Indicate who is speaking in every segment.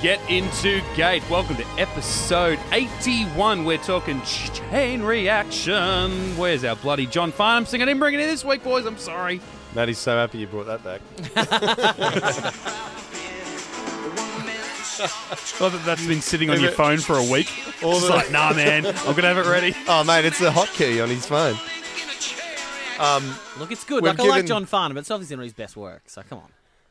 Speaker 1: Get into gate. Welcome to episode 81. We're talking chain reaction. Where's our bloody John Farnham singing? I didn't bring it in this week, boys. I'm sorry.
Speaker 2: Maddie's so happy you brought that back.
Speaker 1: Well, that- that's been sitting on your phone for a week. It's like, nah, man, I'm gonna have it ready.
Speaker 2: Oh, mate, it's the hotkey on his phone.
Speaker 3: Look, it's good.
Speaker 2: We've
Speaker 3: Like, I like
Speaker 2: given-
Speaker 3: John Farnham, but it's obviously not his best work. So come on.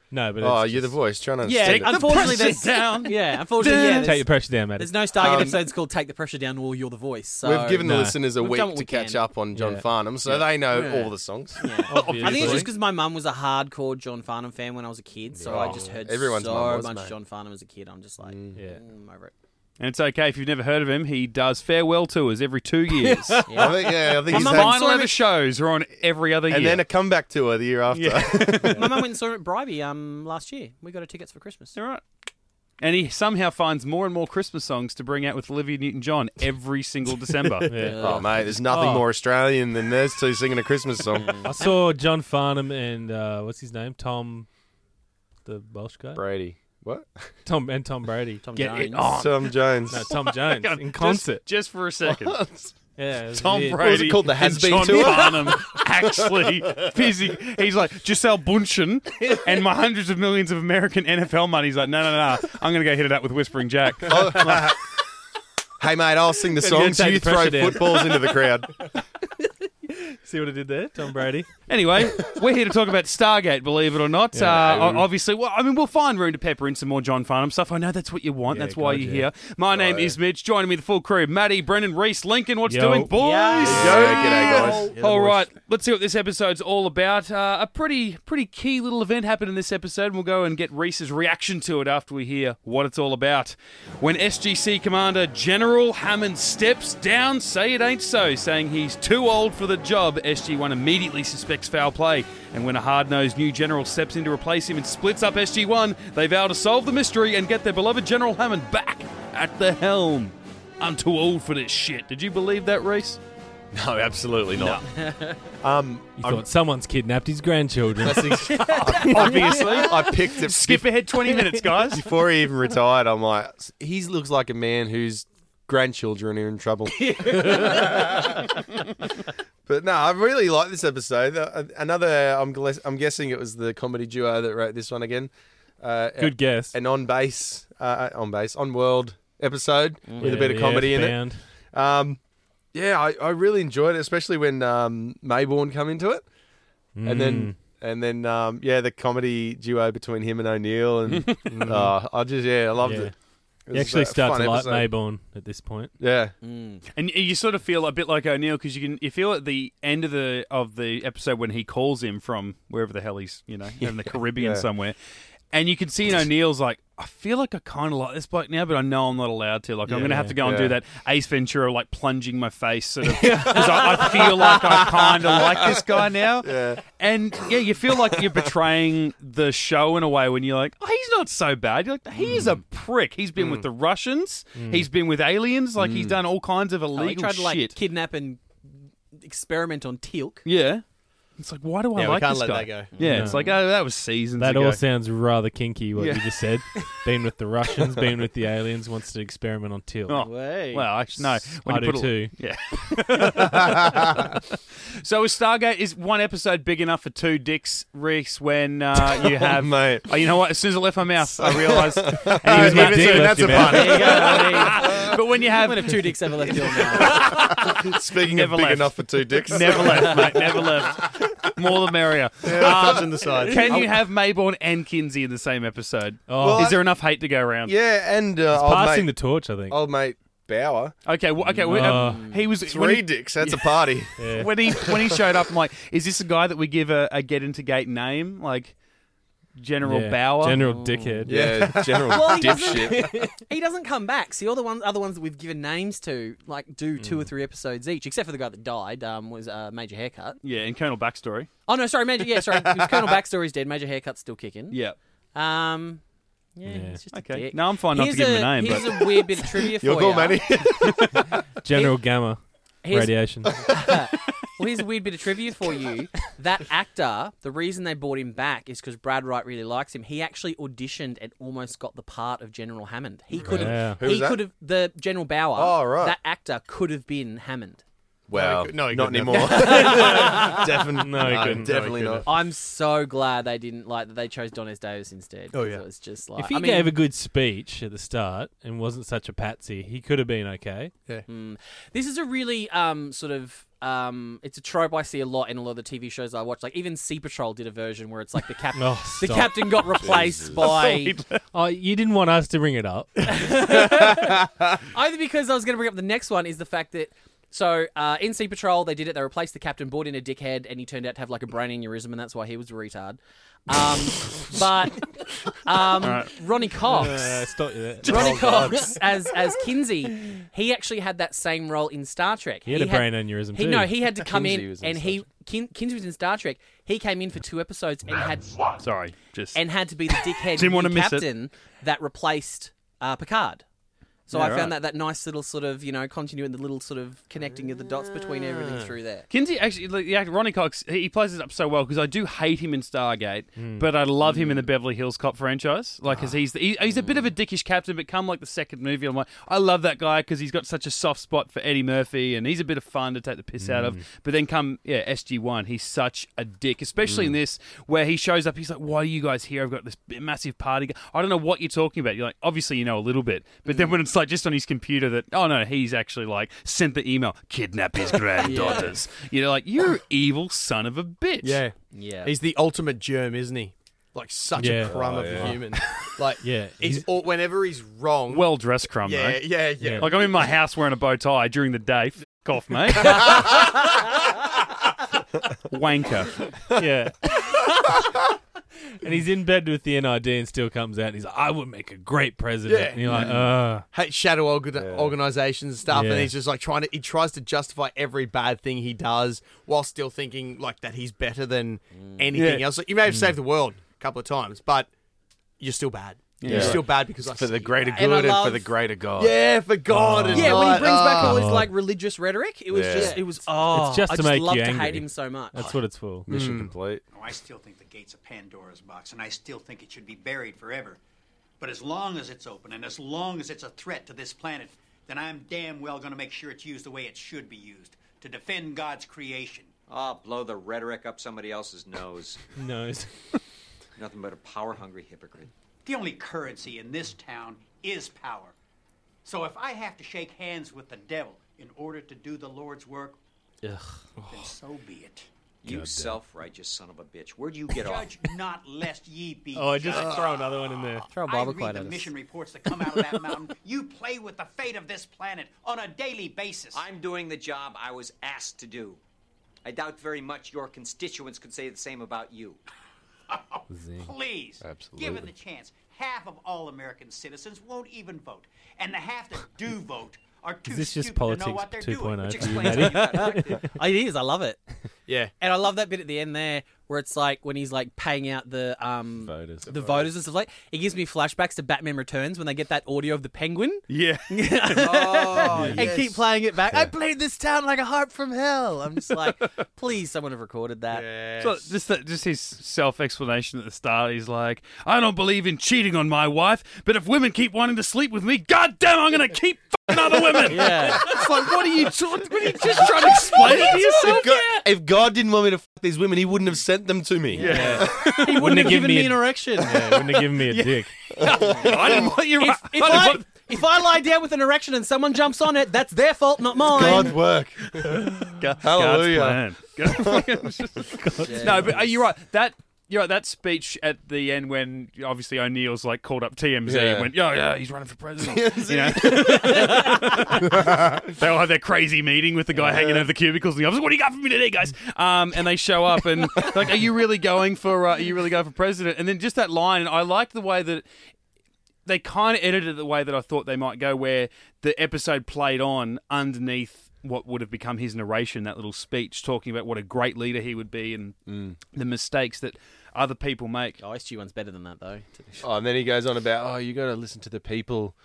Speaker 4: No, but
Speaker 2: Oh,
Speaker 4: it's
Speaker 2: you're the
Speaker 4: just-
Speaker 2: voice trying to.
Speaker 3: Yeah,
Speaker 2: understand it.
Speaker 3: unfortunately,
Speaker 1: the
Speaker 3: there's
Speaker 1: pressure down.
Speaker 3: Yeah, unfortunately, yeah.
Speaker 4: Take
Speaker 3: There's,
Speaker 4: the pressure down, Maddie.
Speaker 3: there's no Stargate
Speaker 2: Um,
Speaker 3: episodes called "Take the Pressure Down" or "You're the Voice." So
Speaker 2: We've given the
Speaker 4: No.
Speaker 2: listeners a
Speaker 3: We've
Speaker 2: week
Speaker 3: done what
Speaker 2: to
Speaker 3: we
Speaker 2: catch
Speaker 3: can.
Speaker 2: up on John
Speaker 4: Yeah.
Speaker 2: Farnham, so they know
Speaker 3: Yeah.
Speaker 2: all the songs.
Speaker 3: I think it's
Speaker 4: Obviously.
Speaker 3: just because my mum was a hardcore John Farnham fan when I was a kid, so I just heard
Speaker 2: Everyone's
Speaker 3: so
Speaker 2: mum was,
Speaker 3: much
Speaker 2: mate.
Speaker 3: John Farnham as a kid. I'm just like,
Speaker 4: Yeah.
Speaker 3: mm, over it.
Speaker 1: And it's okay if you've never heard of him. He does farewell tours every two years.
Speaker 2: I think, yeah, I think
Speaker 1: His
Speaker 2: he's
Speaker 3: mum
Speaker 2: had,
Speaker 3: finally-
Speaker 1: final ever shows are on every other
Speaker 2: and
Speaker 1: year.
Speaker 2: then a comeback tour the year after.
Speaker 3: My mum went and saw him at Bribey um, last year. We got her tickets for Christmas.
Speaker 1: All right. And he somehow finds more and more Christmas songs to bring out with Olivia Newton-John every single December.
Speaker 2: oh, mate, there's nothing
Speaker 4: Oh. Mm.
Speaker 2: more Australian than those two singing a Christmas song.
Speaker 4: I saw John Farnham and uh, what's his name, Tom, the Welsh guy,
Speaker 2: Brady, what?
Speaker 4: Tom and Tom Brady,
Speaker 3: Tom
Speaker 1: Get
Speaker 3: Jones.
Speaker 1: it on.
Speaker 2: Tom Jones.
Speaker 4: no, Tom Jones in
Speaker 1: Just-
Speaker 4: concert.
Speaker 1: just, for a second.
Speaker 4: yeah, it was
Speaker 1: Tom
Speaker 4: weird.
Speaker 1: Brady
Speaker 2: was it called, the
Speaker 1: and
Speaker 2: Has-Been
Speaker 1: John
Speaker 2: Tour?
Speaker 1: Farnham actually busy. He's like Giselle Bundchen and my hundreds of millions of American NFL money. He's like, no, no, no, I'm gonna go hit it up with Whispering Jack.
Speaker 2: Oh, hey, mate, I'll sing the
Speaker 4: gonna
Speaker 2: songs.
Speaker 4: take
Speaker 2: You
Speaker 4: the
Speaker 2: throw
Speaker 4: pressure down.
Speaker 2: footballs into the crowd.
Speaker 4: See what I did there, Tom Brady.
Speaker 1: Anyway, we're here to talk about Stargate, believe it or not. Uh, o- obviously, well, I mean, we'll find room to pepper in some more John Farnham stuff. I know that's what you want.
Speaker 4: Yeah,
Speaker 1: that's why
Speaker 4: God,
Speaker 1: you're
Speaker 4: yeah.
Speaker 1: here. My name is Mitch. Joining me, the full crew: Maddie, Brennan, Reese, Lincoln. What's
Speaker 4: Yo.
Speaker 1: doing, boys?
Speaker 2: Yo, g'day, guys.
Speaker 1: All right, let's see what this episode's all about. Uh, a pretty, pretty key little event happened in this episode, and we'll go and get Reese's reaction to it after we hear what it's all about. When SGC Commander General Hammond steps down, say it ain't so, saying he's too old for the job, SG1 immediately suspects foul play. And when a hard nosed new general steps in to replace him and splits up SG1, they vow to solve the mystery and get their beloved General Hammond back at the helm. I'm too old for this shit. Did you believe that, Reese?
Speaker 2: No, absolutely not. Um,
Speaker 4: You thought someone's kidnapped his grandchildren.
Speaker 2: obviously, I picked it.
Speaker 1: Skip ahead 20 minutes, guys.
Speaker 2: before he even retired, I'm like, he looks like a man whose grandchildren are in trouble. but no, I really like this episode. Uh, Another, I'm, gles- I'm guessing it was the comedy duo that wrote this one again. Uh,
Speaker 4: Good guess.
Speaker 2: An on base, uh, on base, on world episode
Speaker 4: Mm.
Speaker 2: with a bit of comedy in it. Um, yeah, I, I really enjoyed it, especially when um, Mayborn come into it, and
Speaker 4: Mm.
Speaker 2: then and then um, yeah, the comedy duo between him and O'Neill, and uh, I just yeah, I loved
Speaker 4: Yeah.
Speaker 2: it. It
Speaker 4: He
Speaker 2: was
Speaker 4: actually
Speaker 2: a
Speaker 4: starts
Speaker 2: fun
Speaker 4: to like
Speaker 2: episode.
Speaker 4: Mayborn at this point.
Speaker 2: Yeah,
Speaker 3: Mm.
Speaker 1: And you sort of feel a bit like O'Neill because you can you feel at the end of the of the episode when he calls him from wherever the hell he's you know in the Caribbean
Speaker 2: Yeah.
Speaker 1: somewhere, and you can see in O'Neill's like I feel like I kind of like this bloke now, but I know I'm not allowed to. Like I'm going to have to go and do
Speaker 2: yeah.
Speaker 1: that Ace Ventura like plunging my face sort of because I, I feel like I kind of like this guy now.
Speaker 2: Yeah.
Speaker 1: And yeah, you feel like you're betraying the show in a way when you're like, oh, he's not so bad. You're like, he is a prick. He's been with the Russians. He's been with aliens. Like he's done all kinds of
Speaker 3: Oh,
Speaker 1: illegal
Speaker 3: he tried to like
Speaker 1: shit.
Speaker 3: kidnap and experiment on Teal'c.
Speaker 1: yeah. It's like, why do I
Speaker 2: Yeah, we
Speaker 1: like
Speaker 2: can't
Speaker 1: this
Speaker 2: let
Speaker 1: guy?
Speaker 2: that go.
Speaker 1: Yeah,
Speaker 4: No.
Speaker 1: it's like, oh, that was seasons
Speaker 4: That
Speaker 1: ago.
Speaker 4: all sounds rather kinky. What
Speaker 1: Yeah.
Speaker 4: you just said, being with the Russians, being with the aliens, wants to experiment on Till.
Speaker 1: Oh,
Speaker 3: Way.
Speaker 1: well, actually, no.
Speaker 4: I do
Speaker 1: put a-
Speaker 4: too.
Speaker 1: Yeah. so is Stargate is one episode big enough for two dicks, Reese? When uh, you have,
Speaker 2: mate.
Speaker 1: oh, you know what? As soon as it left my mouth, I realised. and he
Speaker 4: Here's
Speaker 1: was giving it
Speaker 4: my
Speaker 1: to
Speaker 4: dick
Speaker 1: me.
Speaker 2: that's
Speaker 4: left you,
Speaker 2: a
Speaker 4: man.
Speaker 2: pun.
Speaker 3: There you go.
Speaker 1: but when you have,
Speaker 3: When have two dicks ever left your mouth?
Speaker 2: Speaking of
Speaker 1: Never
Speaker 2: big
Speaker 1: left.
Speaker 2: enough for two dicks,
Speaker 1: never left, mate, never left. More the merrier. Um,
Speaker 2: in the side.
Speaker 1: can you have Mayborn and Kinsey in the same episode?
Speaker 4: Oh,
Speaker 2: Well,
Speaker 1: Is there enough hate to go around?
Speaker 2: Yeah, and uh, old
Speaker 4: passing
Speaker 2: mate,
Speaker 4: the torch, I think.
Speaker 2: old mate Bauer,
Speaker 1: Okay. Well, okay. we- um, he was when
Speaker 2: three
Speaker 1: he,
Speaker 2: dicks. That's a party.
Speaker 4: Yeah.
Speaker 1: when he when he showed up. I'm like, is this a guy that we give a, a get into gate name like General
Speaker 4: Yeah.
Speaker 1: Bauer?
Speaker 4: General dickhead.
Speaker 2: Yeah, general
Speaker 3: Well, he
Speaker 2: dipshit.
Speaker 3: he doesn't come back. See, all the ones, other ones that we've given names to, like, do two or three episodes each, except for the guy that died, um, was uh, Major Haircut.
Speaker 1: Yeah, and Colonel Backstory.
Speaker 3: Oh no, sorry, Major. Yeah, sorry. It was Colonel Backstory's dead. Major haircut's still kicking.
Speaker 1: Yeah.
Speaker 3: Um. Yeah.
Speaker 4: Yeah.
Speaker 3: It's just a
Speaker 1: Okay.
Speaker 3: dick.
Speaker 1: No, I'm fine not
Speaker 3: here's
Speaker 1: to give
Speaker 3: a,
Speaker 1: him a name,
Speaker 3: Here's
Speaker 1: but
Speaker 3: a weird bit of trivia for
Speaker 2: You're
Speaker 3: you.
Speaker 2: cool, matey.
Speaker 4: General Gamma
Speaker 3: Here's,
Speaker 4: radiation.
Speaker 3: Well, here's a weird bit of trivia for you. That actor, the reason they brought him back is because Brad Wright really likes him. He actually auditioned and almost got the part of General Hammond. He could have.
Speaker 4: Yeah.
Speaker 2: Who was
Speaker 3: He
Speaker 2: that?
Speaker 3: could have. The General Bauer.
Speaker 2: Oh, right.
Speaker 3: That actor could have been Hammond.
Speaker 2: Well,
Speaker 5: he could- no, he
Speaker 2: not
Speaker 5: couldn't
Speaker 2: anymore. definitely,
Speaker 4: No, he
Speaker 2: no,
Speaker 4: couldn't. No, he
Speaker 2: definitely
Speaker 4: couldn't.
Speaker 2: not.
Speaker 3: I'm so glad they didn't like that they chose Donez Davis instead.
Speaker 2: Oh, yeah.
Speaker 3: So it's just like
Speaker 4: If he
Speaker 3: I mean,
Speaker 4: gave a good speech at the start and wasn't such a patsy, he could have been okay.
Speaker 3: This is a really um, sort of um, it's a trope I see a lot in a lot of the TV shows I watch. Like even Sea Patrol did a version where it's like the captain
Speaker 4: No,
Speaker 3: the
Speaker 4: Oh, stop.
Speaker 3: captain got replaced by
Speaker 4: Oh, you didn't want us to bring it up.
Speaker 3: either because I was going to bring up the next one is the fact that. So uh, in Sea Patrol, they did it. They replaced the captain, brought in a dickhead, and he turned out to have like a brain aneurysm, and that's why he was a retard. Um, but um, Ronnie Cox,
Speaker 4: Uh, stop you there.
Speaker 3: Ronnie Cox as as Kinsey, he actually had that same role in Star Trek.
Speaker 4: He had a brain aneurysm
Speaker 3: He
Speaker 4: too.
Speaker 3: no, he had to come
Speaker 2: Kinsey
Speaker 3: in,
Speaker 2: was in
Speaker 3: and
Speaker 2: Star
Speaker 3: he Kin, Kinsey was in Star Trek. He came in for two episodes and had
Speaker 1: Sorry, just
Speaker 3: and had to be the dickhead
Speaker 1: Didn't wanna
Speaker 3: new
Speaker 1: miss it.
Speaker 3: captain that replaced uh, Picard. So
Speaker 1: Yeah,
Speaker 3: I
Speaker 1: right.
Speaker 3: found that that nice little sort of you know continuity, the little sort of connecting of the dots between everything through there.
Speaker 1: Kinsey actually, like, the actor Ronnie Cox, he he plays it up so well because I do hate him in Stargate, but I love him in the Beverly Hills Cop franchise. Like, because he's the, he, he's a bit of a dickish captain, but come like the second movie, I'm like, I love that guy because he's got such a soft spot for Eddie Murphy, and he's a bit of fun to take the piss out of. But then come yeah, SG One, he's such a dick, especially
Speaker 5: Mm.
Speaker 1: in this where he shows up. He's like, "Why are you guys here? I've got this big- massive party. I don't know what you're talking about." You're like, "Obviously, you know a little bit," but
Speaker 5: Mm.
Speaker 1: then when it's like just on his computer that, oh no, he's actually like sent the email, kidnap his granddaughters. You know, like you're evil son of a bitch.
Speaker 5: Yeah.
Speaker 3: Yeah,
Speaker 5: He's the ultimate germ, isn't he? Like such
Speaker 4: Yeah.
Speaker 5: a crumb
Speaker 2: Oh,
Speaker 5: of a human. Like
Speaker 4: Yeah,
Speaker 5: he's,
Speaker 4: he's-
Speaker 5: or whenever he's wrong.
Speaker 1: well dressed, crumb.
Speaker 5: yeah,
Speaker 1: mate.
Speaker 5: yeah, yeah,
Speaker 4: Yeah.
Speaker 1: Like I'm in my house wearing a bow tie during the day. F- off, mate. Wanker.
Speaker 4: yeah. and he's in bed with the NID and still comes out and he's like, I would make a great president.
Speaker 5: Yeah.
Speaker 4: and you're
Speaker 3: Mm.
Speaker 4: like, uh
Speaker 5: Hate shadow org- organizations and stuff,
Speaker 4: Yeah.
Speaker 5: and he's just like trying to. He tries to justify every bad thing he does while still thinking like that he's better than
Speaker 2: Mm.
Speaker 5: anything
Speaker 1: Yeah.
Speaker 5: else. Like, you may have saved the world a couple of times, but you're still bad. You're still bad because I
Speaker 2: For the
Speaker 5: see you.
Speaker 2: greater
Speaker 3: And
Speaker 2: good
Speaker 3: I
Speaker 2: and, for
Speaker 3: love-
Speaker 2: the greater God.
Speaker 5: Yeah, for God. and
Speaker 3: yeah. When he
Speaker 5: like,
Speaker 3: brings back
Speaker 5: oh.
Speaker 3: all his like religious rhetoric, it was
Speaker 2: Yeah.
Speaker 3: just it was oh,
Speaker 4: It's just
Speaker 3: I
Speaker 4: to
Speaker 3: just
Speaker 4: make
Speaker 3: love
Speaker 4: you
Speaker 3: to hate
Speaker 4: angry.
Speaker 3: him so much.
Speaker 4: that's what it's for.
Speaker 2: Mission complete.
Speaker 6: No, I still think the gate's a Pandora's box, and I still think it should be buried forever. But as long as it's open, and as long as it's a threat to this planet, then I'm damn well going to make sure it's used the way it should be used to defend God's creation.
Speaker 7: Ah, blow the rhetoric up somebody else's nose.
Speaker 4: No. it's-
Speaker 7: Nothing but a power hungry hypocrite.
Speaker 6: The only currency in this town is power. So if I have to shake hands with the devil in order to do the Lord's work, then so be it.
Speaker 7: You self righteous son of a bitch. Where do you get off?
Speaker 6: Judge not, lest ye be
Speaker 4: Oh, I just
Speaker 6: judged.
Speaker 4: throw another one in there.
Speaker 3: Throw a
Speaker 6: I
Speaker 3: barber
Speaker 6: read
Speaker 3: quite
Speaker 6: the
Speaker 3: at us.
Speaker 6: mission reports that come out of that mountain. You play with the fate of this planet on a daily basis.
Speaker 7: I'm doing the job I was asked to do. I doubt very much your constituents could say the same about you.
Speaker 6: Please, given the chance, half of all American citizens won't even vote, and the half that do vote are too
Speaker 4: this just
Speaker 6: stupid to know what they're
Speaker 4: politics oh?
Speaker 6: doing.
Speaker 4: 2.0 for
Speaker 6: Which
Speaker 4: you,
Speaker 6: explains
Speaker 4: Matty?
Speaker 6: why you got elected.
Speaker 3: It is. I love it.
Speaker 5: Yeah.
Speaker 3: And I love that bit at the end there where it's like when he's like paying out the um
Speaker 2: Voters.
Speaker 3: the voters and stuff like it gives me flashbacks to Batman Returns when they get that audio of the penguin
Speaker 1: Yeah.
Speaker 3: and keep playing it back. I played this town like a harp from hell. I'm just like, please someone have recorded that.
Speaker 1: So just that, just his self-explanation at the start. He's like, "I don't believe in cheating on my wife, but if women keep wanting to sleep with me, goddamn, I'm gonna keep fucking other women."
Speaker 3: Yeah.
Speaker 1: It's like, what are you? ta- What are you just trying to explain it to yourself?
Speaker 2: If God, if God didn't want me to fuck these women, He wouldn't have sent them to me. Yeah.
Speaker 3: He wouldn't
Speaker 4: Wouldn't
Speaker 3: have
Speaker 4: have give
Speaker 3: given
Speaker 4: me
Speaker 3: me
Speaker 4: a-
Speaker 3: an erection.
Speaker 4: Yeah, wouldn't have given me a dick.
Speaker 1: I didn't want you.
Speaker 3: If, if, I, if I lie down with an erection and someone jumps on it, that's their fault, not mine.
Speaker 2: God's work. Hallelujah.
Speaker 1: God's plan. no, but uh, you're right. That you're right. That speech at the end when obviously O'Neill's like called up TMZ
Speaker 2: Yeah.
Speaker 1: and went, "Yeah, yeah, he's running for president." you know? they all have their crazy meeting with the guy hanging over the cubicles in the office. What do you got for me today, guys? Um, and they show up and like, "Are you really going for? Uh, are you really going for president?" And then just that line, and I liked the way that they kind of edited it the way that I thought they might go, where the episode played on underneath what would have become his narration, that little speech talking about what a great leader he would be and the mistakes that other people make.
Speaker 3: Oh, SG one's better than that though.
Speaker 2: Oh, and then he goes on about, oh, you got to listen to the people.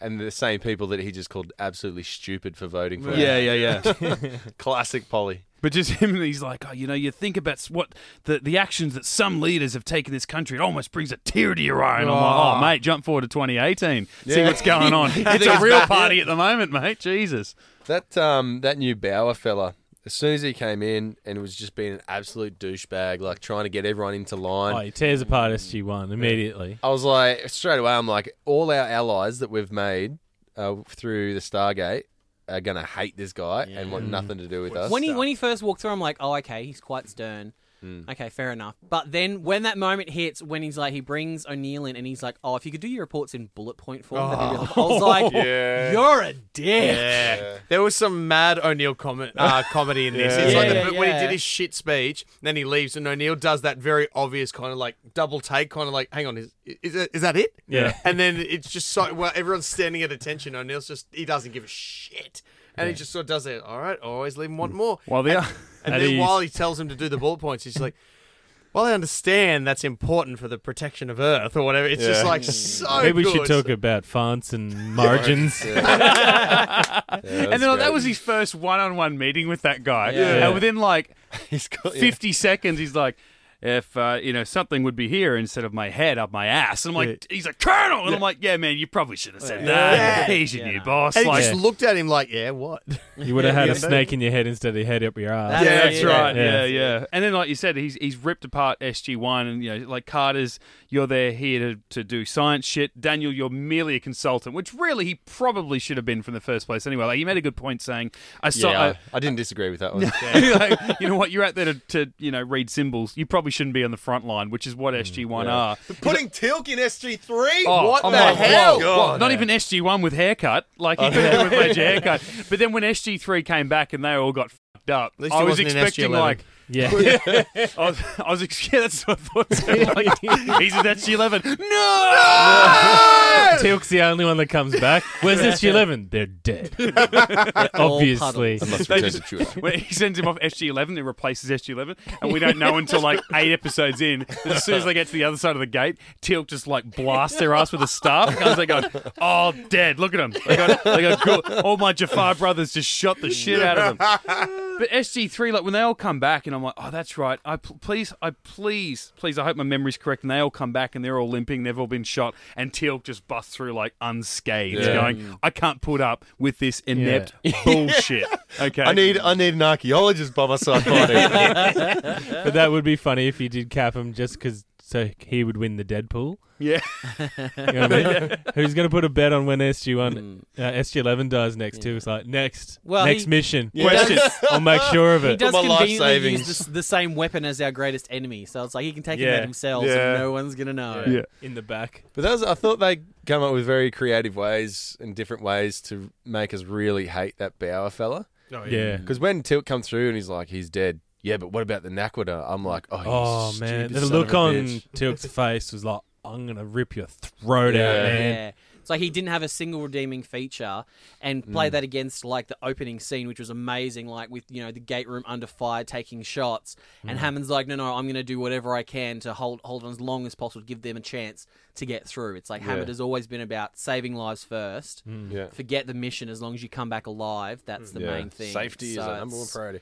Speaker 2: and the same people that he just called absolutely stupid for voting for.
Speaker 1: Yeah, yeah, yeah.
Speaker 2: Classic Polly.
Speaker 1: But just him, he's like, oh, you know, you think about what the, the actions that some leaders have taken this country, it almost brings a tear to your eye. And I'm like, oh, mate, jump forward to 2018, see what's going on. it's a real party at the moment, mate. Jesus.
Speaker 2: That um that new Bauer fella, as soon as he came in and was just being an absolute douchebag, like trying to get everyone into line.
Speaker 4: Oh, he tears apart SG One immediately.
Speaker 2: I was like, straight away, I'm like, all our allies that we've made uh, through the Stargate are gonna hate this guy and want nothing to do with us.
Speaker 3: when he when he first walked through, I'm like, oh, okay, he's quite stern. Okay, fair enough. But then when that moment hits, when he's like, he brings O'Neill in, and he's like, oh, if you could do your reports in bullet point form, that'd be really helpful." I was like, you're a dick.
Speaker 5: Yeah. There was some mad O'Neill comment, uh, comedy in this. It's
Speaker 3: Yeah,
Speaker 5: like the
Speaker 3: yeah,
Speaker 5: bit when he
Speaker 3: yeah.
Speaker 5: did his shit speech, then he leaves, and O'Neill does that very obvious kind of like double take, kind of like, hang on, is is, that- is that it?
Speaker 4: Yeah.
Speaker 5: And then it's just so, well, everyone's standing at attention. O'Neill's just, he doesn't give a shit. And he just sort of does it. All right, I always leave him
Speaker 4: Mm.
Speaker 5: want more.
Speaker 1: Well, the,
Speaker 5: And
Speaker 4: At
Speaker 5: then
Speaker 4: ease.
Speaker 5: while he tells him to do the bullet points, he's like, "Well, I understand that's important for the protection of Earth or whatever." It's just like so.
Speaker 4: Maybe we should
Speaker 5: good.
Speaker 4: talk about fonts and margins.
Speaker 1: and then that was his first one on one meeting with that guy.
Speaker 3: Yeah.
Speaker 1: And within like
Speaker 2: he's got, yeah.
Speaker 1: 50 seconds, he's like, if uh, you know something would be here instead of my head up my ass, and I'm like, he's a colonel, and I'm like, yeah, man, you probably should have said that. He's your new boss.
Speaker 5: And he
Speaker 1: like,
Speaker 5: just looked at him like, "Yeah, what?"
Speaker 4: You would have had a snake in your head instead of your head up your ass.
Speaker 3: Yeah,
Speaker 1: That's right.
Speaker 4: yeah.
Speaker 1: Yeah. yeah, And then, like you said, he's he's ripped apart SG One, and you know, like Carter's, you're there here to, to do science shit. Daniel, you're merely a consultant, which really he probably should have been from the first place anyway. Like you made a good point saying, I saw.
Speaker 2: yeah, I, I didn't disagree with that one.
Speaker 1: like, you know what? You're out there to, to you know read symbols. You probably shouldn't be on the front line, which is what
Speaker 5: Mm,
Speaker 1: SG One are.
Speaker 2: Putting Tilk in SG three.
Speaker 1: Oh,
Speaker 2: what
Speaker 1: I'm
Speaker 2: the
Speaker 1: like,
Speaker 2: hell?
Speaker 1: whoa, Not even SG one with haircut.
Speaker 5: Oh,
Speaker 1: Like he could have with Ledger haircut. But then when SG three came back and they all got fucked up,
Speaker 5: least
Speaker 1: I
Speaker 5: he
Speaker 1: was
Speaker 5: wasn't in
Speaker 1: expecting
Speaker 5: SG11.
Speaker 1: like.
Speaker 4: Yeah.
Speaker 1: I was, I was ex- yeah, that's what I thought. too. Like, he's in SG eleven. No,
Speaker 4: Tilk's the only one that comes back. Where's SG Eleven? They're dead. Obviously.
Speaker 3: puddles.
Speaker 2: Must
Speaker 1: They
Speaker 2: return to
Speaker 1: just-
Speaker 2: truth.
Speaker 1: When he sends him off SG eleven. It replaces SG eleven, and we don't know until like eight episodes in. That as soon as they get to the other side of the gate, Teal'c just like blasts their ass with a staff. Because they go, "Oh, dead! Look at them! They got, they got good. all my Jafar brothers just shot the shit out of them." But SG three, like when they all come back, and I'm like, "Oh, that's right. I pl- please, I please, please. I hope my memory's correct." And they all come back, and they're all limping. They've all been shot, and Teal'c just busts through like unscathed,
Speaker 2: Yeah.
Speaker 1: going, "I can't put up with this inept bullshit." Okay,
Speaker 2: I need I need an archaeologist by my side. Marty.
Speaker 4: But that would be funny if you did cap him just because so he would win the Deadpool.
Speaker 1: yeah.
Speaker 4: You know what I mean? Who's going to put a bet on when SG one uh, SG Eleven dies next? Too. It's like next
Speaker 3: Well,
Speaker 4: next
Speaker 3: he-
Speaker 4: mission.
Speaker 1: Question.
Speaker 4: I'll make sure of
Speaker 3: He
Speaker 4: it.
Speaker 3: does
Speaker 2: my life
Speaker 3: conveniently use
Speaker 2: savings.
Speaker 3: this, the same weapon as our greatest enemy, so it's like he can take it
Speaker 4: Yeah.
Speaker 3: out himself,
Speaker 1: Yeah.
Speaker 3: and no one's gonna know.
Speaker 1: Yeah.
Speaker 4: In the back.
Speaker 2: but that was, I thought they come up with very creative ways and different ways to make us really hate that Bauer fella.
Speaker 4: Yeah.
Speaker 2: Because when Tilt comes through and he's like, he's dead. Yeah, but what about the Nakwada? I'm like, oh, you
Speaker 4: Oh
Speaker 2: stupid
Speaker 4: man, the
Speaker 2: son
Speaker 4: look
Speaker 2: of a
Speaker 4: on
Speaker 2: bitch.
Speaker 4: Tilk's face was like, "I'm gonna rip your throat out,
Speaker 2: Yeah.
Speaker 4: man."
Speaker 3: Yeah. It's like he didn't have a single redeeming feature and
Speaker 2: Mm.
Speaker 3: play that against like the opening scene, which was amazing, like with, you know, the gate room under fire taking shots.
Speaker 2: Mm.
Speaker 3: And Hammond's like, no, no, I'm going to do whatever I can to hold, hold on as long as possible to give them a chance to get through. It's like Hammond has always been about saving lives first.
Speaker 2: Mm. Yeah.
Speaker 3: Forget the mission as long as you come back alive. That's the
Speaker 2: Yeah.
Speaker 3: main thing.
Speaker 2: Safety
Speaker 3: So
Speaker 2: is our
Speaker 3: it's-
Speaker 2: number one priority.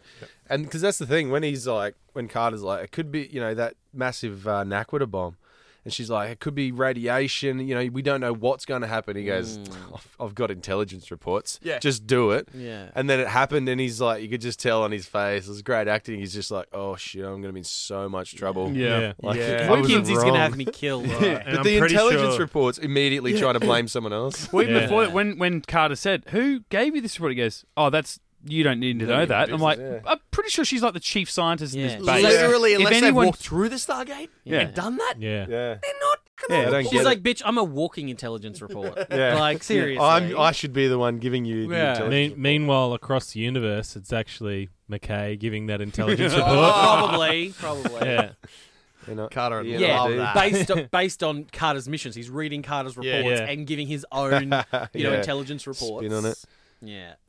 Speaker 2: And because that's the thing, when he's like, when Carter's like, it could be, you know, that massive uh, Nakwada bomb. And she's like, it could be radiation. You know, we don't know what's going to happen. He goes, "I've- I've got intelligence reports.
Speaker 5: Yeah.
Speaker 2: Just do it.
Speaker 3: Mm. Yeah.
Speaker 2: And then it happened, and he's like, you could just tell on his face. It was great acting. He's just like, oh, shit, I'm going to be in so much trouble.
Speaker 1: Yeah.
Speaker 2: Like,
Speaker 4: Yeah.
Speaker 2: I was
Speaker 3: Wilkins is going
Speaker 2: wrong.
Speaker 3: to have me killed.
Speaker 2: But the intelligence reports immediately trying to blame someone else.
Speaker 1: Well, even
Speaker 4: Yeah.
Speaker 1: before that, when when Carter said, "Who gave you this report?" He goes, "Oh, that's you don't need to know
Speaker 2: need
Speaker 1: that." I'm like,
Speaker 2: business, yeah.
Speaker 1: I'm pretty sure she's like the chief scientist
Speaker 3: Yeah.
Speaker 1: in this base.
Speaker 5: Literally,
Speaker 1: If
Speaker 5: unless
Speaker 1: anyone-
Speaker 5: they walked through the Stargate
Speaker 1: Yeah.
Speaker 5: and done that.
Speaker 4: Yeah.
Speaker 2: Yeah.
Speaker 1: Yeah,
Speaker 2: I don't
Speaker 3: She's
Speaker 2: get
Speaker 3: like, bitch, I'm a walking intelligence report.
Speaker 2: Yeah.
Speaker 3: Like, seriously.
Speaker 2: Oh, I'm, I should be the one giving you the
Speaker 1: Yeah.
Speaker 2: intelligence.
Speaker 4: Mean, meanwhile, across the universe, it's actually McKay giving that intelligence
Speaker 3: Oh,
Speaker 4: report.
Speaker 3: probably, probably.
Speaker 4: Yeah.
Speaker 2: You know?
Speaker 5: Carter would
Speaker 2: Yeah.
Speaker 3: Yeah,
Speaker 5: love that.
Speaker 3: based on, based on Carter's missions, he's reading Carter's reports
Speaker 4: Yeah.
Speaker 3: and giving his own, you know,
Speaker 2: Yeah.
Speaker 3: intelligence reports.
Speaker 2: Spin on it.
Speaker 3: Yeah,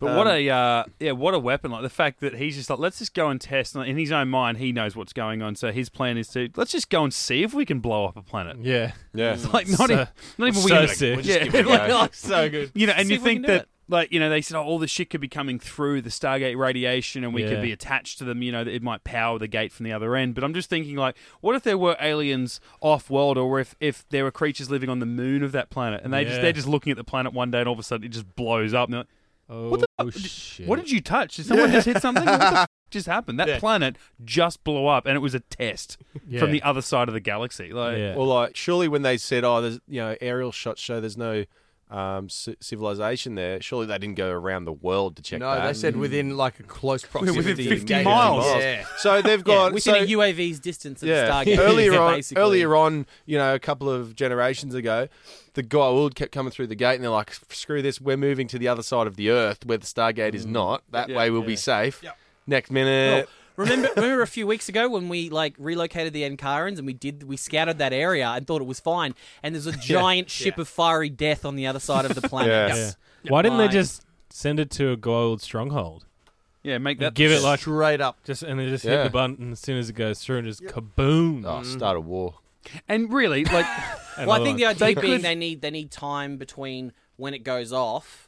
Speaker 1: But what a uh, yeah, what a weapon! Like the fact that he's just like, let's just go and test. And in his own mind, he knows what's going on. So his plan is to let's just go and see if we can blow up a planet.
Speaker 4: Yeah.
Speaker 2: Yeah.
Speaker 1: It's Like not,
Speaker 4: So-
Speaker 1: even, not even
Speaker 4: so
Speaker 1: we can-
Speaker 4: sick. We'll just
Speaker 1: yeah,
Speaker 4: give it a
Speaker 1: like,
Speaker 2: go.
Speaker 1: like,
Speaker 4: so good.
Speaker 1: you know, and
Speaker 3: oh, See
Speaker 1: you
Speaker 3: if we
Speaker 1: think
Speaker 3: can do
Speaker 1: that. Like you know, they said, oh, all this shit could be coming through the Stargate radiation, and we
Speaker 4: Yeah.
Speaker 1: could be attached to them. You know, that it might power the gate from the other end. But I'm just thinking, like, what if there were aliens off-world, or if if there were creatures living on the moon of that planet, and they just
Speaker 4: Yeah.
Speaker 1: they're just looking at the planet one day, and all of a sudden it just blows up. And they're like,
Speaker 4: Oh,
Speaker 1: What the fuck?
Speaker 4: shit.
Speaker 1: What did you touch? Did someone just hit something? What the f- just happened? That
Speaker 5: Yeah.
Speaker 1: planet just blew up, and it was a test
Speaker 4: Yeah.
Speaker 1: from the other side of the galaxy. Like,
Speaker 4: Yeah.
Speaker 2: Or like, surely when they said, "Oh, there's you know aerial shots show there's no um, c- civilization there," surely they didn't go around the world to check
Speaker 5: No,
Speaker 2: that.
Speaker 5: they said within like a close proximity.
Speaker 1: Within 50
Speaker 5: Yeah.
Speaker 1: miles.
Speaker 5: Yeah.
Speaker 2: So they've
Speaker 3: Yeah,
Speaker 2: got
Speaker 3: within
Speaker 2: Oh, so,
Speaker 3: a UAV's distance of
Speaker 2: yeah.
Speaker 3: the Stargate.
Speaker 2: earlier
Speaker 3: yeah,
Speaker 2: on,
Speaker 3: basically.
Speaker 2: earlier on, you know, a couple of generations ago, the guy world kept coming through the gate, and they're like, "Screw this, we're moving to the other side of the Earth where the Stargate is not. That way we'll be safe." Next minute,
Speaker 3: remember, remember a few weeks ago when we like relocated the Ankarans and we did we scouted that area and thought it was fine, and there's a giant ship of fiery death on the other side of the planet.
Speaker 2: Yeah.
Speaker 4: Yeah. Why didn't they
Speaker 3: Mine.
Speaker 4: just send it to a gold stronghold?
Speaker 1: yeah, make that
Speaker 4: Give it like
Speaker 5: Straight up.
Speaker 4: just and then just hit
Speaker 2: Yeah.
Speaker 4: the button as soon as it goes through and just kaboom.
Speaker 2: oh, start a war.
Speaker 1: And really, like,
Speaker 3: Well, I think the idea
Speaker 1: They
Speaker 3: being
Speaker 1: could-
Speaker 3: they need they need time between when it goes off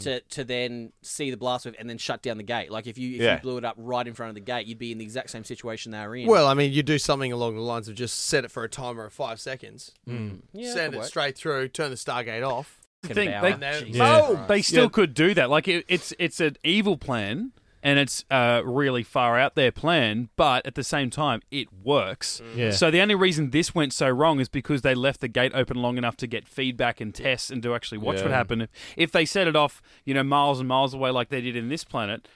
Speaker 3: to to then see the blast wave and then shut down the gate. Like if you if
Speaker 2: Yeah.
Speaker 3: you blew it up right in front of the gate, you'd be in the exact same situation they were in.
Speaker 5: Well, I mean, you do something along the lines of just set it for a timer of five seconds,
Speaker 3: Hmm. yeah,
Speaker 5: send
Speaker 3: that
Speaker 5: it
Speaker 3: work.
Speaker 5: straight through, turn the Stargate off.
Speaker 1: the
Speaker 3: Fucking
Speaker 1: thing,
Speaker 3: bow
Speaker 1: they,
Speaker 3: out.
Speaker 5: then-
Speaker 3: Jesus
Speaker 4: Yeah.
Speaker 5: Boom!
Speaker 3: Christ.
Speaker 1: they still
Speaker 2: Yeah.
Speaker 1: could do that. Like, it, it's it's an evil plan, and it's a really far out there plan, but at the same time, it works.
Speaker 4: Yeah.
Speaker 1: So the only reason this went so wrong is because they left the gate open long enough to get feedback and tests and to actually watch what
Speaker 2: Yeah.
Speaker 1: happened. If, if they set it off, you know, miles and miles away like they did in this planet,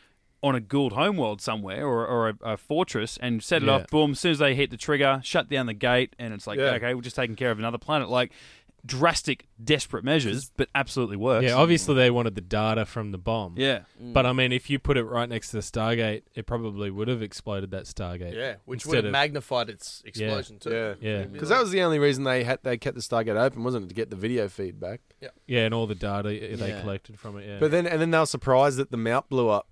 Speaker 1: on a Gould homeworld somewhere or, or a, a fortress, and set it
Speaker 4: Yeah.
Speaker 1: off, boom, as soon as they hit the trigger, shut down the gate, and it's like,
Speaker 2: Yeah.
Speaker 1: okay, we're just taking care of another planet. Like drastic, desperate measures, but absolutely works.
Speaker 4: Yeah, obviously they wanted the data from the bomb.
Speaker 1: yeah.
Speaker 4: But I mean, if you put it right next to the Stargate, it probably would have exploded that Stargate.
Speaker 5: Yeah, which
Speaker 4: Instead
Speaker 5: would have
Speaker 4: of-
Speaker 5: magnified its explosion too.
Speaker 2: Yeah.
Speaker 4: Yeah.
Speaker 2: Because that was the only reason they had they kept the Stargate open, wasn't it, to get the video feedback?
Speaker 4: Yeah, and all the data i- they
Speaker 3: Yeah.
Speaker 4: collected from it. Yeah.
Speaker 2: But then, and then they were surprised that the mount blew up.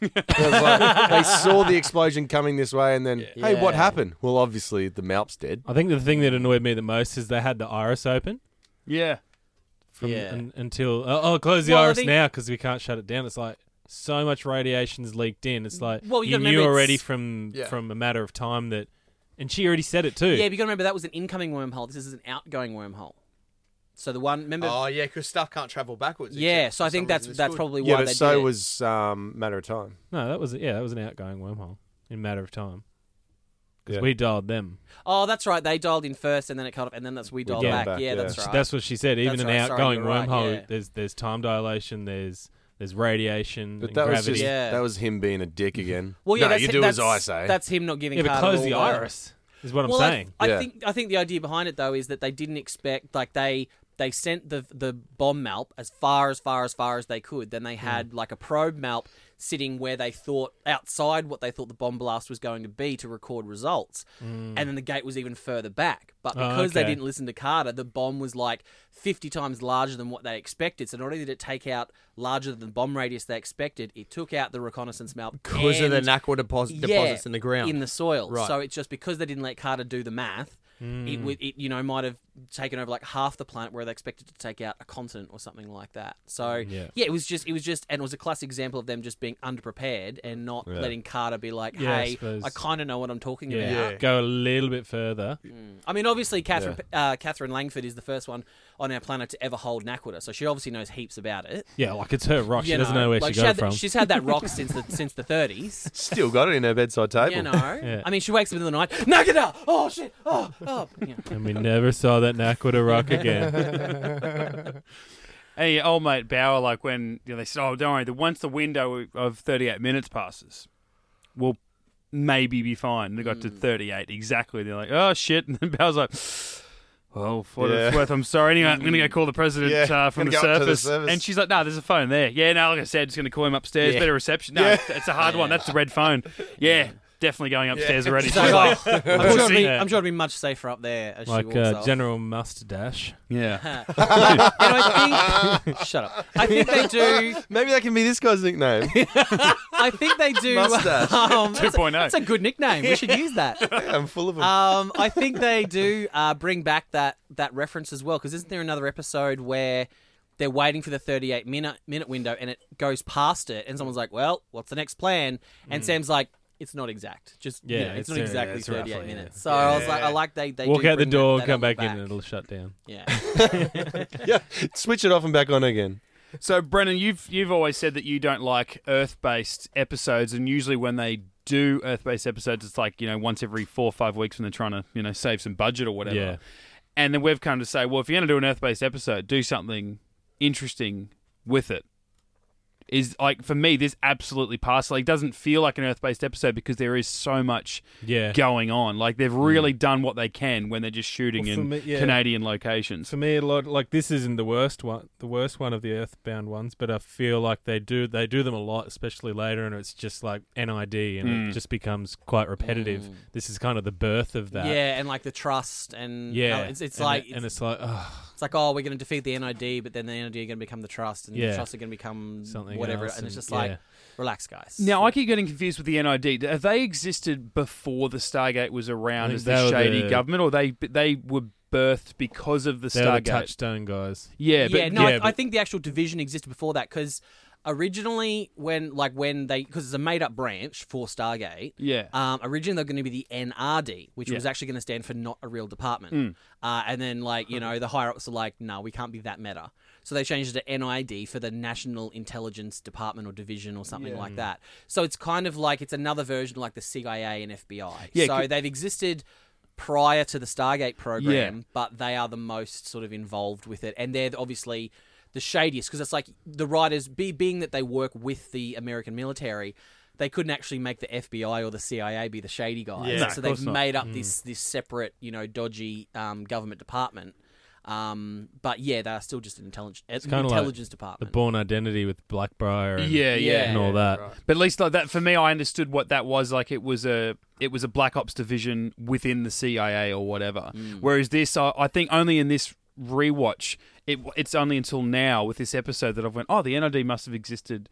Speaker 2: It was like, they saw the explosion coming this way, and then, hey, what
Speaker 3: Yeah.
Speaker 2: happened? Well, obviously the mount's dead.
Speaker 4: I think the thing that annoyed me the most is they had the iris open
Speaker 1: Yeah.
Speaker 4: from
Speaker 3: Yeah.
Speaker 4: un- until oh, oh, close the
Speaker 3: Well, I
Speaker 4: iris now
Speaker 3: think-
Speaker 4: 'cause now because we can't shut it down. It's like so much radiation's leaked in. It's like
Speaker 3: Mm, Well, you
Speaker 4: you
Speaker 3: gotta
Speaker 4: knew
Speaker 3: remember
Speaker 4: already
Speaker 3: it's-
Speaker 4: from
Speaker 5: Yeah.
Speaker 4: from a matter of time that, and she already said it too.
Speaker 3: Yeah, but you got to remember that was an incoming wormhole. This is an outgoing wormhole. So the one remember.
Speaker 5: Oh yeah, because stuff can't travel backwards.
Speaker 3: yeah,
Speaker 5: except
Speaker 3: so I
Speaker 5: for some
Speaker 3: think that's
Speaker 5: reason it's
Speaker 3: that's
Speaker 5: good.
Speaker 3: probably why
Speaker 2: Yeah,
Speaker 3: they
Speaker 2: but
Speaker 3: did
Speaker 2: so
Speaker 3: it.
Speaker 2: was um, matter of time.
Speaker 4: No, that was yeah, that was an outgoing wormhole in matter of time because
Speaker 2: Yeah.
Speaker 4: we dialed them.
Speaker 3: Oh, that's right. They dialed in first, and then it cut off, and then that's we dialed
Speaker 4: dialed
Speaker 3: back.
Speaker 2: back,
Speaker 3: Yeah,
Speaker 2: yeah.
Speaker 3: that's
Speaker 2: So
Speaker 3: right.
Speaker 4: That's what she said. Even
Speaker 3: That's
Speaker 4: an
Speaker 3: right, sorry,
Speaker 4: outgoing
Speaker 3: you're right,
Speaker 4: wormhole,
Speaker 3: yeah.
Speaker 4: there's there's time dilation, there's there's radiation,
Speaker 2: But
Speaker 4: and
Speaker 2: that was
Speaker 4: gravity.
Speaker 2: just
Speaker 3: Yeah.
Speaker 2: that was him being a dick again.
Speaker 3: well, yeah,
Speaker 2: no,
Speaker 3: that's,
Speaker 2: you do as
Speaker 3: that's,
Speaker 2: I say.
Speaker 3: That's him not giving.
Speaker 4: yeah, but
Speaker 3: Carter
Speaker 4: close
Speaker 3: all
Speaker 4: the iris is what I'm
Speaker 3: well, I-
Speaker 4: saying.
Speaker 3: I,
Speaker 2: Yeah.
Speaker 3: think I think the idea behind it though is that they didn't expect like they they sent the the bomb malp as far as far as far as they could. Then they had
Speaker 4: Mm.
Speaker 3: like a probe malp sitting where they thought outside what they thought the bomb blast was going to be to record results. And then the gate was even further back. But
Speaker 4: Mm. Oh,
Speaker 3: because they
Speaker 4: okay.
Speaker 3: didn't listen to Carter, the bomb was like 50 times larger than what they expected. So not only did it take out larger than the bomb radius they expected, it took out the reconnaissance malp
Speaker 5: because of the
Speaker 3: and-
Speaker 5: NACWA deposit, deposits in the ground.
Speaker 3: in the soil.
Speaker 5: Right.
Speaker 3: So it's just because they didn't let Carter do the math, it
Speaker 4: Mm.
Speaker 3: would it you know might have taken over like half the planet where they expected to take out a continent or something like that. So yeah,
Speaker 4: Yeah.
Speaker 3: it was just it was just and it was a classic example of them just being underprepared and not letting Carter be like,
Speaker 4: Yeah, I
Speaker 3: hey,
Speaker 4: suppose.
Speaker 3: I, kind of know what I'm talking
Speaker 4: yeah.
Speaker 3: about.
Speaker 5: Yeah.
Speaker 4: go a little bit further.
Speaker 3: I mean, obviously Catherine uh, Catherine Langford is the first one on our planet to ever hold Nakwita, so she obviously knows heaps about it.
Speaker 4: Yeah, like it's her rock. She
Speaker 3: You
Speaker 4: doesn't know where
Speaker 3: like
Speaker 4: she got
Speaker 3: had
Speaker 4: it from.
Speaker 3: th- she's had that rock since the since the 30s.
Speaker 2: Still got it in her bedside table.
Speaker 3: You know, I mean, she wakes up in the night. Nagata! Oh shit! Oh, oh. Yeah.
Speaker 4: and we never saw that Nakwita rock again.
Speaker 1: And yeah, old mate Bauer, like when you know, they said, "Oh, don't worry. The once the window of 38 minutes passes, we'll maybe be fine." And they got to
Speaker 2: Mm.
Speaker 1: 38 exactly. They're like, "Oh shit!" And then Bauer's like, "Well, for what it's
Speaker 2: Yeah. Mm.
Speaker 1: worth, I'm sorry. Anyway, I'm gonna go call the president
Speaker 2: Yeah,
Speaker 1: uh, from the
Speaker 2: gonna go up to the
Speaker 1: surface.
Speaker 2: surface.
Speaker 1: And she's like, "No, there's a phone there. Yeah, no, like I said, just gonna call him upstairs. Better reception. No, it's a hard one. That's the red phone. Yeah." definitely going upstairs already.
Speaker 3: So, like, "Oh,
Speaker 2: "Oh."
Speaker 3: I'm, sure it'd be,
Speaker 4: Yeah.
Speaker 3: I'm sure it'd be much safer up there as she
Speaker 4: like
Speaker 3: walks
Speaker 4: uh,
Speaker 3: off.
Speaker 4: General Mustache.
Speaker 1: yeah.
Speaker 3: and I think shut up. I think they do.
Speaker 2: Maybe that can be this guy's nickname.
Speaker 3: I think they do.
Speaker 2: Mustache.
Speaker 3: Um,
Speaker 4: oh.
Speaker 3: that's, a,
Speaker 1: 2.0.
Speaker 3: that's a good nickname. We should use that.
Speaker 2: I'm full of them.
Speaker 3: Um, I think they do uh, bring back that that reference as well. Because isn't there another episode where they're waiting for the 38 minute minute window and it goes past it, and someone's like, "Well, what's the next plan?" And Sam's like. It's not exact. Just yeah,
Speaker 4: Mm. Yeah,
Speaker 3: it's,
Speaker 4: it's
Speaker 3: not
Speaker 4: a-
Speaker 3: exactly
Speaker 4: it's
Speaker 3: thirty-eight
Speaker 4: roughly, yeah.
Speaker 3: minutes. So I was like, I like they they
Speaker 4: Walk
Speaker 3: do
Speaker 4: out the
Speaker 3: bring that-
Speaker 4: door,
Speaker 3: that
Speaker 4: come
Speaker 3: element
Speaker 4: back, in, and it'll shut down.
Speaker 3: Yeah,
Speaker 2: yeah, switch it off and back on again.
Speaker 1: So Brennan, you've you've always said that you don't like Earth-based episodes, and usually when they do Earth-based episodes, it's like you know once every four or five weeks when they're trying to you know save some budget or whatever.
Speaker 4: Yeah.
Speaker 1: And then we've come to say, well, if you're going to do an Earth-based episode, do something interesting with it. Is like for me, this absolutely passed. Like, doesn't feel like an Earth-based episode because there is so much
Speaker 4: Yeah. Mm.
Speaker 1: going on. Like they've really done what they can when they're just shooting
Speaker 4: Well, for
Speaker 1: in
Speaker 4: me- yeah.
Speaker 1: Canadian locations.
Speaker 4: For me, a lot like this isn't the worst one, the worst one of the Earthbound ones, but I feel like they do they do them a lot, especially later, and it's just like NID, and it just becomes quite repetitive. This is kind of the birth of that.
Speaker 3: yeah, and like the trust and
Speaker 4: yeah.
Speaker 3: it's it's
Speaker 4: and
Speaker 3: like
Speaker 4: it- and it's like oh,
Speaker 3: It's like, oh, we're going to defeat the NID, but then the NID are going to become the trust, and the
Speaker 4: Yeah.
Speaker 3: trust are going to become
Speaker 4: Something
Speaker 3: whatever.
Speaker 4: else
Speaker 3: and it's
Speaker 4: and-
Speaker 3: just like,
Speaker 4: yeah.
Speaker 3: relax, guys.
Speaker 1: Now I keep getting confused with the NID. Have they existed before the Stargate was
Speaker 4: I
Speaker 1: around
Speaker 4: think
Speaker 1: as
Speaker 4: they
Speaker 1: the
Speaker 4: were
Speaker 1: shady
Speaker 4: the-
Speaker 1: government, or they they were birthed because of the
Speaker 4: they're the
Speaker 1: Stargate?
Speaker 4: touchstone guys.
Speaker 1: Yeah, but
Speaker 3: yeah, no,
Speaker 4: yeah,
Speaker 3: I,
Speaker 4: but-
Speaker 3: I think the actual division existed before that because originally, when like when they because it's a made up branch for Stargate.
Speaker 1: Yeah.
Speaker 3: Um, originally they're going to be the NRD, which
Speaker 1: Yeah. Hmm.
Speaker 3: was actually going to stand for not a real department. Uh, and then like you know the higher ups are like, no, we can't be that meta. So they changed it to NID for the National Intelligence Department or Division or something like that. So it's kind of like it's another version of like the CIA and FBI.
Speaker 1: Yeah,
Speaker 3: so
Speaker 1: c-
Speaker 3: they've existed prior to the Stargate program,
Speaker 1: Yeah.
Speaker 3: but they are the most sort of involved with it, and they're obviously the shadiest because it's like the writers, be, being that they work with the American military, they couldn't actually make the FBI or the CIA be the shady guys,
Speaker 1: No, of
Speaker 3: so they've
Speaker 1: course not.
Speaker 3: made up this this separate, you know, dodgy um, government department. Um, but yeah, they are still just an intelligence
Speaker 4: kinda like
Speaker 3: intelligence
Speaker 4: The
Speaker 3: department.
Speaker 4: Born Identity with Blackbriar. And,
Speaker 1: yeah, yeah,
Speaker 4: and all that.
Speaker 1: But at least like that for me, I understood what that was. Like it was a it was a black ops division within the CIA or whatever. Whereas this, I, I think only in this rewatch, it it's only until now with this episode that I've went, oh, the NID must have existed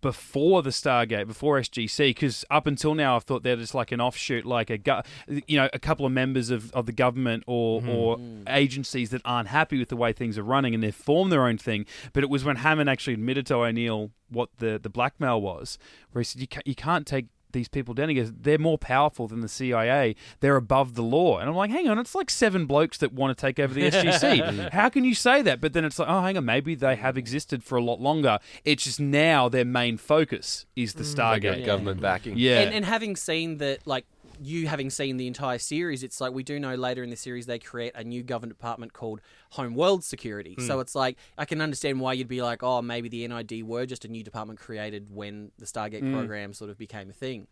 Speaker 1: before the Stargate, before SGC, because up until now I've thought they're just like an offshoot, like a go- you know a couple of members of, of the government or or agencies that aren't happy with the way things are running and they form their own thing. But it was when Hammond actually admitted to O'Neill what the the blackmail was, where he said you can't, you can't take these people down. He goes, they're more powerful than the CIA. They're above the law. And I'm like, hang on, it's like seven blokes that want to take over the SGC. How can you say that? But then it's like, oh, hang on, maybe they have existed for a lot longer. It's just now their main focus is the
Speaker 2: Got
Speaker 1: Stargate.
Speaker 2: government backing.
Speaker 1: Yeah.
Speaker 3: And, and having seen that, like you having seen the entire series, it's like we do know later in the series they create a new government department called Homeworld Security.
Speaker 4: Hmm.
Speaker 3: So it's like I can understand why you'd be like, oh, maybe the NID were just a new department created when the Stargate
Speaker 4: Hmm.
Speaker 3: program sort of became a thing.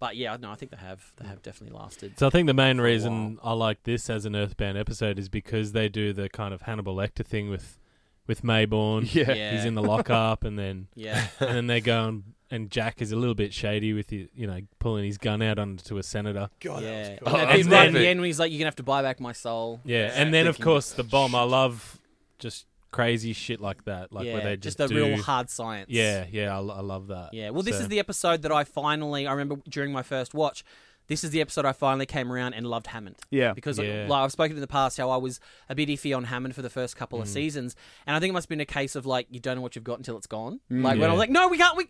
Speaker 3: But yeah, no, I think they have they have definitely lasted.
Speaker 4: So I think the main reason I like this as an Earthbound episode is because they do the kind of Hannibal Lecter thing with with Mayborn.
Speaker 1: Yeah.
Speaker 3: Yeah.
Speaker 4: he's in the lockup, and then
Speaker 3: Yeah.
Speaker 4: and then they go and, and Jack is a little bit shady with his, you know pulling his gun out onto a senator.
Speaker 5: God,
Speaker 3: yeah. And
Speaker 5: that was
Speaker 3: that
Speaker 4: that's
Speaker 3: bit right at
Speaker 4: perfect.
Speaker 3: the end when he's like, "You're gonna have to buy back my soul."
Speaker 4: Yeah, and then of course the bomb. I love just crazy shit like that, like where
Speaker 3: yeah,
Speaker 4: they
Speaker 3: just
Speaker 4: just,
Speaker 3: the
Speaker 4: do-
Speaker 3: real hard science.
Speaker 4: Yeah, yeah, I, lo- I love that.
Speaker 3: Yeah. Well, this
Speaker 4: So-
Speaker 3: is the episode that I finally I remember during my first watch. This is the episode I finally came around and loved Hammond.
Speaker 1: Yeah.
Speaker 3: Because
Speaker 4: Yeah.
Speaker 3: like I've spoken in the past how I was a bit iffy on Hammond for the first couple
Speaker 4: Mm.
Speaker 3: of seasons, and I think it must have been a case of like you don't know what you've got until it's gone. Like when I
Speaker 4: Mm. Yeah.
Speaker 3: was like, no, we can't. We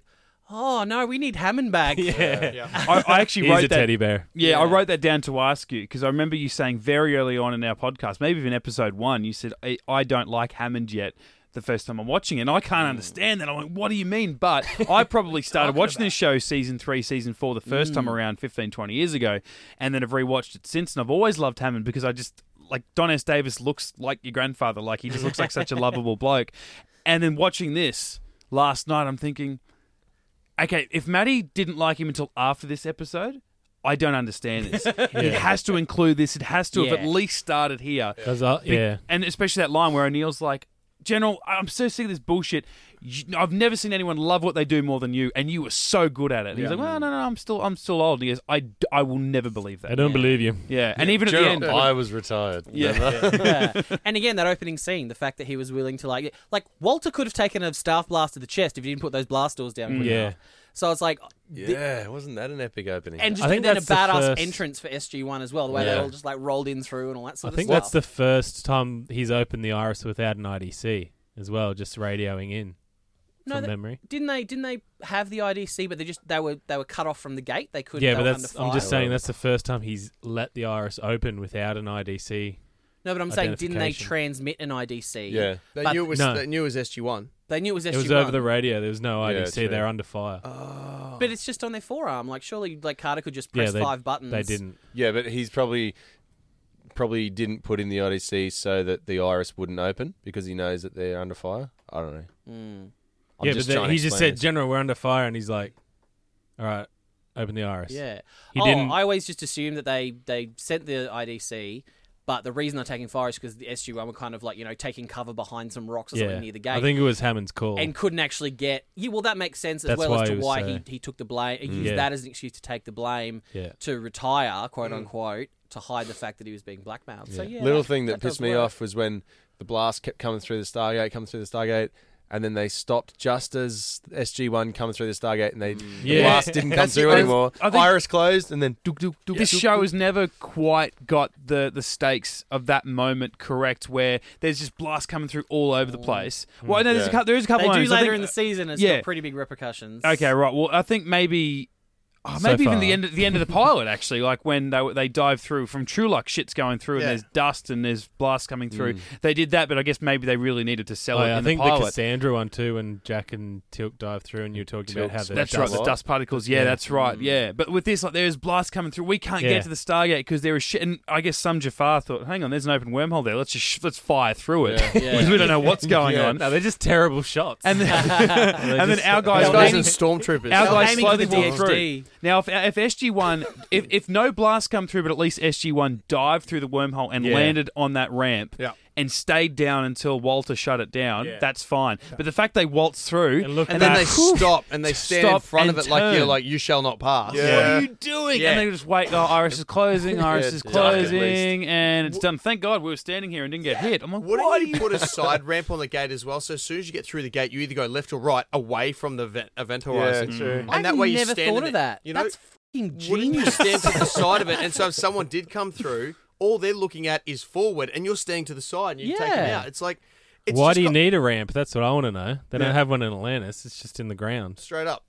Speaker 3: oh no, we need Hammond back.
Speaker 4: yeah.
Speaker 1: I, I actually
Speaker 4: He's
Speaker 1: wrote
Speaker 4: a
Speaker 1: that.
Speaker 4: teddy bear.
Speaker 1: Yeah, I wrote that down to ask you because I remember you saying very early on in our podcast, maybe even episode one, you said, I, I don't like Hammond yet the first time I'm watching it. And I can't understand that. I'm like, what do you mean? But I probably started watching this show season three, season four, the first time around 15, 20 years ago, and then I've rewatched it since. And I've always loved Hammond because I just, like, Don S. Davis looks like your grandfather. Like, he just looks like such a lovable bloke. And then watching this last night, I'm thinking, okay, if Maddie didn't like him until after this episode, I don't understand this. It has to include this. It has to have
Speaker 3: Yeah.
Speaker 1: at least started here.
Speaker 4: Does that-
Speaker 1: Be-
Speaker 4: yeah.
Speaker 1: And especially that line where O'Neill's like, General, I'm so sick of this bullshit. You, I've never seen anyone love what they do more than you, and you were so good at it. And He's like, well, no, no, I'm still, I'm still old. And he goes, I, d- I will never believe that.
Speaker 4: I don't believe you.
Speaker 1: Yeah, and even at the end,
Speaker 2: I was retired.
Speaker 3: Yeah. and again, that opening scene, the fact that he was willing to like, like Walter could have taken a staff blast to the chest if he didn't put those blast doors down. quick
Speaker 4: Mm. Yeah.
Speaker 3: enough. So it's like,
Speaker 2: Yeah, wasn't that an epic opening?
Speaker 3: and just
Speaker 4: I think
Speaker 3: then a
Speaker 4: that's the
Speaker 3: badass
Speaker 4: first-
Speaker 3: entrance for SG One as well. The way they
Speaker 2: Yeah.
Speaker 3: all just like rolled in through and all that
Speaker 4: I
Speaker 3: sort of
Speaker 4: think
Speaker 3: stuff.
Speaker 4: that's the first time he's opened the iris without an IDC as well, just radioing in
Speaker 3: no,
Speaker 4: from
Speaker 3: that-
Speaker 4: memory.
Speaker 3: Didn't they? Didn't they have the IDC? But they just they were they were cut off from the gate. They couldn't.
Speaker 4: Yeah,
Speaker 3: they
Speaker 4: but
Speaker 3: were
Speaker 4: that's
Speaker 3: under
Speaker 4: I'm just
Speaker 3: fire.
Speaker 4: saying that's the first time he's let the iris open without an IDC.
Speaker 3: No, but I'm saying didn't they
Speaker 4: identification.
Speaker 3: transmit an IDC?
Speaker 2: yeah,
Speaker 5: They
Speaker 3: But-
Speaker 5: knew it was
Speaker 4: No.
Speaker 5: they knew it was SG One.
Speaker 3: They knew it was SG
Speaker 4: It was
Speaker 3: One.
Speaker 4: over the radio. There was no
Speaker 2: Yeah,
Speaker 4: IDC.
Speaker 2: true.
Speaker 4: They're under fire.
Speaker 3: Um, But it's just on their forearm. Like surely, like Carter could just press
Speaker 4: yeah, they,
Speaker 3: five buttons.
Speaker 4: They didn't.
Speaker 2: yeah, but he's probably probably didn't put in the IDC so that the iris wouldn't open because he knows that they're under fire. I don't know. I'm
Speaker 4: yeah,
Speaker 2: just
Speaker 4: but
Speaker 2: trying
Speaker 4: then
Speaker 2: to
Speaker 4: he just
Speaker 2: explain
Speaker 4: said,
Speaker 2: this.
Speaker 4: "General, we're under fire," and he's like, "All right, open the iris."
Speaker 3: Yeah.
Speaker 4: He
Speaker 3: oh,
Speaker 4: didn't-
Speaker 3: I always just assumed that they they sent the IDC, but the reason they're taking fire is because the SG one were kind of like you know taking cover behind some rocks or
Speaker 4: yeah.
Speaker 3: something near the gate.
Speaker 4: I think it was Hammond's call.
Speaker 3: and couldn't actually get yeah. Well, that makes sense as
Speaker 4: That's
Speaker 3: well
Speaker 4: why
Speaker 3: as
Speaker 4: he
Speaker 3: to
Speaker 4: was
Speaker 3: why
Speaker 4: so-
Speaker 3: he, he took the blame. He used
Speaker 4: Yeah.
Speaker 3: that as an excuse to take the blame
Speaker 4: Yeah.
Speaker 3: to retire, quote
Speaker 5: Mm.
Speaker 3: unquote, to hide the fact that he was being blackmailed. So yeah,
Speaker 2: Little thing that,
Speaker 3: does
Speaker 2: pissed me
Speaker 3: work.
Speaker 2: off was when the blast kept coming through the Stargate, coming through the Stargate, and then they stopped just as SG One comes through the Stargate, and they the
Speaker 4: Yeah.
Speaker 2: blast didn't come through anymore.
Speaker 1: I think-
Speaker 2: Iris closed, and then dook dook dook.
Speaker 1: this
Speaker 2: dook,
Speaker 1: show
Speaker 2: dook.
Speaker 1: has never quite got the the stakes of that moment correct, where there's just blasts coming through all over the place. Well, no, there's a
Speaker 2: Yeah.
Speaker 1: cou- there is a
Speaker 3: Mm. They
Speaker 1: couple.
Speaker 3: do
Speaker 1: moments.
Speaker 3: later
Speaker 1: I think-
Speaker 3: in the season. It's
Speaker 1: yeah.
Speaker 3: got pretty big repercussions.
Speaker 1: Okay, right. Well, I think maybe. Oh,
Speaker 4: So
Speaker 1: maybe even the
Speaker 4: far.
Speaker 1: end, of, the end of the pilot, actually, like when they they dive through from True Luck, shit's going through, and
Speaker 5: Yeah.
Speaker 1: there's dust and there's blast coming through. They did that, but I guess maybe they really needed to sell
Speaker 4: Mm. Oh,
Speaker 1: it
Speaker 4: yeah,
Speaker 1: in
Speaker 4: I think
Speaker 1: the
Speaker 4: the,
Speaker 1: pilot.
Speaker 4: Cassandra one too, when Jack and Tilk dive through, and you were talking about how
Speaker 2: Tilk's
Speaker 4: the
Speaker 1: that's
Speaker 4: dust-
Speaker 1: right, the dust particles. Yeah, that's
Speaker 4: Mm.
Speaker 1: right. Yeah, but with this, like, there's blast coming through. We can't
Speaker 4: Yeah.
Speaker 1: get to the Stargate because there is shit. And I guess some Jafar thought, "Hang on, there's an open wormhole there. Let's just sh- let's fire through it because we don't know what's going
Speaker 4: Yeah,
Speaker 1: on."
Speaker 4: no, they're just terrible shots.
Speaker 1: And then, and then our guys,
Speaker 5: These guys are
Speaker 1: aiming-
Speaker 5: stormtroopers.
Speaker 1: Our
Speaker 3: They're
Speaker 1: guys
Speaker 3: aiming for
Speaker 1: slowly
Speaker 3: the
Speaker 1: walk
Speaker 3: DHD.
Speaker 1: through. Now, if, if SG1, if, if no blast come through, but at least SG1 dived through the wormhole and
Speaker 4: Yeah.
Speaker 1: landed on that ramp
Speaker 5: Yeah.
Speaker 1: and stayed down until Walter shut it down, that's fine. But the fact they waltz through
Speaker 4: And look
Speaker 5: and then
Speaker 4: back.
Speaker 5: they stop and they stand in
Speaker 1: Stop
Speaker 5: front of
Speaker 1: and
Speaker 5: it like you're
Speaker 1: turn.
Speaker 5: like you shall not pass.
Speaker 1: what are you doing? And they just wait. Oh, Iris is closing. Iris is
Speaker 2: dark at least.
Speaker 1: closing, and it's done. Thank God we were standing here and didn't get hit. I'm like,
Speaker 5: Wouldn't
Speaker 1: why do
Speaker 5: you
Speaker 1: you?
Speaker 5: put a side ramp on the gate as well? So as soon as you get through the gate, you either go left or right, away from the vent, event horizon.
Speaker 2: true.
Speaker 5: And
Speaker 3: I've
Speaker 5: that way you
Speaker 3: never
Speaker 5: stand
Speaker 3: thought
Speaker 5: in
Speaker 3: of
Speaker 5: the-
Speaker 3: that.
Speaker 5: You know,
Speaker 3: that's fucking
Speaker 5: wouldn't you
Speaker 3: genius.
Speaker 5: stand to the side of it? And so if someone did come through, all they're looking at is forward, and you're standing to the side, and you take them
Speaker 3: Yeah.
Speaker 5: out. It's like it's
Speaker 4: Why
Speaker 5: just
Speaker 4: do you
Speaker 5: got-
Speaker 4: need a ramp? That's what I want to know. They don't have one in Atlantis. It's just in the ground.
Speaker 5: straight up?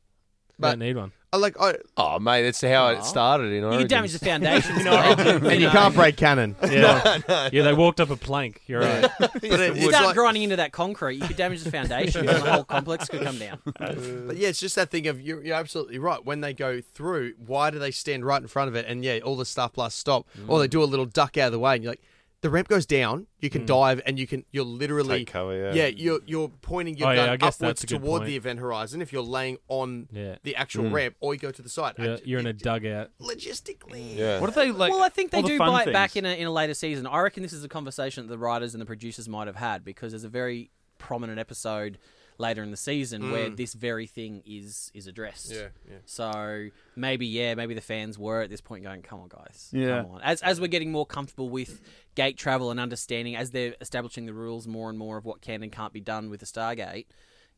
Speaker 4: They
Speaker 5: But
Speaker 4: don't need one.
Speaker 5: I like I,
Speaker 2: Oh mate, that's how it started in
Speaker 3: You
Speaker 2: Origin.
Speaker 3: could damage the foundation, you know.
Speaker 5: and you can't break cannon.
Speaker 4: Yeah, yeah. They walked up a plank. You're right.
Speaker 5: but it,
Speaker 3: You
Speaker 5: it's
Speaker 3: start
Speaker 5: like,
Speaker 3: grinding into that concrete, you could damage the foundation, and the whole complex could come down.
Speaker 5: but yeah, it's just that thing of you're, you're absolutely right. When they go through, why do they stand right in front of it? And yeah, all the stuff blasts stop, or
Speaker 2: Mm.
Speaker 5: they do a little duck out of the way, and you're like. The ramp goes down. You can dive, and you can. You're literally
Speaker 2: Take cover, yeah.
Speaker 5: you're you're pointing your
Speaker 4: Oh, yeah,
Speaker 5: gun
Speaker 4: I guess
Speaker 5: upwards
Speaker 4: that's a good
Speaker 5: toward
Speaker 4: point.
Speaker 5: the event horizon if you're laying on
Speaker 4: Yeah.
Speaker 5: the actual
Speaker 2: Mm.
Speaker 5: ramp, or you go to the side. I-
Speaker 4: You're, you're in a
Speaker 5: it-
Speaker 4: dugout.
Speaker 5: logistically.
Speaker 2: Yeah.
Speaker 1: What if they like?
Speaker 3: well, I think they
Speaker 1: all the
Speaker 3: do
Speaker 1: fun
Speaker 3: buy it back
Speaker 1: things?
Speaker 3: in a, in a later season. I reckon this is a conversation that the writers and the producers might have had because there's a very prominent episode later in the season where this very thing is is addressed. Mm. Yeah, So maybe yeah, maybe the fans were at this point going, "Come on, guys,
Speaker 1: Yeah.
Speaker 3: come on." As as we're getting more comfortable with gate travel and understanding, as they're establishing the rules more and more of what can and can't be done with the Stargate.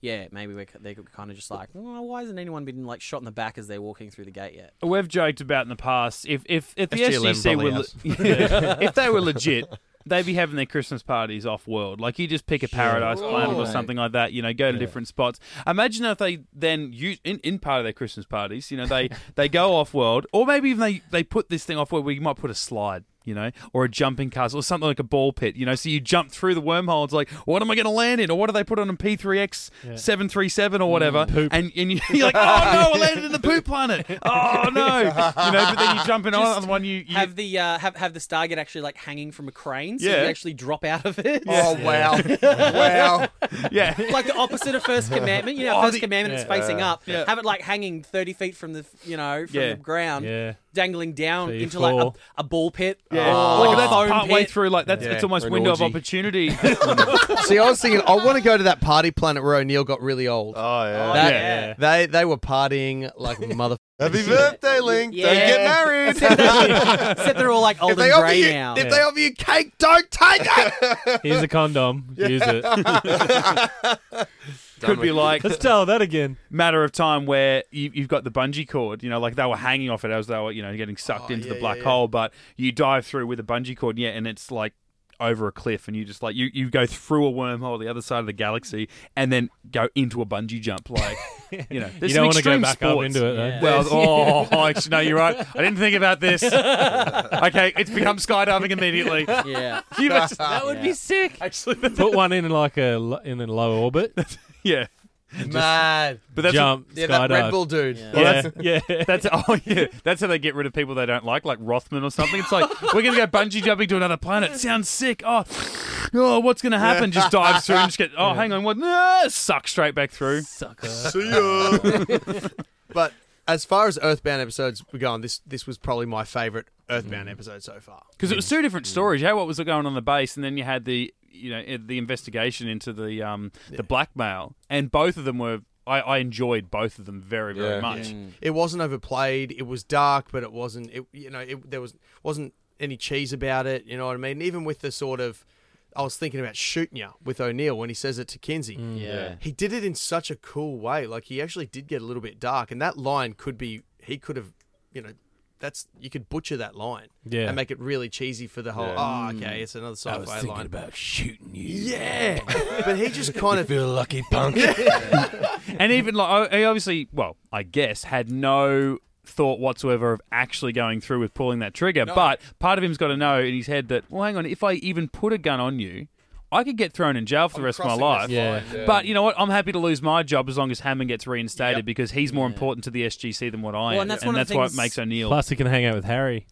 Speaker 3: Yeah, maybe we're, they're kind of just like, well, why hasn't anyone been like shot in the back as they're walking through the gate yet?
Speaker 1: We've joked about in the past if if if the
Speaker 5: SG11
Speaker 1: SGC were
Speaker 5: probably
Speaker 1: le-
Speaker 5: has.
Speaker 1: if they were legit, they'd be having their Christmas parties off world. Like you just pick a Paradise Planet or something like that. You know, go to different spots. Imagine if they then use in, in part of their Christmas parties. You know, they they go off world, or maybe even they they put this thing off world where you might put a slide. You know, or a jumping castle, or something like a ball pit. You know, so you jump through the wormhole. It's like, what am I going to land in, or what do they put on a P three X seven three seven or whatever?
Speaker 3: Mm,
Speaker 4: poop.
Speaker 1: And and you, you're like, oh no, I landed in the poop planet. Oh no, you know. But then you jump in on
Speaker 3: Just
Speaker 1: the one you, you
Speaker 3: have the uh, have have the Stargate actually like hanging from a crane, so
Speaker 1: Yeah.
Speaker 3: you actually drop out of it.
Speaker 5: Oh wow, wow!
Speaker 1: yeah.
Speaker 3: like the opposite of first commandment. You know,
Speaker 1: Oh,
Speaker 3: first
Speaker 1: the-
Speaker 3: commandment it's facing up.
Speaker 1: Yeah.
Speaker 3: Have it like hanging thirty feet from the you know from
Speaker 1: Yeah.
Speaker 3: the ground.
Speaker 4: Yeah.
Speaker 3: dangling down
Speaker 4: C4.
Speaker 3: into like a, a ball pit
Speaker 1: Yeah. Oh,
Speaker 3: or like a
Speaker 1: that's
Speaker 3: foam
Speaker 1: part way
Speaker 3: Oh. pit.
Speaker 1: through. Like that's it's almost
Speaker 2: Or an
Speaker 1: window of
Speaker 2: orgy.
Speaker 1: opportunity.
Speaker 5: See, I was thinking, I want to go to that party planet where O'Neill got really old.
Speaker 2: Oh yeah.
Speaker 5: That-
Speaker 1: yeah.
Speaker 4: Yeah.
Speaker 5: They they were partying like mother.
Speaker 2: Happy birthday, Link. Don't get
Speaker 3: Yeah.
Speaker 2: married.
Speaker 3: Except they're all like old
Speaker 5: If they,
Speaker 3: and
Speaker 5: offer
Speaker 3: grey
Speaker 5: you,
Speaker 3: now.
Speaker 5: if they offer you cake, don't take it.
Speaker 4: Here's a condom. Use it.
Speaker 1: Could be like
Speaker 4: Let's tell that again.
Speaker 1: matter of time where you, you've got the bungee cord. You know, like they were hanging off it as they were, you know, getting sucked into the
Speaker 5: yeah,
Speaker 1: black
Speaker 5: yeah, yeah.
Speaker 1: hole. But you dive through with a bungee cord, yeah, and it's like over a cliff, and you just like you you go through a wormhole the other side of the galaxy, and then go into a bungee jump. Like, you know,
Speaker 4: you don't want to go
Speaker 1: extreme
Speaker 4: back up
Speaker 1: sports.
Speaker 4: into it. Though.
Speaker 1: Well, oh, oh, actually, no, you're right. I didn't think about this. okay, it's become skydiving immediately.
Speaker 3: yeah.
Speaker 1: You must-
Speaker 3: That would be sick.
Speaker 1: actually,
Speaker 4: Put one in like a lo- in a low orbit.
Speaker 1: yeah,
Speaker 5: Man,
Speaker 1: but that's
Speaker 4: jump.
Speaker 5: yeah,
Speaker 4: skydive.
Speaker 5: that Red Bull dude.
Speaker 1: Well,
Speaker 4: Yeah.
Speaker 1: that's-
Speaker 4: yeah.
Speaker 1: That's oh yeah. That's how they get rid of people they don't like, like Rothman or something. It's like we're gonna go bungee jumping to another planet. Sounds sick. Oh, oh, what's gonna happen? Just dives through and just get. Oh, hang on. What? No, suck straight back through.
Speaker 2: See ya.
Speaker 5: But as far as Earthbound episodes were going, this this was probably my favorite Earthbound episode so far.
Speaker 1: Because it was two different stories. Yeah, what was going on in the base, and then you had the you know eh, the investigation into the um the blackmail, and both of them were. I, I enjoyed both of them very very
Speaker 2: Yeah.
Speaker 1: much.
Speaker 4: Mm.
Speaker 5: It wasn't overplayed. It was dark, but it wasn't. It you know it, there was wasn't any cheese about it. You know what I mean? Even with the sort of, I was thinking about shooting you with O'Neill when he says it to Kinsey.
Speaker 4: Mm.
Speaker 3: Yeah.
Speaker 5: He did it in such a cool way. Like he actually did get a little bit dark, and that line could be he could have, you know, that's you could butcher that line,
Speaker 4: Yeah. Mm.
Speaker 5: and make it really cheesy for the whole. Oh, okay, it's another sci-fi line.
Speaker 4: about shooting you.
Speaker 5: yeah, but he just kind of
Speaker 2: Feel lucky, punk.
Speaker 1: and even like I I obviously, well, I guess had no thought whatsoever of actually going through with pulling that trigger. But part of him's got to know in his head that, well, hang on, if I even put a gun on you, I could get thrown in jail for the rest of my life.
Speaker 4: Yeah.
Speaker 1: But you know what? I'm happy to lose my job as long as Hammond gets reinstated because he's more important to the SGC than what I
Speaker 3: Well,
Speaker 1: am,
Speaker 3: and that's one of the
Speaker 1: why it
Speaker 3: things-
Speaker 1: makes O'Neill.
Speaker 4: Plus, he can hang out with Harry.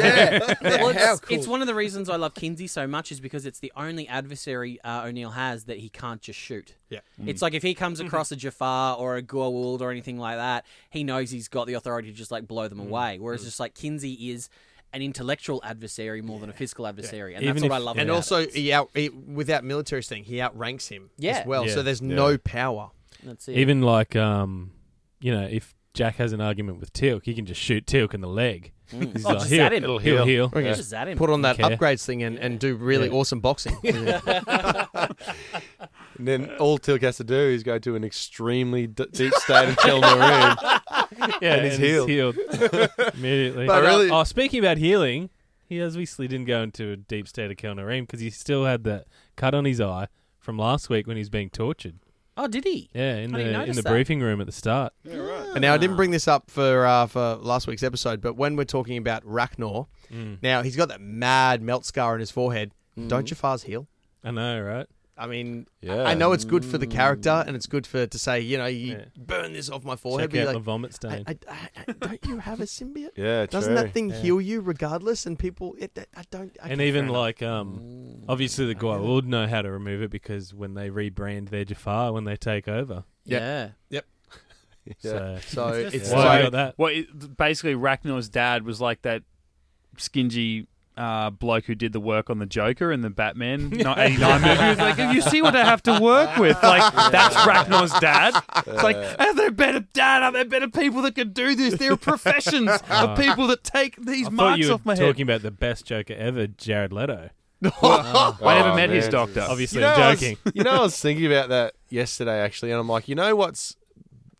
Speaker 3: Well, it's, it's one of the reasons I love Kinsey so much is because it's the only adversary uh, O'Neill has that he can't just shoot.
Speaker 5: Yeah.
Speaker 3: It's like if he comes across a Jafar or a Goa'uld or anything like that, he knows he's got the authority to just like blow them away. Whereas just like Kinsey is an intellectual adversary more than a physical adversary, and
Speaker 4: Even
Speaker 3: that's what I
Speaker 4: if-
Speaker 3: love.
Speaker 5: and
Speaker 3: about
Speaker 5: also e-
Speaker 3: it.
Speaker 5: he out he, without military thing he outranks him
Speaker 3: Yeah.
Speaker 5: as well.
Speaker 4: Yeah.
Speaker 5: So there's no power.
Speaker 3: That's it.
Speaker 4: Even like, um, you know, if Jack has an argument with Tilk, he can just shoot Tilk in the leg. He's
Speaker 3: Oh,
Speaker 4: like,
Speaker 3: just
Speaker 4: "Heal,
Speaker 3: at him.
Speaker 4: It'll heal. heal.
Speaker 5: We're gonna
Speaker 3: Just at him.
Speaker 5: Put on that
Speaker 4: Okay.
Speaker 5: upgrades thing and, and do really
Speaker 4: Yeah.
Speaker 5: awesome boxing.
Speaker 2: And then all Tilk has to do is go to an extremely d- deep state of Tel'Marin.
Speaker 4: Yeah,
Speaker 2: And he's healed.
Speaker 4: immediately.
Speaker 2: But, uh, Really?
Speaker 4: oh, speaking about healing, he obviously didn't go into a deep state of Kelnareem because he still had that cut on his eye from last week when he was being tortured.
Speaker 3: Oh, did he?
Speaker 4: Yeah, in
Speaker 3: I
Speaker 4: the
Speaker 3: didn't
Speaker 4: in
Speaker 3: notice
Speaker 4: the
Speaker 3: that.
Speaker 4: briefing room at the start.
Speaker 5: And now I didn't bring this up for uh, for last week's episode, but when we're talking about Rachnor,
Speaker 4: Mm.
Speaker 5: now he's got that mad melt scar on his forehead. Don't Jafar's heal?
Speaker 4: I know, right?
Speaker 5: I mean,
Speaker 2: Yeah.
Speaker 5: I know it's good for the character and it's good for to say, you know, you
Speaker 4: Yeah.
Speaker 5: burn this off my
Speaker 4: Check
Speaker 5: forehead.
Speaker 4: out
Speaker 5: but you're
Speaker 4: the
Speaker 5: like,
Speaker 4: vomit
Speaker 5: I,
Speaker 4: stain.
Speaker 5: I, I, I- don't you have a symbiote?
Speaker 2: Yeah,
Speaker 5: Doesn't
Speaker 2: true.
Speaker 5: that thing heal you regardless? And people, it, that- I don't. I
Speaker 4: and even like, um, obviously the guy would know how to remove it because when they rebrand their Jafar when they take over.
Speaker 3: Yeah.
Speaker 2: Yeah.
Speaker 4: So,
Speaker 5: so it's
Speaker 4: why
Speaker 5: like,
Speaker 4: I got that?
Speaker 1: Well, it, basically, Racknor's dad was like that skingy uh, bloke who did the work on the Joker and the Batman ni- 89 movie. He was like, you see what I have to work with. Like, that's Racknor's dad. It's like, are there better dad? Are there better people that can do this? There are professions of people that take these
Speaker 4: I thought
Speaker 1: marks
Speaker 4: you were
Speaker 1: off my
Speaker 4: talking
Speaker 1: head.
Speaker 4: about the best Joker ever, Jared Leto.
Speaker 1: I never
Speaker 2: Oh,
Speaker 1: met his
Speaker 2: man.
Speaker 1: doctor.
Speaker 4: Obviously,
Speaker 2: You know, I
Speaker 4: I'm
Speaker 2: was-
Speaker 4: joking.
Speaker 2: you know, I was thinking about that yesterday actually, and I'm like, you know what's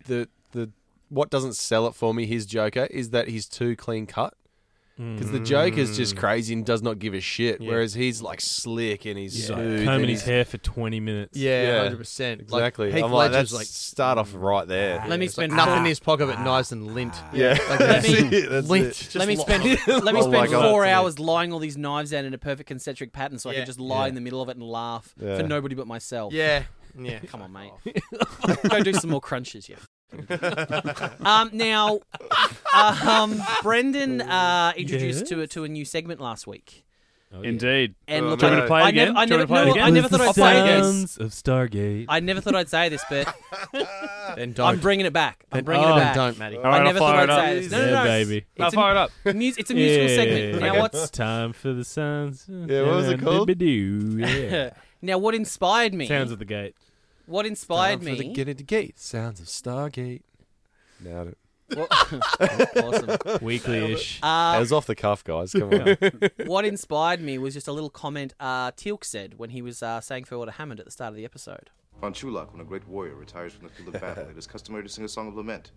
Speaker 2: the the what doesn't sell it for me? His Joker is that he's too clean cut. Because the Joker's just crazy and does not give a shit, whereas he's like slick and he's
Speaker 4: Yeah.
Speaker 2: smooth. and
Speaker 4: combing his
Speaker 2: he's-
Speaker 4: hair for 20 minutes.
Speaker 5: yeah,
Speaker 2: Yeah.
Speaker 5: hundred percent.
Speaker 2: Exactly.
Speaker 5: Like, Heath
Speaker 2: I'm like,
Speaker 5: Ledger's
Speaker 2: that's
Speaker 5: like,
Speaker 2: like start off right there.
Speaker 3: Let me
Speaker 5: it's like
Speaker 3: spend
Speaker 5: nothing
Speaker 3: four-
Speaker 5: in his pocket but knives and lint.
Speaker 2: ah." yeah, that's
Speaker 3: me-
Speaker 2: it. That's
Speaker 5: lint.
Speaker 2: it.
Speaker 5: just
Speaker 3: let me
Speaker 5: lo-
Speaker 3: spend let me
Speaker 2: Oh my
Speaker 3: spend
Speaker 2: God.
Speaker 3: four hours lying all these knives down in a perfect concentric pattern, so I
Speaker 5: Yeah.
Speaker 3: can just lie in the middle of it and laugh
Speaker 2: Yeah.
Speaker 3: for nobody but myself.
Speaker 5: Yeah, yeah.
Speaker 3: Come on, mate. Go do some more crunches, you. um, now, um, Brendan uh, introduced to a, to a new segment last week.
Speaker 4: Oh,
Speaker 1: Indeed.
Speaker 3: And
Speaker 2: Well,
Speaker 3: look,
Speaker 2: Do you
Speaker 3: I,
Speaker 2: wanna play
Speaker 3: I
Speaker 1: it again?
Speaker 3: never, I
Speaker 1: Do you
Speaker 3: never,
Speaker 1: wanna play it
Speaker 3: no, I
Speaker 1: again?
Speaker 3: never thought I'd say this.
Speaker 4: Sounds of Stargate.
Speaker 3: I never thought I'd say this, but
Speaker 5: Then
Speaker 3: I'm
Speaker 5: don't.
Speaker 3: bringing it back. I'm
Speaker 5: Then-
Speaker 3: bringing
Speaker 5: oh,
Speaker 3: it back.
Speaker 5: don't, Matty.
Speaker 1: All right,
Speaker 3: I
Speaker 1: I'll
Speaker 3: never thought
Speaker 1: fire
Speaker 3: I'd
Speaker 1: it up.
Speaker 3: say this. No, no,
Speaker 4: Yeah,
Speaker 3: no. it's-
Speaker 4: baby.
Speaker 1: I'll
Speaker 3: It's
Speaker 1: fire it
Speaker 3: a,
Speaker 1: up.
Speaker 3: mus- it's a musical
Speaker 4: Yeah.
Speaker 3: segment. Now
Speaker 4: Okay.
Speaker 3: what's
Speaker 4: time for the sounds? Yeah,
Speaker 2: what was it called?
Speaker 4: Yeah.
Speaker 3: now what inspired me?
Speaker 4: Sounds of the gate.
Speaker 3: what inspired
Speaker 2: Time for the
Speaker 3: me?
Speaker 2: get into gate. Sounds of Stargate. Nailed it.
Speaker 3: Well- awesome.
Speaker 4: Weekly-ish.
Speaker 2: That
Speaker 3: Uh,
Speaker 2: was off the cuff, guys. Come on.
Speaker 3: what inspired me was just a little comment uh, Teal'c said when he was uh, saying farewell to Hammond at the start of the episode.
Speaker 8: On Chulak, when a great warrior retires from the field of battle, it is customary to sing a song of lament.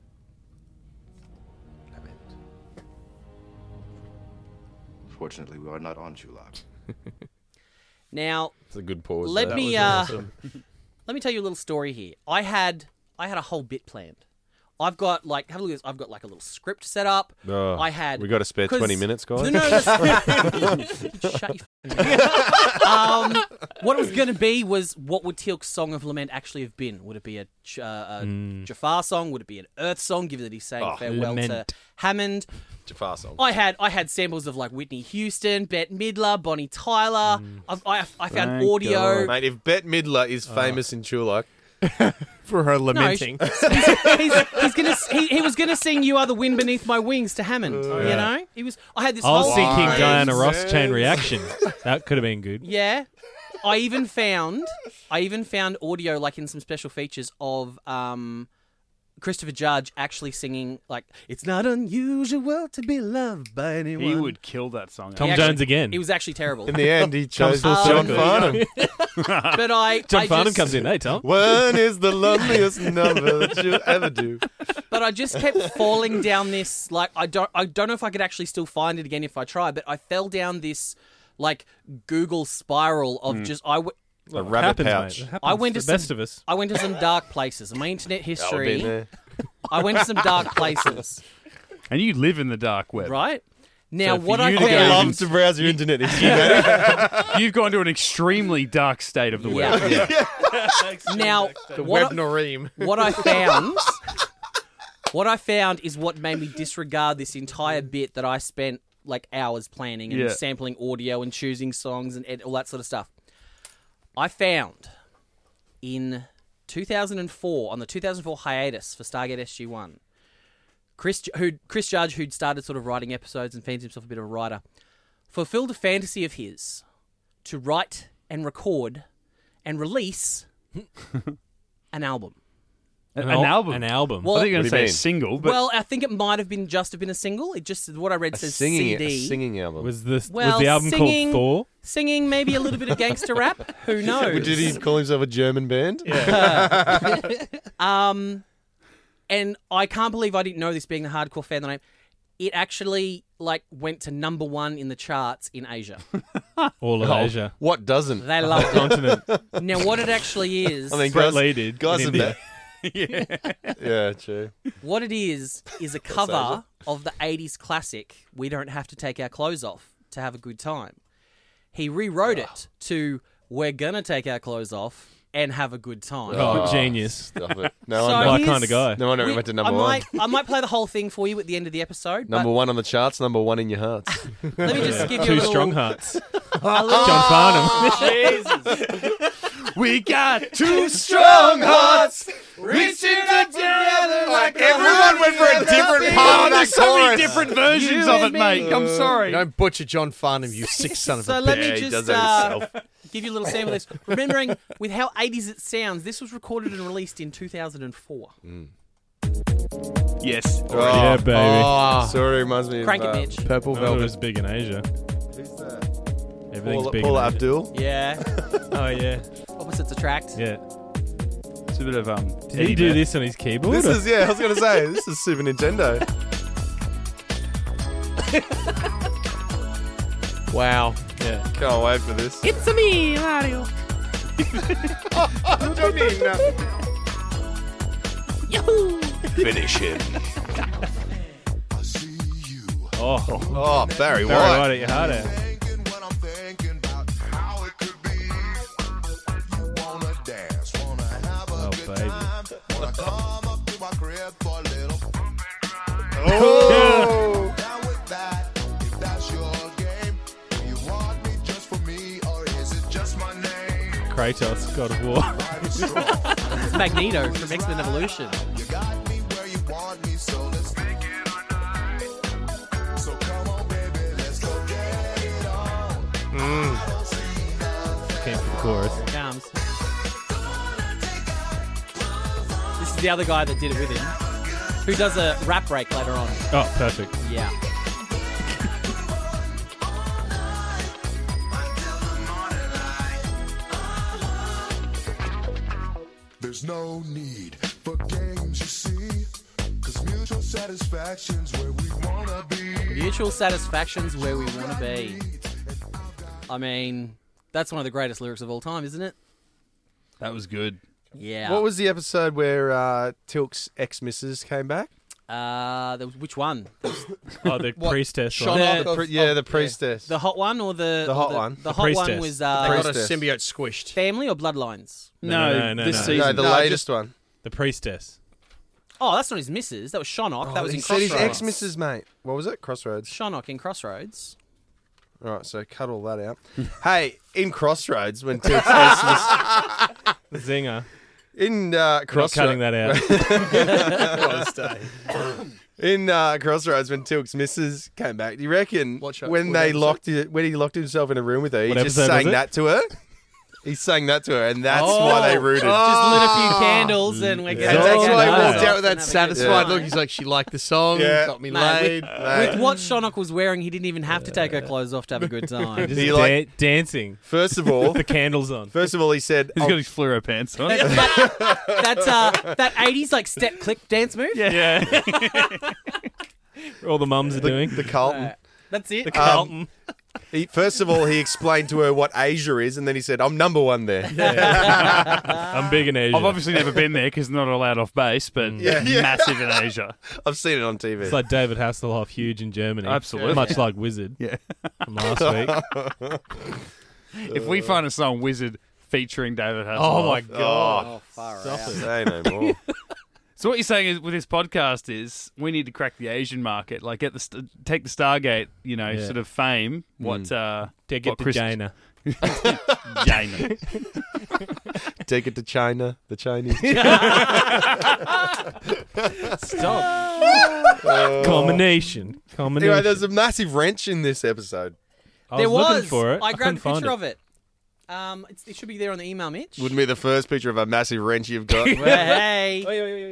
Speaker 8: Lament. Fortunately, we are not on Chulak.
Speaker 3: Now,
Speaker 2: It's a good pause.
Speaker 3: let
Speaker 2: there.
Speaker 3: me uh, let me tell you a little story here. I had I had a whole bit planned. I've got like have a look at this. I've got like a little script set up.
Speaker 2: Oh,
Speaker 3: I had
Speaker 2: we got to spare
Speaker 3: 'cause-
Speaker 2: 20 minutes, guys?
Speaker 3: No, no, no. that's- Shut your f***ing mouth. um, what it was going to be was what would Teal'c's song of lament actually have been? Would it be a, Ch- uh, a
Speaker 2: Mm.
Speaker 3: Jafar song? Would it be an Earth song? Given that he's saying
Speaker 2: Oh,
Speaker 3: farewell
Speaker 4: lament.
Speaker 3: to Hammond,
Speaker 2: Jafar song.
Speaker 3: I had I had samples of like Whitney Houston, Bette Midler, Bonnie Tyler.
Speaker 2: Mm.
Speaker 3: I've, I I found
Speaker 1: Thank
Speaker 3: audio.
Speaker 2: Mate, if Bette Midler is famous in Chulak,
Speaker 5: For her
Speaker 3: No, he's, he's gonna he, he was gonna sing "You Are the Wind Beneath My Wings" to Hammond. You know, he was. I had this
Speaker 4: I was
Speaker 3: whole
Speaker 4: thinking
Speaker 2: Why?
Speaker 4: Diana Ross
Speaker 2: Yes.
Speaker 4: chain reaction. That could have been good.
Speaker 3: Yeah. I even found I even found audio like in some special features of um Christopher Judge actually singing like it's not unusual to be loved by anyone.
Speaker 1: He would kill that song.
Speaker 4: Tom
Speaker 3: He
Speaker 4: Jones
Speaker 3: actually-
Speaker 4: again.
Speaker 3: It was actually terrible.
Speaker 2: in the end, he chose John
Speaker 3: circle.
Speaker 2: Farnham.
Speaker 3: but I
Speaker 4: John
Speaker 3: I
Speaker 4: Farnham
Speaker 3: just,
Speaker 4: comes in. Hey, Tom.
Speaker 2: One is the loneliest number that you'll ever do.
Speaker 3: But I just kept falling down this like I don't I don't know if I could actually still find it again if I try, but I fell down this like Google spiral of
Speaker 1: Hmm.
Speaker 3: just I w-
Speaker 2: A rabbit pouch.
Speaker 4: Happens.
Speaker 3: I went
Speaker 4: the
Speaker 3: to
Speaker 4: best
Speaker 3: some-
Speaker 4: of us.
Speaker 3: I went to some dark places. My internet
Speaker 2: That would've been
Speaker 3: history.
Speaker 2: there.
Speaker 3: I went to some dark places.
Speaker 1: And you live in the dark web.
Speaker 3: right? Now,
Speaker 1: for
Speaker 3: what I
Speaker 1: you to
Speaker 3: found,
Speaker 1: go
Speaker 2: I love to browse your internet. history.
Speaker 1: You've gone to an extremely dark state of the web.
Speaker 3: Yeah. now what,
Speaker 5: Web
Speaker 3: I,
Speaker 5: Noreem.
Speaker 3: what I found, what I found is what made me disregard this entire bit that I spent like hours planning and
Speaker 1: Yeah.
Speaker 3: sampling audio and choosing songs and, ed all that sort of stuff. I found in 2004 on the 2004 hiatus for Stargate SG One. Chris, Ju- who Chris Judge, who'd started sort of writing episodes and fancies himself a bit of a writer, fulfilled a fantasy of his to write and record and release an album.
Speaker 1: An,
Speaker 4: al-
Speaker 1: album.
Speaker 4: An album.
Speaker 3: Well,
Speaker 1: I think you're
Speaker 2: What do
Speaker 1: going to
Speaker 2: you
Speaker 1: say a
Speaker 2: mean?
Speaker 1: single, but
Speaker 3: well, I think it might have been just have been a single. It just what I read
Speaker 2: A
Speaker 3: says
Speaker 2: singing,
Speaker 3: CD.
Speaker 2: a singing album.
Speaker 4: was this
Speaker 3: well,
Speaker 4: was the album
Speaker 3: singing-
Speaker 4: called
Speaker 3: Singing, maybe a little bit of gangster rap. Who knows?
Speaker 2: Did he call himself a German band?
Speaker 3: Um, and I can't believe I didn't know this. Being the hardcore fan that I am, it actually like went to number one in the charts in Asia.
Speaker 4: Thor? All of
Speaker 2: Oh,
Speaker 4: Asia.
Speaker 2: What doesn't?
Speaker 3: They loved it.
Speaker 4: Continent.
Speaker 3: Now, what it actually is,
Speaker 2: I mean,
Speaker 4: Brett
Speaker 2: guys,
Speaker 4: Lee did.
Speaker 2: guys
Speaker 4: in
Speaker 2: are
Speaker 4: India.
Speaker 2: bad. yeah, true.
Speaker 3: what it is, is a cover of the '80s classic "We Don't Have to Take Our Clothes Off to Have a Good Time." He rewrote it to "We're gonna take our clothes off and have a good time."
Speaker 4: Oh, genius.
Speaker 2: Stop it. No
Speaker 3: So
Speaker 2: wonder.
Speaker 4: My
Speaker 3: here's-
Speaker 4: kind of guy.
Speaker 2: No wonder
Speaker 3: We-
Speaker 2: it went to number
Speaker 3: I
Speaker 2: one.
Speaker 3: might, I might play the whole thing for you at the end of the episode.
Speaker 2: Number
Speaker 3: but
Speaker 2: one on the charts. Number one in your hearts.
Speaker 3: Let me just give you a
Speaker 4: Two
Speaker 3: little,
Speaker 4: strong hearts.
Speaker 3: a little-
Speaker 4: John Farnham.
Speaker 1: we got two
Speaker 2: Strong hearts reaching together like
Speaker 5: everyone went for a different part
Speaker 1: Oh, there's so many different versions of it, mate. I'm sorry.
Speaker 5: Don't butcher John Farnham, you sick son of
Speaker 3: So
Speaker 5: a
Speaker 3: let
Speaker 5: bitch.
Speaker 3: me
Speaker 2: Yeah, he does
Speaker 3: just
Speaker 2: that
Speaker 3: uh,
Speaker 2: himself.
Speaker 3: give you a little sample of this. Remembering with how 80s it sounds, this was recorded and released in 2004.
Speaker 1: Yes.
Speaker 4: yeah, baby.
Speaker 5: Oh,
Speaker 2: Oh, Sorry, reminds me
Speaker 3: Crank it,
Speaker 2: of uh,
Speaker 3: Mitch.
Speaker 5: purple
Speaker 4: Well, it
Speaker 5: velvet.
Speaker 4: was big in Asia.
Speaker 2: who's that?
Speaker 4: Everything's
Speaker 2: Paula,
Speaker 4: big.
Speaker 2: Paula
Speaker 4: in Asia.
Speaker 2: uh, Abdul.
Speaker 3: Yeah.
Speaker 4: Oh yeah,
Speaker 3: Opposites attract.
Speaker 4: yeah.
Speaker 1: It's a bit of um.
Speaker 4: Did he do this on his keyboard?
Speaker 2: This
Speaker 4: or-
Speaker 2: is yeah. I was gonna say this is Super Nintendo.
Speaker 5: Wow.
Speaker 4: yeah.
Speaker 2: Can't wait for this.
Speaker 3: It's a me, Mario. Yahoo!
Speaker 2: Finish him.
Speaker 4: Oh,
Speaker 2: Oh, Barry
Speaker 4: Barry White
Speaker 2: White.
Speaker 4: at your heart eh? out.
Speaker 9: thinking what I'm thinking about how it could be. You wanna dance, wanna have a
Speaker 4: Oh,
Speaker 9: good
Speaker 4: baby.
Speaker 9: time, wanna come up to my crib for a little bump and grind.
Speaker 2: Oh.
Speaker 9: Down with that, if that's your game. Do you want me just
Speaker 4: Kratos, God of War.
Speaker 3: It's Magneto from X Men Evolution.
Speaker 9: You got me where you want me, so let's make it all night. So come on, baby, let's go get it on.
Speaker 4: Came for the chorus.
Speaker 3: Comes. This is the other guy that did it with him, who does a rap break later on.
Speaker 4: Oh, perfect.
Speaker 3: Yeah.
Speaker 9: There's no need for games, you see, 'cause mutual satisfaction's where we wanna be.
Speaker 3: Mutual satisfaction's where we want to be. I mean, that's one of the greatest lyrics of all time, isn't it?
Speaker 1: That was good.
Speaker 3: Yeah.
Speaker 2: What was the episode where uh, Tilk's ex missus came back?
Speaker 3: uh, the, which one?
Speaker 4: Oh, the priestess.
Speaker 5: Shot
Speaker 4: one.
Speaker 5: off
Speaker 2: The
Speaker 5: of-
Speaker 2: pri- Oh, yeah,
Speaker 5: of-
Speaker 2: the priestess.
Speaker 3: The hot one or the
Speaker 2: The
Speaker 3: or
Speaker 2: hot one.
Speaker 3: The,
Speaker 2: The
Speaker 3: hot one
Speaker 4: priestess.
Speaker 3: was
Speaker 5: They
Speaker 3: uh,
Speaker 5: got a
Speaker 2: Priestess.
Speaker 5: symbiote squished.
Speaker 3: family or bloodlines.
Speaker 4: No,
Speaker 1: No,
Speaker 4: no, no,
Speaker 1: this
Speaker 4: no.
Speaker 1: season.
Speaker 2: no, the
Speaker 5: No,
Speaker 2: latest
Speaker 5: just-
Speaker 2: one.
Speaker 4: The priestess.
Speaker 3: Oh, that's not his missus. That was Shonok. that was in
Speaker 2: He said his
Speaker 3: Crossroads.
Speaker 2: ex missus, mate. What was it? Crossroads.
Speaker 3: Shonok in Crossroads.
Speaker 2: All right, so cut all that out. hey, in Crossroads, when Tilk's ex missus.
Speaker 4: Zinger.
Speaker 2: In uh,
Speaker 4: Not
Speaker 2: Crossroads.
Speaker 4: cutting that out.
Speaker 2: In uh, Crossroads, when Tilk's missus came back, do you reckon
Speaker 5: What show-
Speaker 2: when
Speaker 5: what
Speaker 2: they
Speaker 5: episode?
Speaker 2: locked it, when he locked himself in a room with her, he
Speaker 4: What
Speaker 2: just
Speaker 4: episode was
Speaker 2: sang
Speaker 4: it? Oh.
Speaker 2: that to her? He sang that to her, and that's why they rooted.
Speaker 3: Just lit a few candles and we're
Speaker 2: Yeah,
Speaker 3: going
Speaker 2: that's
Speaker 3: to
Speaker 2: why he
Speaker 3: go
Speaker 2: walked
Speaker 3: out
Speaker 2: out
Speaker 3: and
Speaker 5: with that
Speaker 3: have a good
Speaker 5: satisfied
Speaker 3: time.
Speaker 5: look. He's like, she liked the song,
Speaker 2: Yeah.
Speaker 5: got me
Speaker 3: Mate, uh,
Speaker 5: laid.
Speaker 2: Mate.
Speaker 3: With what Shonok was wearing, he didn't even have to take her clothes off to have a good time.
Speaker 4: Just
Speaker 2: Do you like-
Speaker 4: dan- dancing.
Speaker 2: First of all,
Speaker 4: The candles on.
Speaker 2: first of all, he said, oh,
Speaker 1: He's
Speaker 2: "I'll
Speaker 1: got his fluoro pants on.
Speaker 3: That's uh, that '80s like step click dance move.
Speaker 4: Yeah. All the mums are doing.
Speaker 2: the Carlton.
Speaker 3: Uh,
Speaker 2: Um,
Speaker 3: That's it.
Speaker 4: Carlton.
Speaker 2: He, first of all, he explained to her what Asia is, and then he said, "I'm number one there."
Speaker 4: I'm big in Asia.
Speaker 1: I've obviously never been there because not allowed off base, but
Speaker 2: Yeah. Yeah.
Speaker 1: massive in Asia.
Speaker 2: I've seen it on TV.
Speaker 4: it's like David Hasselhoff, huge in Germany.
Speaker 1: Absolutely.
Speaker 4: Much like Wizard
Speaker 1: Yeah.
Speaker 4: from last week.
Speaker 1: If we find a song Wizard featuring David Hasselhoff.
Speaker 4: Oh my
Speaker 2: God,
Speaker 3: far
Speaker 2: say no more.
Speaker 1: So what you're saying is with this podcast is we need to crack the Asian market, like get the st- take the Stargate, you know,
Speaker 4: Yeah.
Speaker 1: sort of fame. What uh,
Speaker 4: To
Speaker 1: what
Speaker 4: get to
Speaker 1: Chris-
Speaker 4: Jaina.
Speaker 1: Jaina.
Speaker 2: Take it to China, the Chinese.
Speaker 3: Stop.
Speaker 4: Combination. Combination.
Speaker 2: anyway, there's a massive wrench in this episode.
Speaker 4: I was
Speaker 3: There was.
Speaker 4: looking for it.
Speaker 3: I grabbed a
Speaker 4: couldn't
Speaker 3: picture
Speaker 4: find
Speaker 3: of it. Um, it's, it should be there on the email, Mitch.
Speaker 2: Wouldn't be the first picture of a massive wrench you've got.
Speaker 3: hey,
Speaker 1: Oh,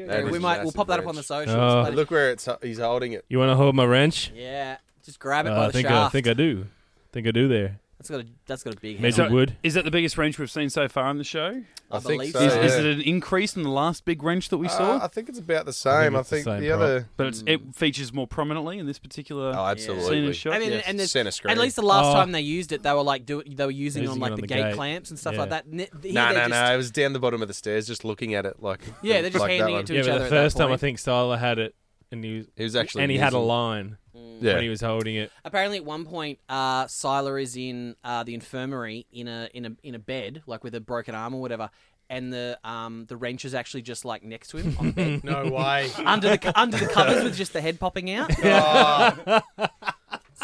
Speaker 2: That
Speaker 3: we
Speaker 2: is
Speaker 3: might we'll
Speaker 2: massive
Speaker 3: pop that up on the
Speaker 2: wrench.
Speaker 3: socials.
Speaker 4: Oh.
Speaker 3: but-
Speaker 2: Look where it's he's holding it.
Speaker 4: You want to hold my wrench?
Speaker 3: yeah, just grab it
Speaker 4: Uh,
Speaker 3: by
Speaker 4: I
Speaker 3: the
Speaker 4: think I,
Speaker 3: shaft.
Speaker 4: I think I do. think I do there.
Speaker 3: that's got a that's got a big.
Speaker 4: Measured
Speaker 3: handle.
Speaker 4: wood.
Speaker 1: Is that the biggest wrench we've seen so far on the show?
Speaker 2: I,
Speaker 3: believe
Speaker 2: think so.
Speaker 3: so.
Speaker 1: Is, is
Speaker 2: yeah.
Speaker 1: it an increase in the last big wrench that we saw?
Speaker 2: Uh, I think it's about the same. I
Speaker 4: it's the
Speaker 2: think,
Speaker 4: same
Speaker 2: the,
Speaker 4: prop.
Speaker 2: other.
Speaker 1: but it's, it features more prominently in this particular
Speaker 2: Oh,
Speaker 1: scene
Speaker 2: absolutely.
Speaker 1: and shot.
Speaker 3: I mean,
Speaker 2: Yeah,
Speaker 3: and there's-
Speaker 2: center screen.
Speaker 3: at least the last
Speaker 4: Oh.
Speaker 3: time they used it, they were like do they were using it on
Speaker 4: Using
Speaker 3: like
Speaker 4: it
Speaker 3: the,
Speaker 4: on the
Speaker 3: gate,
Speaker 4: gate.
Speaker 3: clamps and stuff
Speaker 4: Yeah.
Speaker 3: like that. N- here
Speaker 2: No, no,
Speaker 3: they're just-
Speaker 2: no. It was down the bottom of the stairs, just looking at it like.
Speaker 3: Yeah, they're just
Speaker 2: like that
Speaker 3: handing
Speaker 2: one.
Speaker 3: it to
Speaker 4: yeah,
Speaker 3: each
Speaker 4: but
Speaker 3: other.
Speaker 4: the
Speaker 3: at
Speaker 4: first
Speaker 3: that
Speaker 4: time I
Speaker 3: point.
Speaker 4: think Styler had it, and he was,
Speaker 2: He was actually.
Speaker 4: and he had a
Speaker 2: using-
Speaker 4: line
Speaker 2: Yeah.
Speaker 4: when he was holding it.
Speaker 3: Apparently, at one point, uh, Scylla is in uh, the infirmary in a in a in a bed, like with a broken arm or whatever, and the um the wrench is actually just like next to him on the bed,
Speaker 5: No way.
Speaker 3: under the under the covers with just the head popping out.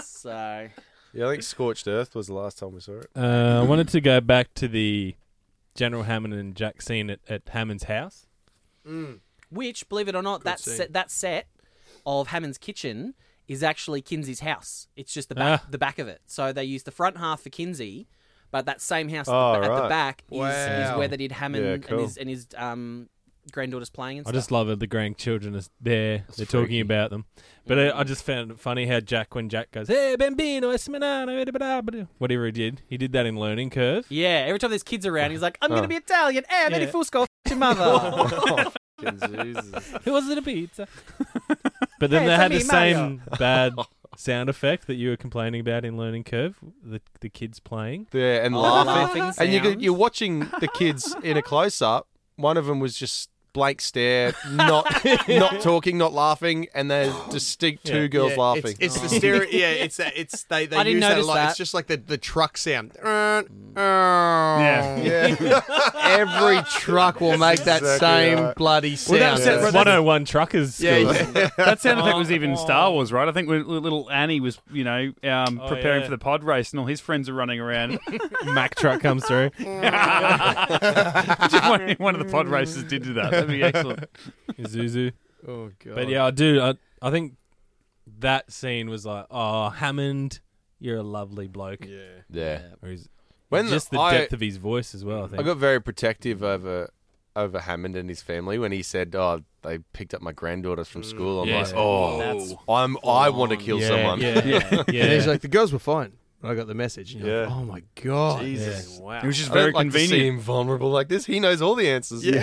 Speaker 3: so
Speaker 2: Yeah, I think Scorched Earth was the last time we saw it.
Speaker 4: Uh, I wanted to go back to the General Hammond and Jack scene at, at Hammond's house.
Speaker 3: Which, believe it or not, that
Speaker 5: scene.
Speaker 3: set, that set of Hammond's kitchen is actually Kinsey's house. It's just the back,
Speaker 4: Ah.
Speaker 3: the back of it. So they use the front half for Kinsey, but that same house
Speaker 2: Oh,
Speaker 3: at, the, at the
Speaker 2: right.
Speaker 3: back is, is
Speaker 5: Wow.
Speaker 3: where they did Hammond
Speaker 2: Yeah, cool.
Speaker 3: and his and his um, granddaughter's playing and
Speaker 4: I
Speaker 3: stuff.
Speaker 4: just love it. The grandchildren is there. they're talking about them. But I,
Speaker 2: Mm.
Speaker 4: I just found it funny how Jack, when Jack goes, "Hey, bambino, es manano, bada-bada-bada," whatever he did, he did that in Learning Curve.
Speaker 3: yeah, every time there's kids around, he's like, "I'm gonna be Italian." Eh, yeah.
Speaker 4: Yeah.
Speaker 3: Fusco, f- your mother.
Speaker 4: Who was Oh, it a pizza? but then
Speaker 3: Hey,
Speaker 4: they
Speaker 3: it's
Speaker 4: had
Speaker 3: me,
Speaker 4: the same bad sound effect that you were complaining about in Learning Curve. The the kids playing.
Speaker 2: Yeah, and
Speaker 3: Oh,
Speaker 2: laughing.
Speaker 3: laughing
Speaker 2: And you, could-
Speaker 3: sounds.
Speaker 2: you're watching the kids in a close up. One of them was just blank stare, not not talking, not laughing, and there's distinct two girls
Speaker 5: Yeah,
Speaker 2: laughing.
Speaker 5: It's, it's the stereo. Yeah, it's that. It's they. They
Speaker 3: I didn't
Speaker 5: use that a
Speaker 3: notice
Speaker 5: lot.
Speaker 3: that.
Speaker 5: It's just like the the truck sound.
Speaker 1: Yeah.
Speaker 2: yeah.
Speaker 5: Every truck will make that
Speaker 2: exactly
Speaker 5: same
Speaker 2: right.
Speaker 5: bloody sound.
Speaker 1: that was it, right?
Speaker 4: One hundred one truckers.
Speaker 5: Yeah,
Speaker 4: school.
Speaker 5: yeah.
Speaker 1: That sound effect
Speaker 3: Oh.
Speaker 1: was even Star Wars, right? I think when little Annie was, you know, um,
Speaker 4: Oh,
Speaker 1: preparing
Speaker 4: yeah.
Speaker 1: for the pod race, and all his friends are running around.
Speaker 4: Mack truck comes through.
Speaker 1: Just wondering if one of the pod races did do that. That'd be excellent.
Speaker 4: Zuzu.
Speaker 5: Oh god.
Speaker 4: But yeah, I do. I, I think that scene was like, oh, Hammond, you're a lovely bloke. Yeah.
Speaker 2: yeah.
Speaker 4: Or he's,
Speaker 2: When
Speaker 4: just the
Speaker 2: I-
Speaker 4: depth of his voice as well. I think.
Speaker 2: I got very protective over over Hammond and his family when he said, "Oh, they picked up my granddaughters from school." I'm
Speaker 4: Yeah.
Speaker 2: like, "Oh,
Speaker 3: That's
Speaker 2: I'm I want to kill
Speaker 4: yeah,
Speaker 2: someone."
Speaker 4: Yeah, yeah.
Speaker 5: And he's like, the girls were fine. I got the message. And you're like,
Speaker 2: Yeah.
Speaker 5: oh my god.
Speaker 4: Jesus.
Speaker 5: Wow.
Speaker 1: It was just
Speaker 2: I don't
Speaker 1: very
Speaker 2: like to see
Speaker 1: convenient.
Speaker 2: him vulnerable like this. He knows all the answers.
Speaker 5: Yeah.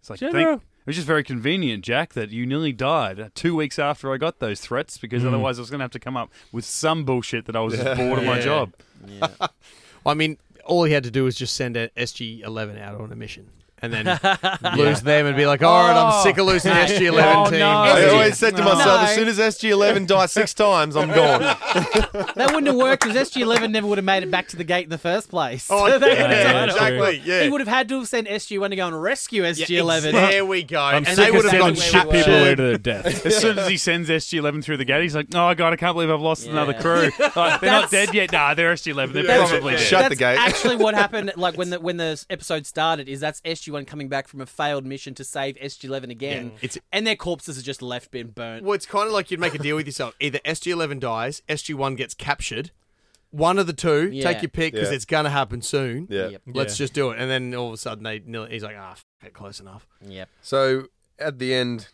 Speaker 1: It's like,
Speaker 4: General.
Speaker 1: thank- it was just very convenient, Jack, that you nearly died two weeks after I got those threats because otherwise I was going to have to come up with some bullshit that I was just bored of my
Speaker 4: Yeah.
Speaker 1: job.
Speaker 5: I mean, all he had to do was just send an SG11 out on a mission. And then lose them and be like, all right, I'm sick of losing the SG11
Speaker 1: Oh,
Speaker 5: team.
Speaker 1: no.
Speaker 2: I
Speaker 1: Yeah.
Speaker 2: always said to myself,
Speaker 3: No.
Speaker 2: as soon as SG11 dies six times, I'm gone.
Speaker 3: That wouldn't have worked because SG11 never would have made it back to the gate in the first place.
Speaker 5: Oh,
Speaker 3: They
Speaker 5: yeah,
Speaker 3: would've done it.
Speaker 5: exactly. Yeah.
Speaker 3: He would have had to have sent SG1 to go and rescue
Speaker 5: Yeah,
Speaker 3: SG11.
Speaker 5: ex- There we go.
Speaker 4: I'm
Speaker 5: and
Speaker 4: sick
Speaker 5: they
Speaker 4: of
Speaker 5: would have
Speaker 4: sending
Speaker 5: gone
Speaker 4: shit
Speaker 5: captured.
Speaker 4: people away to their death.
Speaker 1: As soon as he sends SG11 through the gate, he's like, oh, God, I can't believe I've lost another crew. Like, they're not dead yet. Nah, they're SG11. They're
Speaker 2: That's-
Speaker 1: probably dead.
Speaker 2: Shut the
Speaker 3: That's
Speaker 2: gate.
Speaker 3: actually what happened. Like when the when the episode started, is that's SG1 coming back from a failed mission to save SG11 again,
Speaker 5: it's-
Speaker 3: and their corpses are just left being burnt.
Speaker 5: Well, it's kind of like you'd make a deal with yourself. Either SG11 dies, SG1 gets captured. One of the two,
Speaker 3: Yeah.
Speaker 5: take your pick because
Speaker 2: Yeah.
Speaker 5: it's going to happen soon.
Speaker 2: Yeah.
Speaker 3: Yep.
Speaker 5: Let's
Speaker 4: Yeah.
Speaker 5: just do it. And then all of a sudden, they nil- he's like, ah, f- it, close enough.
Speaker 3: Yep.
Speaker 2: So at the end,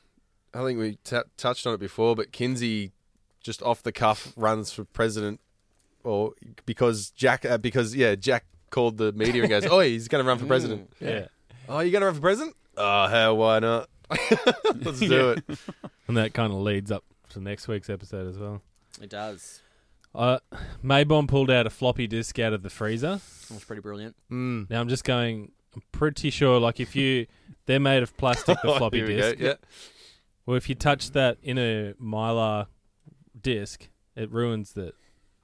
Speaker 2: I think we t- touched on it before, but Kinsey just off the cuff runs for president, or because Jack, uh, because yeah, Jack called the media and goes, "Oh, he's going to run for president."
Speaker 3: Mm.
Speaker 4: Yeah.
Speaker 2: Oh, you going to run for president? Oh, hell, why not? Let's do it.
Speaker 4: And that kind of leads up to next week's episode as well.
Speaker 3: It does.
Speaker 4: Uh, Maybon pulled out a floppy disk out of the freezer.
Speaker 3: That was pretty brilliant.
Speaker 4: Now I'm just going. I'm pretty sure, like if you, they're made of plastic. The
Speaker 2: Oh,
Speaker 4: floppy
Speaker 2: here we
Speaker 4: disk.
Speaker 2: go, Yeah.
Speaker 4: Well, if you touch that inner mylar disk, it ruins it,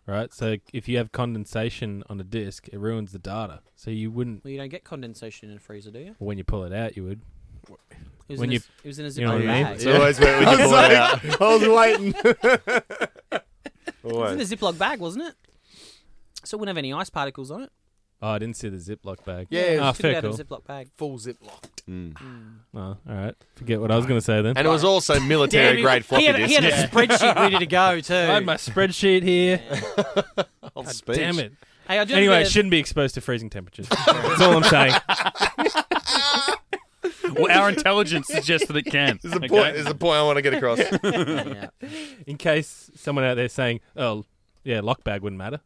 Speaker 4: right? So if you have condensation on a disk, it ruins the data. So you wouldn't
Speaker 3: Well, you don't get condensation in a freezer, do you?
Speaker 4: when you pull it out, you would.
Speaker 3: It was
Speaker 4: When
Speaker 3: in
Speaker 4: you-
Speaker 3: a, it was in a
Speaker 4: you
Speaker 3: Ziploc
Speaker 4: know what I mean?
Speaker 3: bag.
Speaker 2: It's always where we pull it out.
Speaker 5: I was waiting.
Speaker 3: It
Speaker 2: Always.
Speaker 3: was in a Ziploc bag, wasn't it? So it wouldn't have any ice particles on it.
Speaker 4: Oh, I didn't see the Ziploc bag.
Speaker 5: Yeah,
Speaker 4: Ah,
Speaker 5: it's
Speaker 3: Should
Speaker 4: fair
Speaker 3: have
Speaker 4: cool.
Speaker 3: had a Ziploc bag.
Speaker 5: full ziplock.
Speaker 4: oh, all right. Forget what I was going to say then.
Speaker 2: And it was also
Speaker 3: Damn,
Speaker 2: military
Speaker 3: he-
Speaker 2: grade floppy
Speaker 3: he had,
Speaker 2: disk.
Speaker 3: He had a spreadsheet ready to go too.
Speaker 4: I had my spreadsheet here.
Speaker 2: Old speech.
Speaker 4: Damn it.
Speaker 3: Hey, I do have a
Speaker 4: Anyway,
Speaker 3: bit
Speaker 4: it
Speaker 3: of-
Speaker 4: shouldn't be exposed to freezing temperatures. That's all I'm saying.
Speaker 1: Well, our intelligence suggests that it can.
Speaker 2: There's a
Speaker 1: okay?
Speaker 2: point. There's a point I want to get across.
Speaker 3: yeah,
Speaker 4: In case someone out there saying, "Oh, yeah, lock bag wouldn't matter."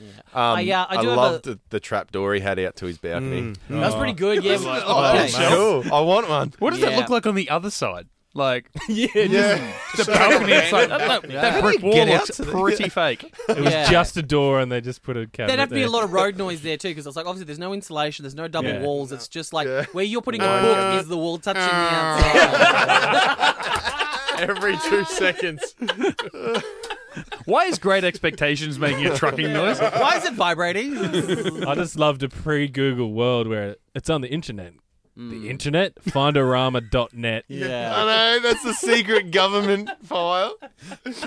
Speaker 2: Um,
Speaker 3: I,
Speaker 2: I,
Speaker 3: uh, I do have
Speaker 2: loved the, the trap door he had out to his balcony.
Speaker 3: that was pretty good. Yeah.
Speaker 2: Oh,
Speaker 3: Okay.
Speaker 2: that's cool. I want one.
Speaker 1: What does that
Speaker 3: Yeah.
Speaker 1: look like on the other side? Like
Speaker 2: Yeah.
Speaker 1: the balcony outside. That, that- that brick wall
Speaker 2: get out
Speaker 1: looks
Speaker 2: to the-
Speaker 1: pretty fake.
Speaker 4: It was
Speaker 3: Yeah.
Speaker 4: just a door, and they just put a cabinet.
Speaker 3: There'd have to be
Speaker 4: there.
Speaker 3: a lot of road noise there too, because it's like obviously there's no insulation, there's no double
Speaker 4: Yeah.
Speaker 3: walls. It's just like
Speaker 2: Yeah.
Speaker 3: where you're putting
Speaker 5: Uh,
Speaker 3: a book is the wall touching the outside.
Speaker 5: Every two seconds.
Speaker 1: Why is Great Expectations making a trucking noise?
Speaker 3: Why is it vibrating?
Speaker 4: I just loved a pre-Google world where it's on the internet. The internet, findorama.net.
Speaker 3: yeah.
Speaker 2: I know that's the secret government file.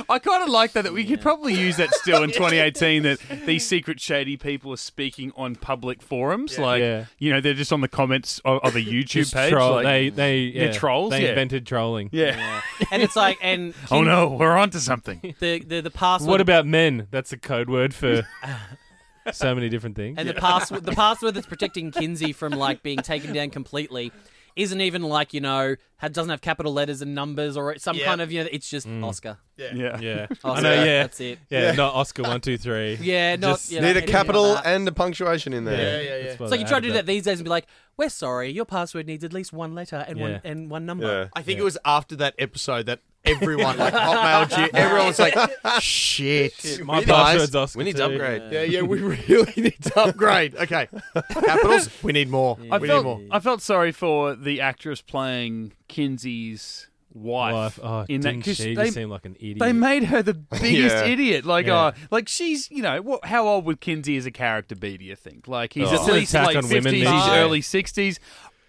Speaker 1: I kind of like that. That we could probably use that still in 2018. That these secret shady people are speaking on public forums, like
Speaker 4: Yeah.
Speaker 1: you know they're just on the comments of, of a YouTube
Speaker 4: Just
Speaker 1: page.
Speaker 4: troll-
Speaker 1: like,
Speaker 4: they they yeah,
Speaker 1: they're trolls,
Speaker 4: They
Speaker 1: yeah.
Speaker 4: invented trolling.
Speaker 1: yeah.
Speaker 3: And it's like, and
Speaker 1: Oh no, we're onto something.
Speaker 3: the the, the password.
Speaker 4: What about men? That's a code word for so many different things.
Speaker 3: and the password the password that's protecting Kinsey from like being taken down completely isn't even like you know ha- doesn't have capital letters and numbers or some
Speaker 5: Yeah.
Speaker 3: kind of you know it's just Oscar.
Speaker 1: Yeah.
Speaker 4: yeah, Mm. I
Speaker 3: Oscar.
Speaker 4: know. Yeah,
Speaker 3: that's it.
Speaker 4: Yeah, not Oscar one two three.
Speaker 3: Yeah, not
Speaker 4: Just-
Speaker 3: you know,
Speaker 2: Need a
Speaker 3: anything
Speaker 2: capital
Speaker 3: like that.
Speaker 2: and a punctuation in there.
Speaker 5: yeah, yeah.
Speaker 4: That's why
Speaker 3: It's like
Speaker 4: they
Speaker 3: you try to
Speaker 4: added
Speaker 3: do that these days and be like, "We're sorry, your password needs at least one letter and one
Speaker 4: Yeah.
Speaker 3: and one number."
Speaker 5: I think
Speaker 4: Yeah.
Speaker 5: it was after that episode that everyone, like Hotmail, G- everyone was like, shit.
Speaker 4: My
Speaker 5: guys,
Speaker 4: password's Oscar.
Speaker 2: We need
Speaker 4: too.
Speaker 2: to upgrade.
Speaker 5: Yeah, yeah, we really need to upgrade. Okay. Capitals, we need more.
Speaker 1: I
Speaker 5: we need
Speaker 1: felt,
Speaker 5: more.
Speaker 1: I felt sorry for the actress playing Kinsey's wife,
Speaker 4: Wife. Oh,
Speaker 1: in that
Speaker 4: didn't
Speaker 1: because
Speaker 4: she
Speaker 1: they,
Speaker 4: just seemed like an idiot?
Speaker 1: they made her the biggest
Speaker 2: Yeah.
Speaker 1: idiot. Like,
Speaker 4: Yeah.
Speaker 1: uh, like she's you know what, how old would Kinsey as a character be? Do you think? Like he's
Speaker 4: Just
Speaker 1: at
Speaker 4: Oh. an
Speaker 1: least
Speaker 4: attack
Speaker 1: late
Speaker 4: on women
Speaker 1: fifties,
Speaker 4: these days.
Speaker 1: early sixties.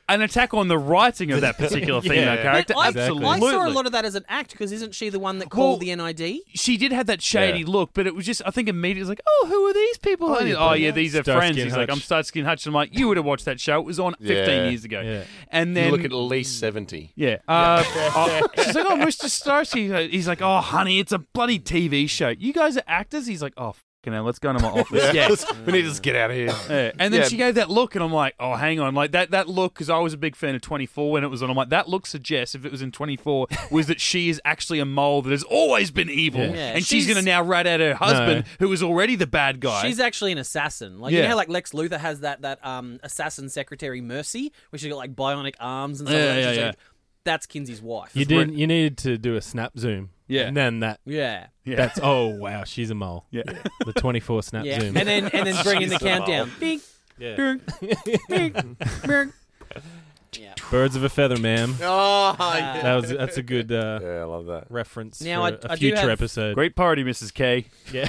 Speaker 1: An attack on the writing of that particular female
Speaker 4: Yeah.
Speaker 1: character.
Speaker 3: I,
Speaker 1: Absolutely.
Speaker 3: I saw a lot of that as an act because isn't she the one that called
Speaker 1: Well-
Speaker 3: the NID?
Speaker 1: she did have that shady
Speaker 2: Yeah.
Speaker 1: look, but it was just I think immediately it was like, oh, who are these people? And he- Oh, yeah, these are
Speaker 4: Starsky
Speaker 1: friends.
Speaker 4: and
Speaker 1: He's like,
Speaker 4: Hutch.
Speaker 1: I'm Starskin Hutch. I'm like, you would have watched that show. It was on 15
Speaker 2: Yeah.
Speaker 1: years ago.
Speaker 4: Yeah.
Speaker 1: And then
Speaker 2: You look at least 70.
Speaker 1: yeah. Uh, oh, she's like, oh, Mr. Starsky. He's like, oh, honey, it's a bloody TV show. You guys are actors? He's like, oh, fucking hell, let's go into my office. yeah.
Speaker 2: we need to just get out of here.
Speaker 1: Yeah. And then
Speaker 2: Yeah.
Speaker 1: she gave that look, and I'm like, oh, hang on. Like, that, that look, because I was a big fan of 24 when it was on. I'm like, that look suggests, if it was in 24, was that she is actually a mole that has always been evil.
Speaker 3: Yeah,
Speaker 1: and she's,
Speaker 3: she's-
Speaker 1: going to now rat at her husband, who was already the bad guy.
Speaker 3: She's actually an assassin. Like you
Speaker 1: Yeah.
Speaker 3: know how like Lex Luthor has that that um assassin secretary Mercy, where she's got like bionic arms and stuff.
Speaker 1: Yeah,
Speaker 3: like that.
Speaker 1: yeah,
Speaker 3: She's
Speaker 1: yeah.
Speaker 3: like, That's Kinsey's wife.
Speaker 4: You didn't. You needed to do a snap zoom.
Speaker 1: Yeah.
Speaker 4: And then that.
Speaker 3: Yeah.
Speaker 1: Yeah.
Speaker 4: That's oh wow, she's a mole.
Speaker 1: Yeah.
Speaker 4: The twenty four snap
Speaker 3: Yeah.
Speaker 4: zoom.
Speaker 3: And then and then bring in the countdown. Bing,
Speaker 4: Yeah.
Speaker 3: bing, bing, bing.
Speaker 4: Birds of a feather, ma'am.
Speaker 5: Oh, yeah.
Speaker 4: That was that's a good uh,
Speaker 2: Yeah, I love that.
Speaker 4: reference
Speaker 3: Now
Speaker 4: for
Speaker 3: I-
Speaker 4: a
Speaker 3: I do
Speaker 4: future
Speaker 3: have-
Speaker 4: episode.
Speaker 1: Great party, Mrs. K.
Speaker 4: Yeah.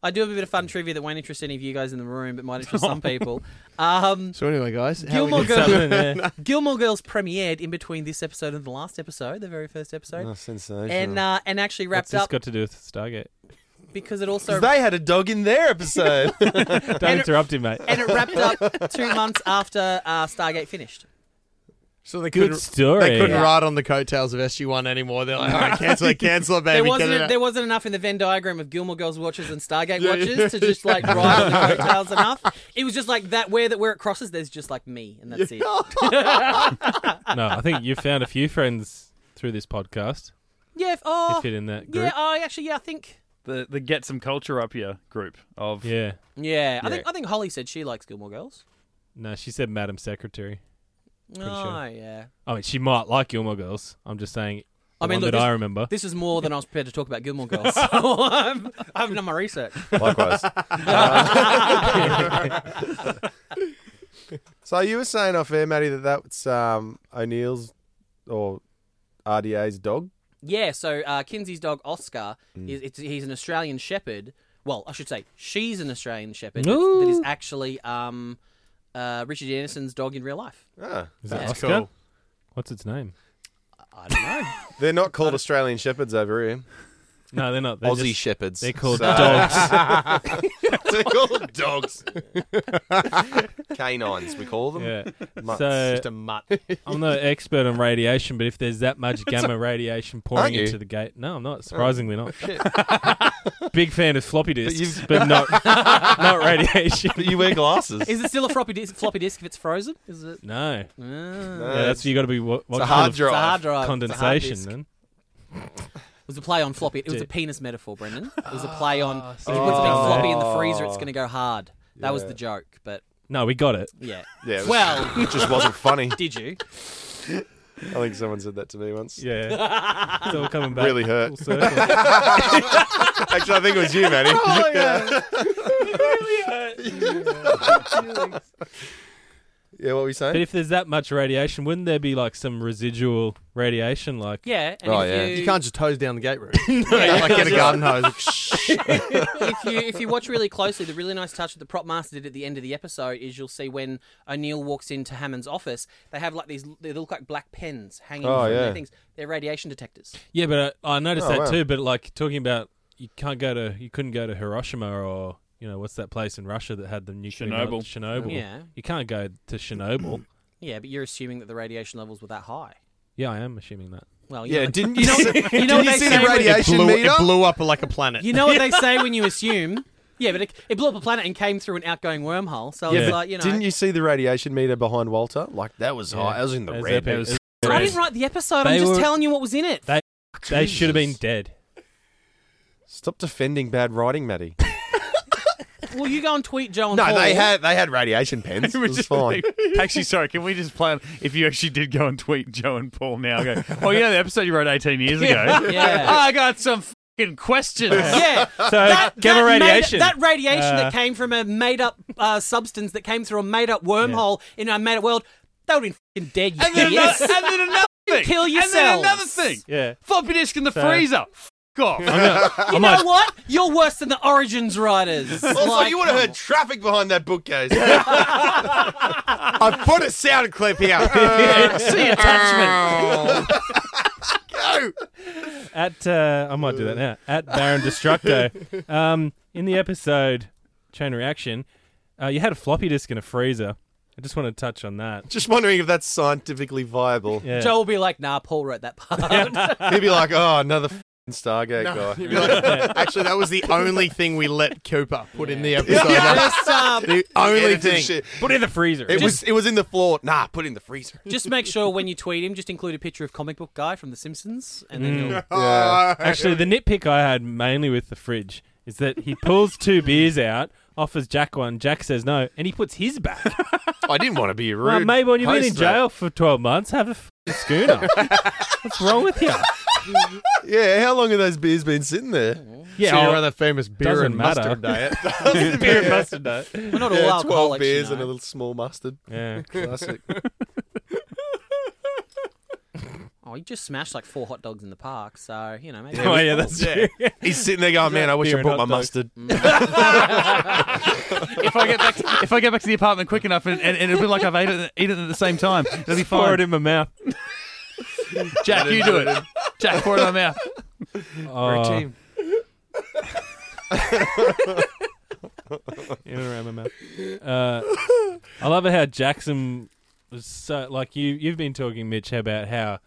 Speaker 3: I do have a bit of fun trivia that won't interest any of you guys in the room, but might interest some people. Um,
Speaker 5: So anyway, guys, how we
Speaker 3: Gilmore
Speaker 5: doing?
Speaker 3: Girls,
Speaker 4: Something there.
Speaker 3: Gilmore Girls premiered in between this episode and the last episode, the very first episode,
Speaker 2: Oh, sensational.
Speaker 3: and uh, and actually wrapped
Speaker 4: What's this
Speaker 3: up
Speaker 4: got to do with Stargate?
Speaker 3: because it also
Speaker 2: 'Cause they had a dog in their episode.
Speaker 4: Don't
Speaker 3: And-
Speaker 4: interrupt him, mate.
Speaker 3: and it wrapped up two months after uh, Stargate finished.
Speaker 5: So they couldn't,
Speaker 4: Good story.
Speaker 5: they couldn't
Speaker 3: Yeah.
Speaker 5: ride on the coattails of SG1 anymore. They're like, all right, cancel it, cancel it, baby.
Speaker 3: There
Speaker 5: get
Speaker 3: wasn't
Speaker 5: it out."
Speaker 3: there wasn't enough in the Venn diagram of Gilmore Girls watchers and Stargate
Speaker 5: Yeah,
Speaker 3: watchers
Speaker 5: yeah.
Speaker 3: to just like ride on the coattails enough. It was just like that where that where it crosses, there's just like me, and that's it.
Speaker 4: No, I think you found a few friends through this podcast.
Speaker 3: Yeah, if, oh,
Speaker 4: If you're in that group.
Speaker 3: yeah. I actually, yeah, I think,
Speaker 1: The, the Get Some Culture Up Here group of.
Speaker 4: Yeah.
Speaker 3: yeah, I think I think Holly said she likes Gilmore Girls.
Speaker 4: No, she said Madam Secretary.
Speaker 3: oh,
Speaker 4: sure.
Speaker 3: yeah.
Speaker 4: I mean, she might like Gilmore Girls. I'm just saying. The
Speaker 3: I mean,
Speaker 4: one
Speaker 3: look,
Speaker 4: that
Speaker 3: this-
Speaker 4: I remember.
Speaker 3: This is more than I was prepared to talk about Gilmore Girls. So I'm, I haven't done my research.
Speaker 2: Likewise. so you were saying off air, Maddie, that that's um, O'Neill's or RDA's dog.
Speaker 3: Yeah, so uh, Kinsey's dog Oscar is it's, he's an Australian Shepherd. Well, I should say she's an Australian Shepherd that- that is actually um, uh, Richard Anderson's dog in real life.
Speaker 2: Ah.
Speaker 4: is that
Speaker 3: That's
Speaker 4: Oscar?
Speaker 5: cool.
Speaker 4: What's its name?
Speaker 3: I don't know.
Speaker 2: They're not called Australian Shepherds over here.
Speaker 4: No, they're not. They're
Speaker 2: Aussie
Speaker 4: just-
Speaker 2: Shepherds.
Speaker 4: They're called
Speaker 2: So-
Speaker 4: dogs.
Speaker 2: they're called dogs. Canines, we call them.
Speaker 4: yeah.
Speaker 2: Mutts.
Speaker 4: So
Speaker 5: Just a mutt.
Speaker 4: I'm no expert on radiation, but if there's that much gamma radiation
Speaker 2: Aren't
Speaker 4: pouring
Speaker 2: you?
Speaker 4: into the gate, no, I'm not. Surprisingly, not. Big fan of floppy disks,
Speaker 2: you've-
Speaker 4: but, not not radiation.
Speaker 2: But you wear glasses.
Speaker 3: Is it still a floppy disc, floppy disc if it's frozen? Is it?
Speaker 4: No,
Speaker 3: Ah.
Speaker 2: No,
Speaker 4: yeah, that's you got to be what,
Speaker 2: it's
Speaker 4: what
Speaker 2: a
Speaker 4: kind
Speaker 2: hard
Speaker 4: of
Speaker 2: drive.
Speaker 3: It's a hard drive.
Speaker 4: condensation
Speaker 3: It's a hard disk.
Speaker 4: then.
Speaker 3: It was a play on floppy. It was a
Speaker 4: Dude.
Speaker 3: penis metaphor, Brendan. It was a play on. if you
Speaker 2: you
Speaker 3: put something
Speaker 2: done
Speaker 3: floppy in the
Speaker 2: that.
Speaker 3: freezer, it's going to go hard. That was
Speaker 2: Yeah.
Speaker 3: the joke, but
Speaker 4: No, we got it.
Speaker 3: yeah.
Speaker 2: Yeah, it was-
Speaker 3: Well,
Speaker 2: it just wasn't funny.
Speaker 3: did you?
Speaker 2: I think someone said that to me once.
Speaker 4: Yeah, it's all coming back.
Speaker 2: Really hurt.
Speaker 4: Full circle.
Speaker 2: Actually, I think it was you, Maddie. yeah, what were you saying?
Speaker 4: but if there's that much radiation, wouldn't there be like some residual radiation? Like,
Speaker 3: Yeah. And
Speaker 2: Oh,
Speaker 3: if
Speaker 2: yeah.
Speaker 3: You,
Speaker 5: You can't just hose down the gate route. like get a garden hose.
Speaker 3: if you if you watch really closely, the really nice touch that the prop master did at the end of the episode is you'll see when O'Neill walks into Hammond's office, they have like these they look like black pens hanging
Speaker 2: Oh,
Speaker 3: from
Speaker 2: yeah.
Speaker 3: their things. They're radiation detectors.
Speaker 4: yeah, but uh, I, I noticed
Speaker 2: Oh,
Speaker 4: that
Speaker 2: wow.
Speaker 4: too. But like talking about, you can't go to, you couldn't go to Hiroshima or you know what's that place in Russia that had the nuclear melt-
Speaker 1: Chernobyl.
Speaker 4: Chernobyl.
Speaker 3: Yeah.
Speaker 4: you can't go to Chernobyl.
Speaker 3: Yeah, but you're assuming that the radiation levels were that high.
Speaker 4: yeah, I am assuming that.
Speaker 3: Well, you
Speaker 2: yeah,
Speaker 3: know,
Speaker 2: didn't you, know,
Speaker 3: you know what
Speaker 2: you
Speaker 3: they
Speaker 2: see
Speaker 3: say
Speaker 2: the
Speaker 3: when-
Speaker 2: radiation
Speaker 5: blew,
Speaker 2: meter?
Speaker 5: it blew up like a planet.
Speaker 3: you know what they say when you assume. Yeah, but it, it blew up a planet and came through an outgoing wormhole. So
Speaker 4: Yeah,
Speaker 3: it's
Speaker 4: but
Speaker 3: like you know.
Speaker 2: Didn't you see the radiation meter behind Walter? Like that was high. That was in the
Speaker 4: As
Speaker 2: red.
Speaker 4: epic
Speaker 2: It was-
Speaker 4: as-
Speaker 3: I didn't write the episode. I'm
Speaker 4: They
Speaker 3: just
Speaker 4: were-
Speaker 3: telling you what was in it.
Speaker 4: They- They should have been
Speaker 2: Jesus.
Speaker 4: dead.
Speaker 2: Stop defending bad writing, Maddie.
Speaker 3: Well, you go and tweet Joe and
Speaker 2: No,
Speaker 3: Paul.
Speaker 2: they had they had radiation pens. it was fine.
Speaker 1: Actually, sorry, can we just plan if you actually did go and tweet Joe and Paul now? Go, oh, you know the episode you wrote 18 years ago?
Speaker 3: Yeah.
Speaker 1: I got some fucking questions.
Speaker 3: Yeah.
Speaker 4: So gamma
Speaker 3: made-
Speaker 4: radiation.
Speaker 3: that radiation
Speaker 4: Uh,
Speaker 3: that came from a made up uh, substance that came through a made up wormhole in a made up world, they would have been fucking dead.
Speaker 1: And then,
Speaker 3: yes.
Speaker 1: another, and then another thing.
Speaker 3: Kill
Speaker 1: And then
Speaker 3: yourselves.
Speaker 1: another thing.
Speaker 4: yeah.
Speaker 1: Floppy disk in the
Speaker 4: So-
Speaker 1: freezer. F off.
Speaker 3: you know what? You're worse than the Origins writers.
Speaker 2: Also,
Speaker 3: Like,
Speaker 2: Oh, you would have heard traffic behind that bookcase. I've put a sound clip here.
Speaker 1: See attachment.
Speaker 4: At uh, I might do that now. At Baron Destructo, um, in the episode Chain Reaction, uh, you had a floppy disk in a freezer. I just want to touch on that.
Speaker 2: Just wondering if that's scientifically viable.
Speaker 4: Yeah.
Speaker 3: Joe will be like, nah, Paul wrote that part.
Speaker 2: He'd be like, oh, another f***ing Stargate guy.
Speaker 5: You'd be like, Actually, that was the only thing we let Cooper put in the episode.
Speaker 3: just, um,
Speaker 5: The only
Speaker 2: Edited
Speaker 5: thing.
Speaker 2: shit.
Speaker 4: Put it in the freezer.
Speaker 2: It was it was in the floor. Nah, put it in the freezer.
Speaker 3: just make sure when you tweet him, just include a picture of comic book guy from The Simpsons, and
Speaker 4: Mm.
Speaker 3: then he'll
Speaker 5: Uh,
Speaker 4: Actually, the nitpick I had mainly with the fridge is that he pulls two beers out, offers Jack one, Jack says no, and he puts his back.
Speaker 2: I didn't want to be rude.
Speaker 4: Well, mate, when you've been in
Speaker 2: Host that.
Speaker 4: jail for 12 months, have a f***ing schooner. What's wrong with you?
Speaker 2: Yeah, how long have those beers been sitting there?
Speaker 4: Yeah,
Speaker 5: so
Speaker 4: oh,
Speaker 5: you're on the famous beer
Speaker 4: doesn't
Speaker 5: and
Speaker 4: matter.
Speaker 5: mustard diet.
Speaker 4: beer and mustard, though.
Speaker 3: We're not all
Speaker 2: Yeah, twelve
Speaker 3: alcoholics.
Speaker 2: beers
Speaker 3: you
Speaker 2: and a
Speaker 3: know.
Speaker 2: little small mustard.
Speaker 4: Yeah.
Speaker 2: Classic.
Speaker 3: Oh, he just smashed like four hot dogs in the park, so you know maybe.
Speaker 4: Oh, yeah, that's
Speaker 2: Yeah.
Speaker 4: true.
Speaker 2: He's sitting there going, man, I wish I
Speaker 4: Beer and
Speaker 2: bought my
Speaker 4: hot
Speaker 2: mustard.
Speaker 1: if I get back, to, if I get back to the apartment quick enough, and, and, and it'll be like I've ate it, eaten it at the same time, it'll be
Speaker 4: Pour
Speaker 1: fine.
Speaker 4: it in my mouth.
Speaker 1: Jack, you do it. Jack, pour it in my mouth.
Speaker 4: Oh. in and around my mouth. Uh, I love it how Jackson was so like you. You've been talking, Mitch, about how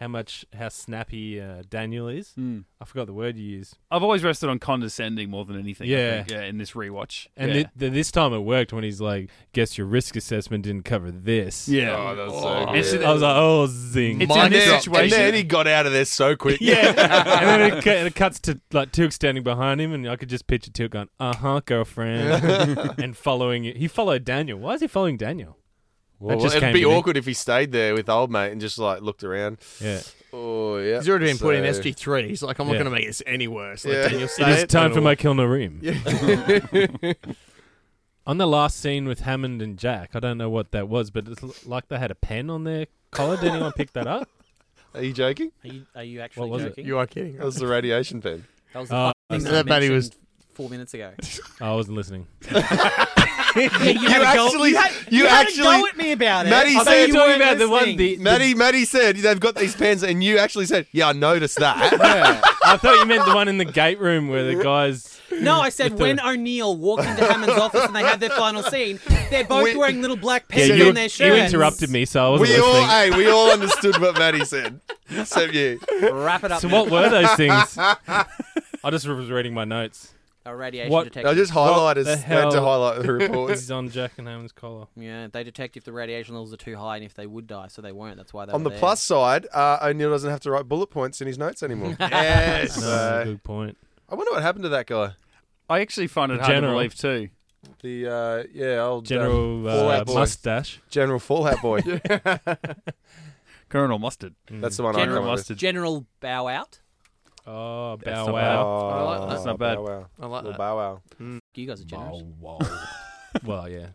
Speaker 4: how much how snappy uh, Daniel is. Mm. I forgot the word you used,
Speaker 1: I've always rested on condescending more than anything. I
Speaker 4: Yeah.
Speaker 1: think, yeah. In this rewatch,
Speaker 4: and
Speaker 1: yeah.
Speaker 4: thi- th- this time it worked when he's like, "Guess your risk assessment didn't cover this."
Speaker 1: yeah.
Speaker 2: Oh, that's so
Speaker 1: It's
Speaker 2: good.
Speaker 1: in-
Speaker 4: I was like, "Oh, zing!"
Speaker 1: It's in this
Speaker 2: Then-
Speaker 1: situation.
Speaker 2: And then he got out of there so quick.
Speaker 4: yeah, and then it, cu- it cuts to like Tilk standing behind him, and I could just picture Tilk going, "Uh huh, girlfriend," and following it. He followed Daniel. Why is he following Daniel? Well,
Speaker 2: Well, it'd be awkward if he stayed there with old mate and just like looked around.
Speaker 4: Yeah.
Speaker 2: Oh yeah,
Speaker 5: He's already been put in
Speaker 2: So-
Speaker 5: SG three. He's like, I'm
Speaker 4: Yeah.
Speaker 5: not going to make this any worse. Let
Speaker 2: Yeah.
Speaker 5: Daniel
Speaker 2: It
Speaker 5: say
Speaker 4: It is time
Speaker 5: at
Speaker 4: for
Speaker 5: all.
Speaker 4: my Kilnareem. on the last scene with Hammond and Jack, I don't know what that was, but it's l- like they had a pen on their collar. Did anyone pick that up?
Speaker 2: Are you joking?
Speaker 3: Are you, are you actually
Speaker 4: What was it?
Speaker 3: joking?
Speaker 5: You are kidding.
Speaker 2: That was the radiation pen.
Speaker 3: That was the
Speaker 4: Oh,
Speaker 3: thing
Speaker 5: so
Speaker 3: that I
Speaker 5: that Matty was-
Speaker 3: mentioned four minutes ago.
Speaker 4: Oh, I wasn't listening.
Speaker 3: you had a go-
Speaker 2: actually-
Speaker 3: you had,
Speaker 2: you
Speaker 3: you had a
Speaker 2: actually-
Speaker 3: go at me about it.
Speaker 2: Matty
Speaker 3: I
Speaker 2: said-
Speaker 3: thought
Speaker 2: You're
Speaker 3: you
Speaker 2: talking
Speaker 3: weren't listening.
Speaker 2: Maddie, Maddie said they've got these pens, and you actually said, "Yeah, I noticed that."
Speaker 4: I thought you meant the one in the gate room where the guys.
Speaker 3: No, I said
Speaker 4: With the-
Speaker 3: when O'Neill walked into Hammond's office and they had their final scene, they're both
Speaker 2: We-
Speaker 3: wearing little black
Speaker 4: Yeah,
Speaker 3: pens
Speaker 4: you,
Speaker 3: on their
Speaker 4: you
Speaker 3: shirts.
Speaker 4: interrupted me, so I wasn't
Speaker 2: we all,
Speaker 4: listening.
Speaker 2: hey, we all understood what Maddie said, except you.
Speaker 3: Wrap it up.
Speaker 4: so what were those things? I just was reading my notes.
Speaker 3: A radiation
Speaker 4: What-
Speaker 3: detective.
Speaker 2: I just highlighted
Speaker 4: the
Speaker 2: had to
Speaker 4: hell?
Speaker 2: highlight the reports
Speaker 4: He's on Jack and Hammond's collar.
Speaker 3: Yeah, they detect if the radiation levels are too high and if they would die, so they weren't. That's why they
Speaker 2: On
Speaker 3: were
Speaker 2: the
Speaker 3: there.
Speaker 2: plus side, uh, O'Neill doesn't have to write bullet points in his notes anymore. yes.
Speaker 4: No, good point.
Speaker 2: I wonder what happened to that guy.
Speaker 1: I actually find it
Speaker 4: The
Speaker 1: hard
Speaker 4: general.
Speaker 1: to believe too.
Speaker 2: The uh, yeah, old
Speaker 4: General
Speaker 2: uh,
Speaker 4: uh,
Speaker 2: Fallout Boy.
Speaker 4: mustache.
Speaker 2: General Fallout Boy.
Speaker 1: Colonel Mustard.
Speaker 2: That's the one I
Speaker 3: General
Speaker 2: come up with.
Speaker 1: Mustard.
Speaker 3: General bow out.
Speaker 4: Oh,
Speaker 1: That's
Speaker 4: bow
Speaker 1: not
Speaker 4: wow.
Speaker 1: I like that. That's not bad.
Speaker 2: Oh, Bow wow.
Speaker 5: I like
Speaker 2: Little
Speaker 5: that.
Speaker 2: bow wow.
Speaker 3: You guys are generous.
Speaker 4: wow. well, yeah.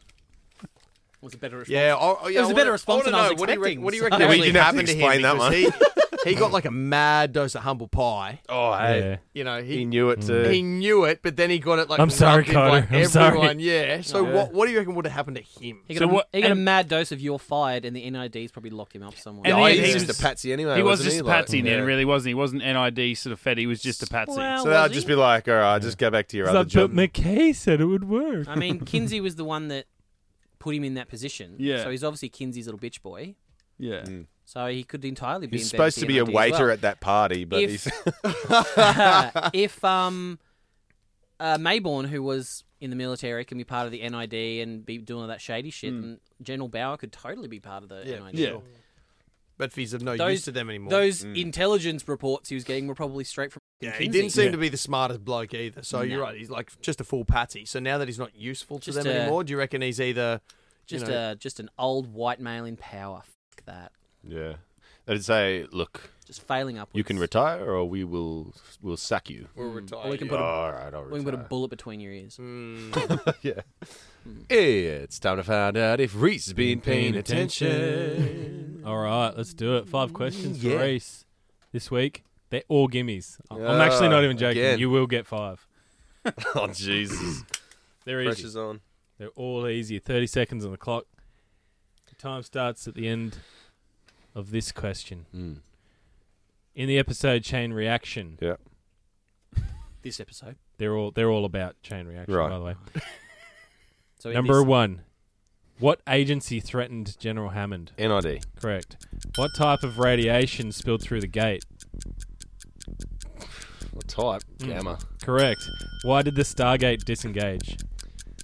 Speaker 3: Was a better response.
Speaker 5: Yeah, I, I- yeah,
Speaker 3: was
Speaker 5: I
Speaker 3: a better
Speaker 5: wanna-
Speaker 3: response
Speaker 5: I wanna
Speaker 3: than I was
Speaker 5: know, What do you reckon,
Speaker 3: expecting,
Speaker 5: what do you
Speaker 3: so-
Speaker 5: reckon
Speaker 3: Yeah, we
Speaker 5: actually
Speaker 2: didn't have
Speaker 5: happened
Speaker 2: to
Speaker 5: to
Speaker 2: explain
Speaker 5: him?
Speaker 2: that
Speaker 5: Because He, he got like a mad dose of humble pie.
Speaker 2: Oh,
Speaker 4: Yeah.
Speaker 5: You know, he
Speaker 2: He knew it too.
Speaker 5: he knew it, but then he got it like
Speaker 4: I'm sorry,
Speaker 5: rubbed in by
Speaker 4: Carter. I'm
Speaker 5: everyone.
Speaker 4: sorry.
Speaker 5: Yeah. So what what do you reckon would have happened to him?
Speaker 3: He got,
Speaker 1: So
Speaker 3: a,
Speaker 1: what-
Speaker 3: he got a
Speaker 1: and-
Speaker 3: mad dose of you're fired, and the NID's probably locked him up somewhere.
Speaker 1: And
Speaker 2: Oh,
Speaker 1: he-
Speaker 2: he was
Speaker 1: he
Speaker 2: just a patsy anyway.
Speaker 1: He was
Speaker 2: wasn't
Speaker 1: just
Speaker 2: he?
Speaker 1: a
Speaker 2: Like-
Speaker 1: patsy
Speaker 2: Yeah.
Speaker 1: then, really, wasn't he? He wasn't NID sort of fed. He was just a patsy.
Speaker 10: Oh,
Speaker 3: Well-
Speaker 2: So they'll
Speaker 3: Was
Speaker 2: just
Speaker 3: he?
Speaker 2: be like, all right, just go back to your
Speaker 4: It's
Speaker 2: other
Speaker 4: like, but
Speaker 2: job.
Speaker 4: McKay said it would work.
Speaker 3: I mean, Kinsey was the one that put him in that position.
Speaker 1: Yeah.
Speaker 3: So he's obviously Kinsey's little bitch boy.
Speaker 1: yeah.
Speaker 3: So he could entirely be.
Speaker 2: He's supposed to be a waiter at that party, but
Speaker 3: If-
Speaker 2: he's
Speaker 3: at. if um, uh, Mayborn, who was in the military, can be part of the NID and be doing all that shady shit, and General Bauer could totally be part of the NID.
Speaker 1: Yeah.
Speaker 5: Bedfield's of no use
Speaker 3: Those,
Speaker 5: to them anymore.
Speaker 3: those
Speaker 2: Hmm.
Speaker 3: intelligence reports he was getting were probably straight from.
Speaker 5: yeah, he
Speaker 3: McKinsey.
Speaker 5: didn't seem
Speaker 4: Yeah.
Speaker 5: to be the smartest bloke either. So you're right. He's like just a full patsy. So now that he's not useful to
Speaker 3: Just
Speaker 5: them
Speaker 3: a-
Speaker 5: anymore, do you reckon he's either
Speaker 3: Just
Speaker 5: you know,
Speaker 3: a just an old white male in power. Fuck that.
Speaker 10: Yeah. They'd say, look,
Speaker 3: Just failing upwards.
Speaker 10: you can retire or we will we'll sack you.
Speaker 5: we'll retire?
Speaker 3: Or we can
Speaker 5: you?
Speaker 3: put a, Hmm.
Speaker 10: All right, all right.
Speaker 3: we can put a bullet between your ears.
Speaker 5: Mm.
Speaker 10: yeah. It's time to find out if Reese has been paying attention.
Speaker 4: All right, let's do it. Five questions
Speaker 10: Yeah.
Speaker 4: for Reese this week. They're all gimmies. I- I'm actually not even joking.
Speaker 2: again.
Speaker 4: You will get five.
Speaker 10: oh, Jesus.
Speaker 4: They're easy.
Speaker 2: Pressure's on.
Speaker 4: They're all easy. 30 seconds on the clock. The time starts at the end of this question.
Speaker 2: Hmm.
Speaker 4: In the episode Chain Reaction,
Speaker 2: Yeah.
Speaker 3: This episode.
Speaker 4: they're all they're all about chain reaction,
Speaker 2: Right.
Speaker 4: by the way.
Speaker 3: So in
Speaker 4: Number
Speaker 3: this-
Speaker 4: one. What agency threatened General Hammond?
Speaker 2: NID.
Speaker 4: Correct. What type of radiation spilled through the gate?
Speaker 2: What type? Gamma.
Speaker 4: Correct. Why did the Stargate disengage?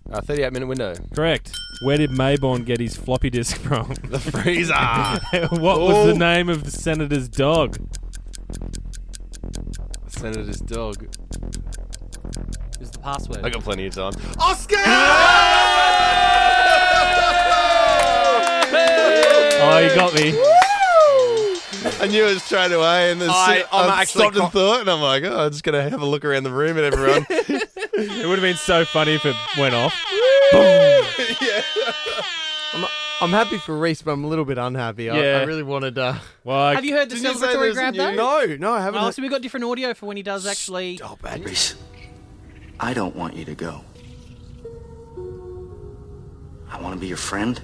Speaker 2: Uh, 38 minute window.
Speaker 4: Correct. Where did Mayborn get his floppy disk from?
Speaker 2: The freezer.
Speaker 4: what was
Speaker 2: Oh.
Speaker 4: the name of the senator's dog?
Speaker 2: Senator's dog.
Speaker 3: is the password.
Speaker 10: I got plenty of time.
Speaker 4: Oh, you got me.
Speaker 2: I knew it straight away, and then
Speaker 5: I-
Speaker 2: I,
Speaker 5: I'm
Speaker 2: I
Speaker 5: actually
Speaker 2: stopped
Speaker 5: con-
Speaker 2: and thought, and I'm like, oh, I'm just gonna have a look around the room at everyone.
Speaker 4: It would have been so funny if it went off.
Speaker 5: I'm happy for Reese, but I'm a little bit unhappy. I,
Speaker 4: Yeah.
Speaker 5: I really wanted. Uh,
Speaker 4: Well, I-
Speaker 3: Have you heard the
Speaker 2: Didn't you say
Speaker 3: celebratory
Speaker 2: there's
Speaker 3: grab
Speaker 2: new-
Speaker 3: though?
Speaker 5: no, no, I haven't.
Speaker 3: Oh,
Speaker 5: heard-
Speaker 3: so we've got different audio for when he does actually.
Speaker 5: oh, bad.
Speaker 6: Reese, I don't want you to go. I want to be your friend.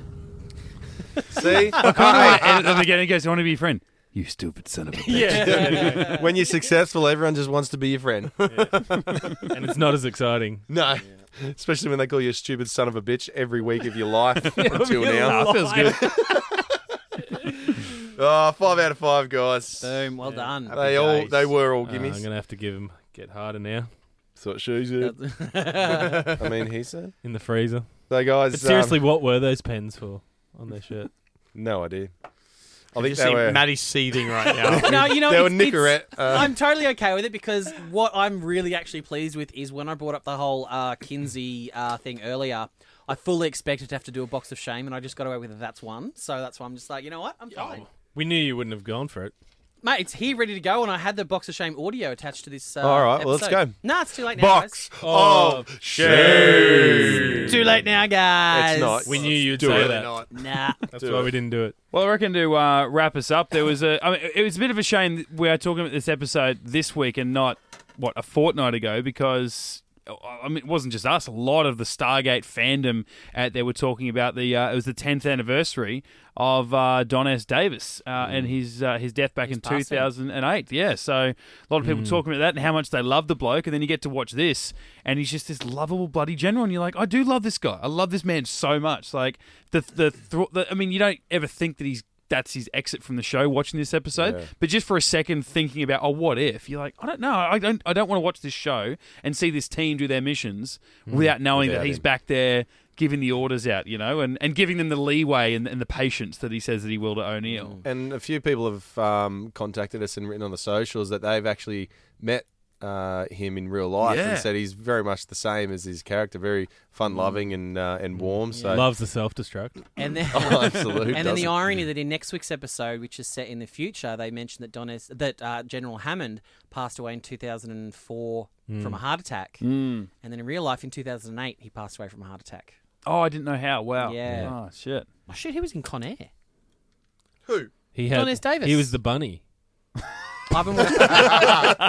Speaker 2: See,
Speaker 1: and at the beginning, he goes, "I want to be your friend." You stupid son of a bitch.
Speaker 2: when you're successful, everyone just wants to be your friend.
Speaker 4: and it's not as exciting.
Speaker 2: No, especially when they call you a stupid son of a bitch every week of your life until now.
Speaker 4: That feels good.
Speaker 2: Oh, five out of five guys.
Speaker 3: Boom! Well done.
Speaker 2: They all they were all
Speaker 4: Uh, I'm
Speaker 2: gimmies.
Speaker 4: gonna have to give him get harder now
Speaker 2: That's what she said. I mean, he said.
Speaker 4: in the freezer.
Speaker 2: So guys,
Speaker 4: But
Speaker 2: um,
Speaker 4: seriously, what were those pens for on their shirt?
Speaker 2: no idea. I
Speaker 5: I
Speaker 2: think
Speaker 5: think
Speaker 2: they were.
Speaker 5: Maddie's seething right now.
Speaker 3: no, you know
Speaker 2: They were
Speaker 3: it's- it's-
Speaker 2: Nicorette. Uh,
Speaker 3: I'm totally okay with it because what I'm really actually pleased with is when I brought up the whole uh, Kinsey uh, thing earlier. I fully expected to have to do a box of shame, and I just got away with it. That's one, so that's why I'm just like, you know what, I'm fine,
Speaker 4: We knew you wouldn't have gone for it.
Speaker 3: mate. It's here, ready to go, and I had the box of shame audio attached to this. Uh,
Speaker 2: All right, well, let's
Speaker 3: episode.
Speaker 2: go.
Speaker 3: Nah, it's too late now.
Speaker 2: box
Speaker 4: Oh,
Speaker 2: of shame.
Speaker 3: guys. Too late now, guys.
Speaker 2: It's not.
Speaker 4: We knew you'd
Speaker 2: do
Speaker 4: say
Speaker 2: it.
Speaker 4: that.
Speaker 3: Nah.
Speaker 4: That's why we didn't do it.
Speaker 1: Well, I reckon to uh, wrap us up, there was a. I mean, it was a bit of a shame that we are talking about this episode this week and not what a fortnight ago because. I mean, it wasn't just us. A lot of the Stargate fandom out there were talking about the. Uh, it was the 10th anniversary of uh, Don S. Davis uh, and his uh, his death back in
Speaker 3: passing.
Speaker 1: 2008. Yeah, so a lot of
Speaker 10: Hmm.
Speaker 1: people talking about that and how much they love the bloke, and then you get to watch this, and he's just this lovable bloody general, and you're like, I do love this guy. I love this man so much. Like the the, thr the I mean, you don't ever think that he's that's his exit from the show watching this episode but just for a second thinking about oh what if you're like i don't know i don't i don't want to watch this show and see this team do their missions without knowing that
Speaker 10: Hmm. Without
Speaker 1: he's
Speaker 10: him.
Speaker 1: back there giving the orders out you know and, and giving them the leeway and, and the patience that he says that he will to o'neill
Speaker 10: Hmm.
Speaker 2: And a few people have um, contacted us and written on the socials that they've actually met uh, him in real life
Speaker 1: Yeah.
Speaker 2: and said he's very much the same as his character, very fun loving and uh, and warm. So
Speaker 4: Loves the self destruct.
Speaker 3: And then,
Speaker 2: Oh, absolutely.
Speaker 3: and then the
Speaker 2: doesn't?
Speaker 3: irony that in next week's episode, which is set in the future, they mentioned that Don S- that uh, General Hammond passed away in 2004 from a heart attack, mm. and then in real life in 2008 he passed away from a heart attack.
Speaker 1: Oh, I didn't know how. Wow.
Speaker 3: Yeah.
Speaker 1: Oh shit.
Speaker 3: Oh shit, he was in Con Air.
Speaker 4: He had
Speaker 3: Don S. Davis.
Speaker 4: He was the bunny.
Speaker 3: I've been watching,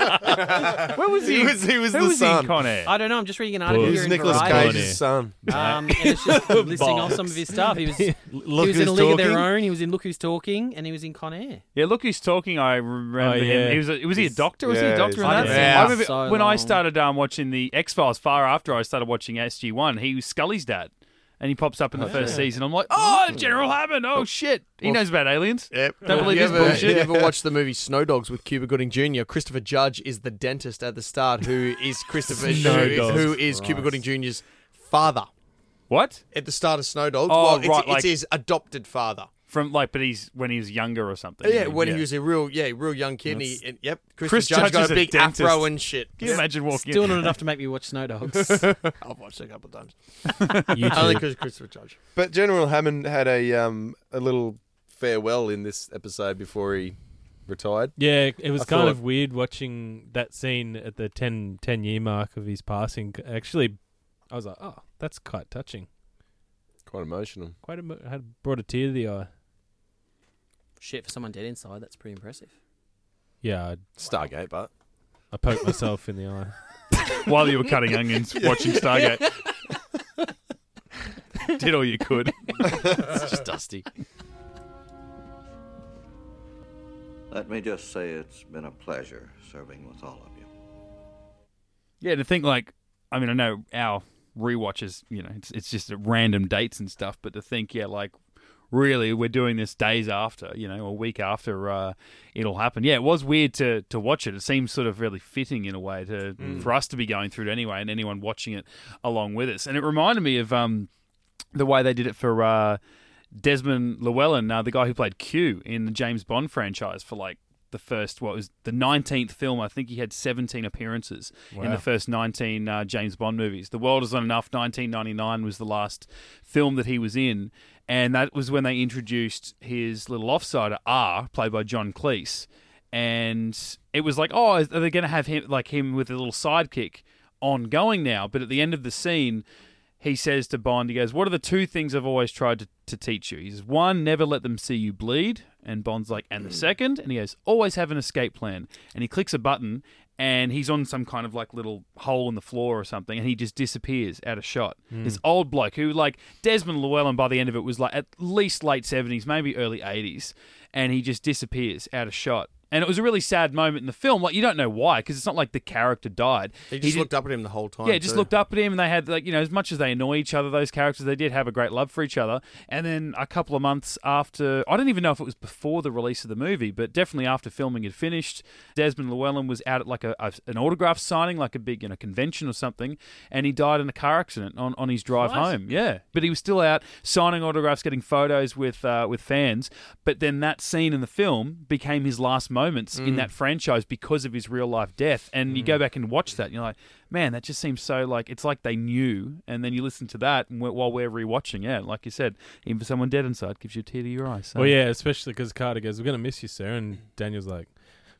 Speaker 1: Where was he?
Speaker 2: He was, he was
Speaker 1: Who
Speaker 2: the
Speaker 1: was
Speaker 2: son.
Speaker 1: he, Con Air?
Speaker 3: I don't know. I'm just reading an article
Speaker 4: He
Speaker 2: He
Speaker 4: was
Speaker 3: here
Speaker 2: was
Speaker 3: in
Speaker 2: Nicholas
Speaker 3: Variety,
Speaker 4: Cage.
Speaker 2: Cage's son.
Speaker 3: um, and it's just listing off some of his stuff. He was he
Speaker 4: Look
Speaker 3: was in a League of Their Own. He was in Look Who's Talking, and he was in Con Air.
Speaker 1: Yeah, look who's talking. I remember
Speaker 4: Oh, yeah.
Speaker 1: him. He was. A, was he a doctor? Was he
Speaker 2: yeah,
Speaker 1: a doctor in
Speaker 3: he's-
Speaker 1: that?
Speaker 3: Yeah.
Speaker 1: I remember
Speaker 3: So
Speaker 1: when I
Speaker 3: long.
Speaker 1: started um, watching the X Files. Far after I started watching SG One, he was Scully's dad, and he pops up in the first season. I'm like, oh, General Hammond. Oh shit, he knows about aliens.
Speaker 5: Yep.
Speaker 1: Don't believe
Speaker 5: you
Speaker 1: this
Speaker 5: ever,
Speaker 1: bullshit.
Speaker 5: You ever watched the movie Snow Dogs with Cuba Gooding Jr.? Christopher Judge is the dentist at the start, who is Christopher, who
Speaker 4: Snow
Speaker 5: is,
Speaker 4: Dogs.
Speaker 5: who is Cuba Gooding Jr.'s father
Speaker 1: What?
Speaker 5: at the start of Snow Dogs.
Speaker 1: Oh,
Speaker 5: well, it's,
Speaker 1: right,
Speaker 5: it's
Speaker 1: like-
Speaker 5: his adopted father.
Speaker 1: From like, but he's when he was younger or something.
Speaker 5: Yeah, when he was a real, yeah, real young kid, and, he, and yep, Chris,
Speaker 1: Chris
Speaker 5: Judge,
Speaker 1: Judge is
Speaker 5: got
Speaker 1: a
Speaker 5: a big
Speaker 1: dentist.
Speaker 5: afro and shit.
Speaker 1: Can you imagine walking?
Speaker 3: Still not enough to make me watch Snow Dogs.
Speaker 5: I've watched it a couple of times.
Speaker 4: You
Speaker 5: Only
Speaker 4: too.
Speaker 5: because Christopher Judge.
Speaker 2: But General Hammond had a um a little farewell in this episode before he retired.
Speaker 4: Yeah, it was
Speaker 2: I
Speaker 4: kind
Speaker 2: thought-
Speaker 4: of weird watching that scene at the 10, 10 year mark of his passing. Actually, I was like, oh, that's quite touching.
Speaker 2: Quite emotional.
Speaker 4: Quite emo- had brought a tear to the eye.
Speaker 3: Shit, for someone dead inside, that's pretty impressive.
Speaker 4: Yeah, I,
Speaker 2: Stargate, but
Speaker 4: I poked myself in the eye.
Speaker 1: while you were cutting onions, watching Stargate. Did all you could.
Speaker 2: it's just dusty.
Speaker 11: Let me just say it's been a pleasure serving with all of you.
Speaker 1: Yeah, to think like, I mean, I know our rewatch is, you know, it's it's just at random dates and stuff, but to think, yeah, like, really, we're doing this days after, you know, a week after uh, it'll happen. Yeah, it was weird to to watch it. It seems sort of really fitting in a way to for us to be going through it anyway, and anyone watching it along with us. And it reminded me of um, the way they did it for uh, Desmond Llewellyn, uh, the guy who played Q in the James Bond franchise for like the first, what was the 19th film? I think he had 17 appearances in the first 19 uh, James Bond movies. The World Is Not Enough, 1999 was the last film that he was in. And that was when they introduced his little offsider, R, played by John Cleese. And it was like, oh, are they going to have him like him with a little sidekick ongoing now? But at the end of the scene, he says to Bond, he goes, What are the two things I've always tried to, to teach you? He says, One, never let them see you bleed. And Bond's like, And the second? And he goes, Always have an escape plan. And he clicks a button and he's on some kind of like little hole in the floor or something and he just disappears out of shot.
Speaker 5: Hmm.
Speaker 1: This old bloke who, like, Desmond Llewellyn by the end of it was like at least late 70s, maybe early 80s. And he just disappears out of shot. And it was a really sad moment in the film. Like, you don't know why because it's not like the character died.
Speaker 5: He just
Speaker 1: did-
Speaker 5: looked up at him the whole time.
Speaker 1: yeah, just
Speaker 5: too.
Speaker 1: looked up at him, and they had like you know as much as they annoy each other, those characters they did have a great love for each other. And then a couple of months after, I don't even know if it was before the release of the movie, but definitely after filming had finished, Desmond Llewellyn was out at like a, a an autograph signing, like a big you know convention or something, and he died in a car accident on, on his drive home. Yeah, but he was still out signing autographs, getting photos with uh, with fans. But then that scene in the film became his last moments in that franchise because of his real life death. And you go back and watch that, and you're like, man, that just seems so like it's like they knew. And then you listen to that and we're, while we're rewatching, yeah, like you said, even for someone dead inside, gives you a tear to your eye. So.
Speaker 4: Well, yeah, especially because Carter goes, "We're gonna miss you, sir," and Daniel's like,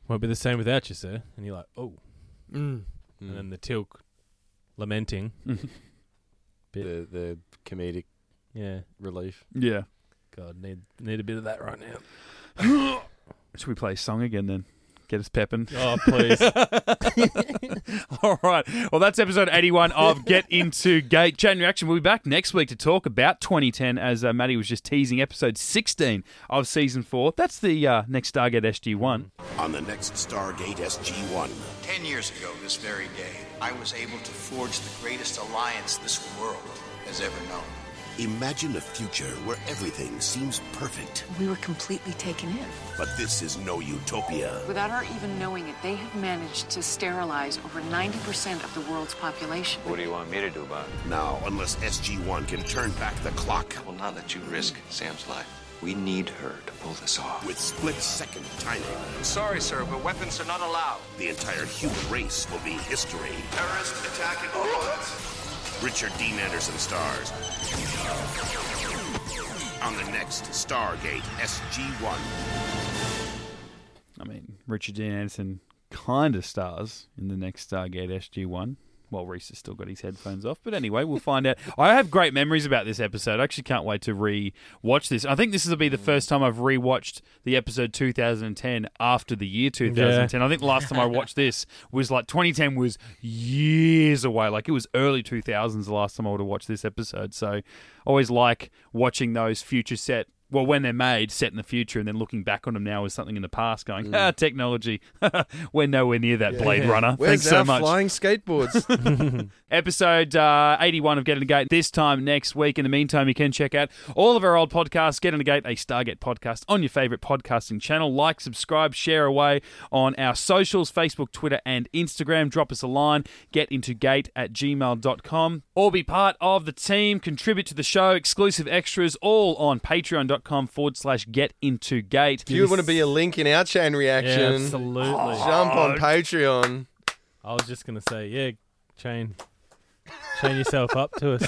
Speaker 4: "Won't be the same without you, sir." And you're like, "Oh,"
Speaker 5: Mm.
Speaker 4: and then the Tilk lamenting,
Speaker 2: The the comedic
Speaker 4: yeah,
Speaker 2: relief.
Speaker 1: yeah.
Speaker 4: God, need need a bit of that right now.
Speaker 1: Should we play a song again then? Get us pepping.
Speaker 4: Oh, please,
Speaker 1: All right. Well, that's episode 81 of Get Into Gate. Chain Reaction. We'll be back next week to talk about 2010, as uh, Maddie was just teasing, episode 16 of season four. That's the uh, next Stargate SG1.
Speaker 6: On the next Stargate SG-1.
Speaker 7: Ten years ago, this very day, I was able to forge the greatest alliance this world has ever known.
Speaker 6: Imagine a future where everything seems perfect,
Speaker 12: We were completely taken in.
Speaker 6: but this is no utopia.
Speaker 12: Without our even knowing it, they have managed to sterilize over 90% of the world's population.
Speaker 11: What do you want me to do about it?
Speaker 6: Now, unless SG-1 can turn back the clock
Speaker 11: I will not let you risk Sam's life. We need her to pull this off.
Speaker 6: with split-second timing,
Speaker 13: I'm sorry, sir, but weapons are not allowed.
Speaker 6: the entire human race will be history. Oh!
Speaker 11: Terrorist attack in
Speaker 6: Richard Dean Anderson stars. On the next Stargate SG-1.
Speaker 1: I mean, Richard Dean Anderson kind of stars in the next Stargate SG1. Well, Reese has still got his headphones off, but anyway, we'll find out. I have great memories about this episode. I actually can't wait to re-watch this. I think this will be the first time I've re-watched the episode 2010 after the year 2010. I think the last time I watched this was like 2010 was years away. Like it was early 2000s the last time I would have watched this episode. So, I always like watching those future set well, when they're made, set in the future, and then looking back on them now as something in the past, going,
Speaker 2: Mm.
Speaker 1: ah, technology. We're nowhere near that Blade Runner.
Speaker 2: Where's
Speaker 1: Thanks so
Speaker 2: our
Speaker 1: much.
Speaker 2: flying skateboards?
Speaker 1: Episode uh, 81 of Get in the Gate this time next week. In the meantime, you can check out all of our old podcasts, Get in the Gate, a Stargate podcast on your favorite podcasting channel. Like, subscribe, share away on our socials Facebook, Twitter, and Instagram. Drop us a line, getintogate at gmail.com. Or be part of the team, contribute to the show, exclusive extras, all on patreon.com patreon.com forward slash get into gate.
Speaker 5: If you want to be a link in our chain reaction,
Speaker 4: Yeah, absolutely.
Speaker 5: Jump
Speaker 1: Oh.
Speaker 5: on Patreon.
Speaker 4: I was just gonna say, yeah, chain, chain yourself up to us.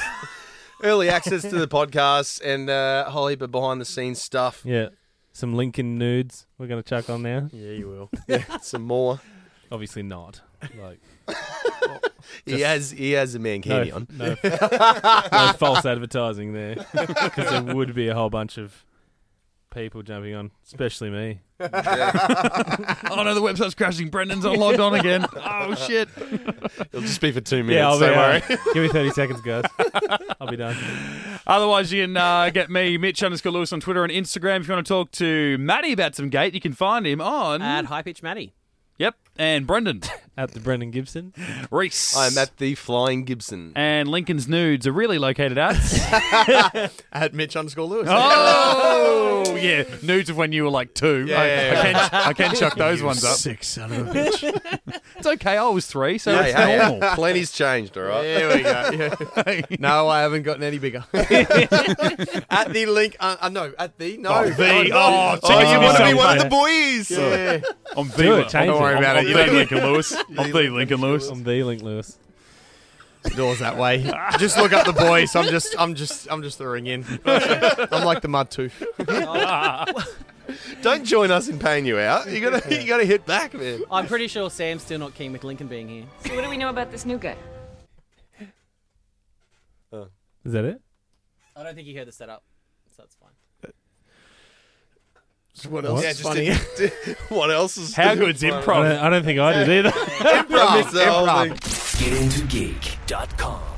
Speaker 5: Early access to the podcast and uh, a whole heap of behind the scenes stuff.
Speaker 4: Yeah, some Lincoln nudes we're gonna chuck on there.
Speaker 5: Yeah, you will. Yeah, some more.
Speaker 4: Obviously not. Like
Speaker 5: he has he has a mankini
Speaker 4: no,
Speaker 5: on.
Speaker 4: No, no false advertising there, because there would be a whole bunch of people jumping on, especially me.
Speaker 1: oh no, the website's crashing. Brendan's all logged on again. Oh shit.
Speaker 5: It'll just be for two minutes.
Speaker 4: Yeah, I'll be,
Speaker 5: don't worry.
Speaker 4: uh, give me thirty seconds, guys. I'll be done.
Speaker 1: Otherwise, you can uh, get me, Mitch underscore Lewis, on Twitter and Instagram. If you want to talk to Matty about some gate, you can find him on.
Speaker 3: At High Pitch Matty.
Speaker 1: Yep. And Brendan.
Speaker 4: At the Brendan Gibson.
Speaker 1: Reese.
Speaker 5: I'm at the Flying Gibson.
Speaker 1: And Lincoln's nudes are really located at.
Speaker 14: At Mitch underscore Lewis.
Speaker 1: oh, yeah. Nudes of when you were like two. I,
Speaker 14: yeah,
Speaker 1: I can, I can chuck those ones up.
Speaker 14: Sick son of a bitch.
Speaker 1: It's okay. I was three, so
Speaker 5: Hey,
Speaker 1: it's
Speaker 5: hey, hey,
Speaker 1: normal.
Speaker 5: plenty's changed, all right?
Speaker 14: There we go. Yeah. no, I haven't gotten any bigger. at the link, uh, uh, no, at the no.
Speaker 1: Oh, the- oh,
Speaker 14: no.
Speaker 1: Oh,
Speaker 5: You want to be
Speaker 1: Something.
Speaker 5: one of the boys?
Speaker 14: Yeah.
Speaker 1: I'm the
Speaker 4: Do it, change
Speaker 1: Don't
Speaker 4: it.
Speaker 1: worry about
Speaker 14: I'm
Speaker 1: it.
Speaker 14: the
Speaker 1: I'm the Lincoln Lewis. I'm the Lincoln Lewis.
Speaker 4: I'm the Link Lewis.
Speaker 14: Doors that way. just look up the boys. I'm just, I'm just, I'm just throwing in. I'm like the mud tooth.
Speaker 5: Don't join us in paying you out. You gotta you gotta hit back, man.
Speaker 3: I'm pretty sure Sam's still not keen with Lincoln being here.
Speaker 12: So, what do we know about this new guy?
Speaker 4: Is that it?
Speaker 3: I don't think he heard the setup, so that's fine.
Speaker 14: What else?
Speaker 5: Yeah,
Speaker 14: is
Speaker 5: just
Speaker 14: funny.
Speaker 5: did- did- what else is
Speaker 1: How good's
Speaker 4: I
Speaker 1: improv?
Speaker 4: don't, I don't think I did either.
Speaker 5: improv? It's the whole thing.
Speaker 6: GetIntoGeek.com.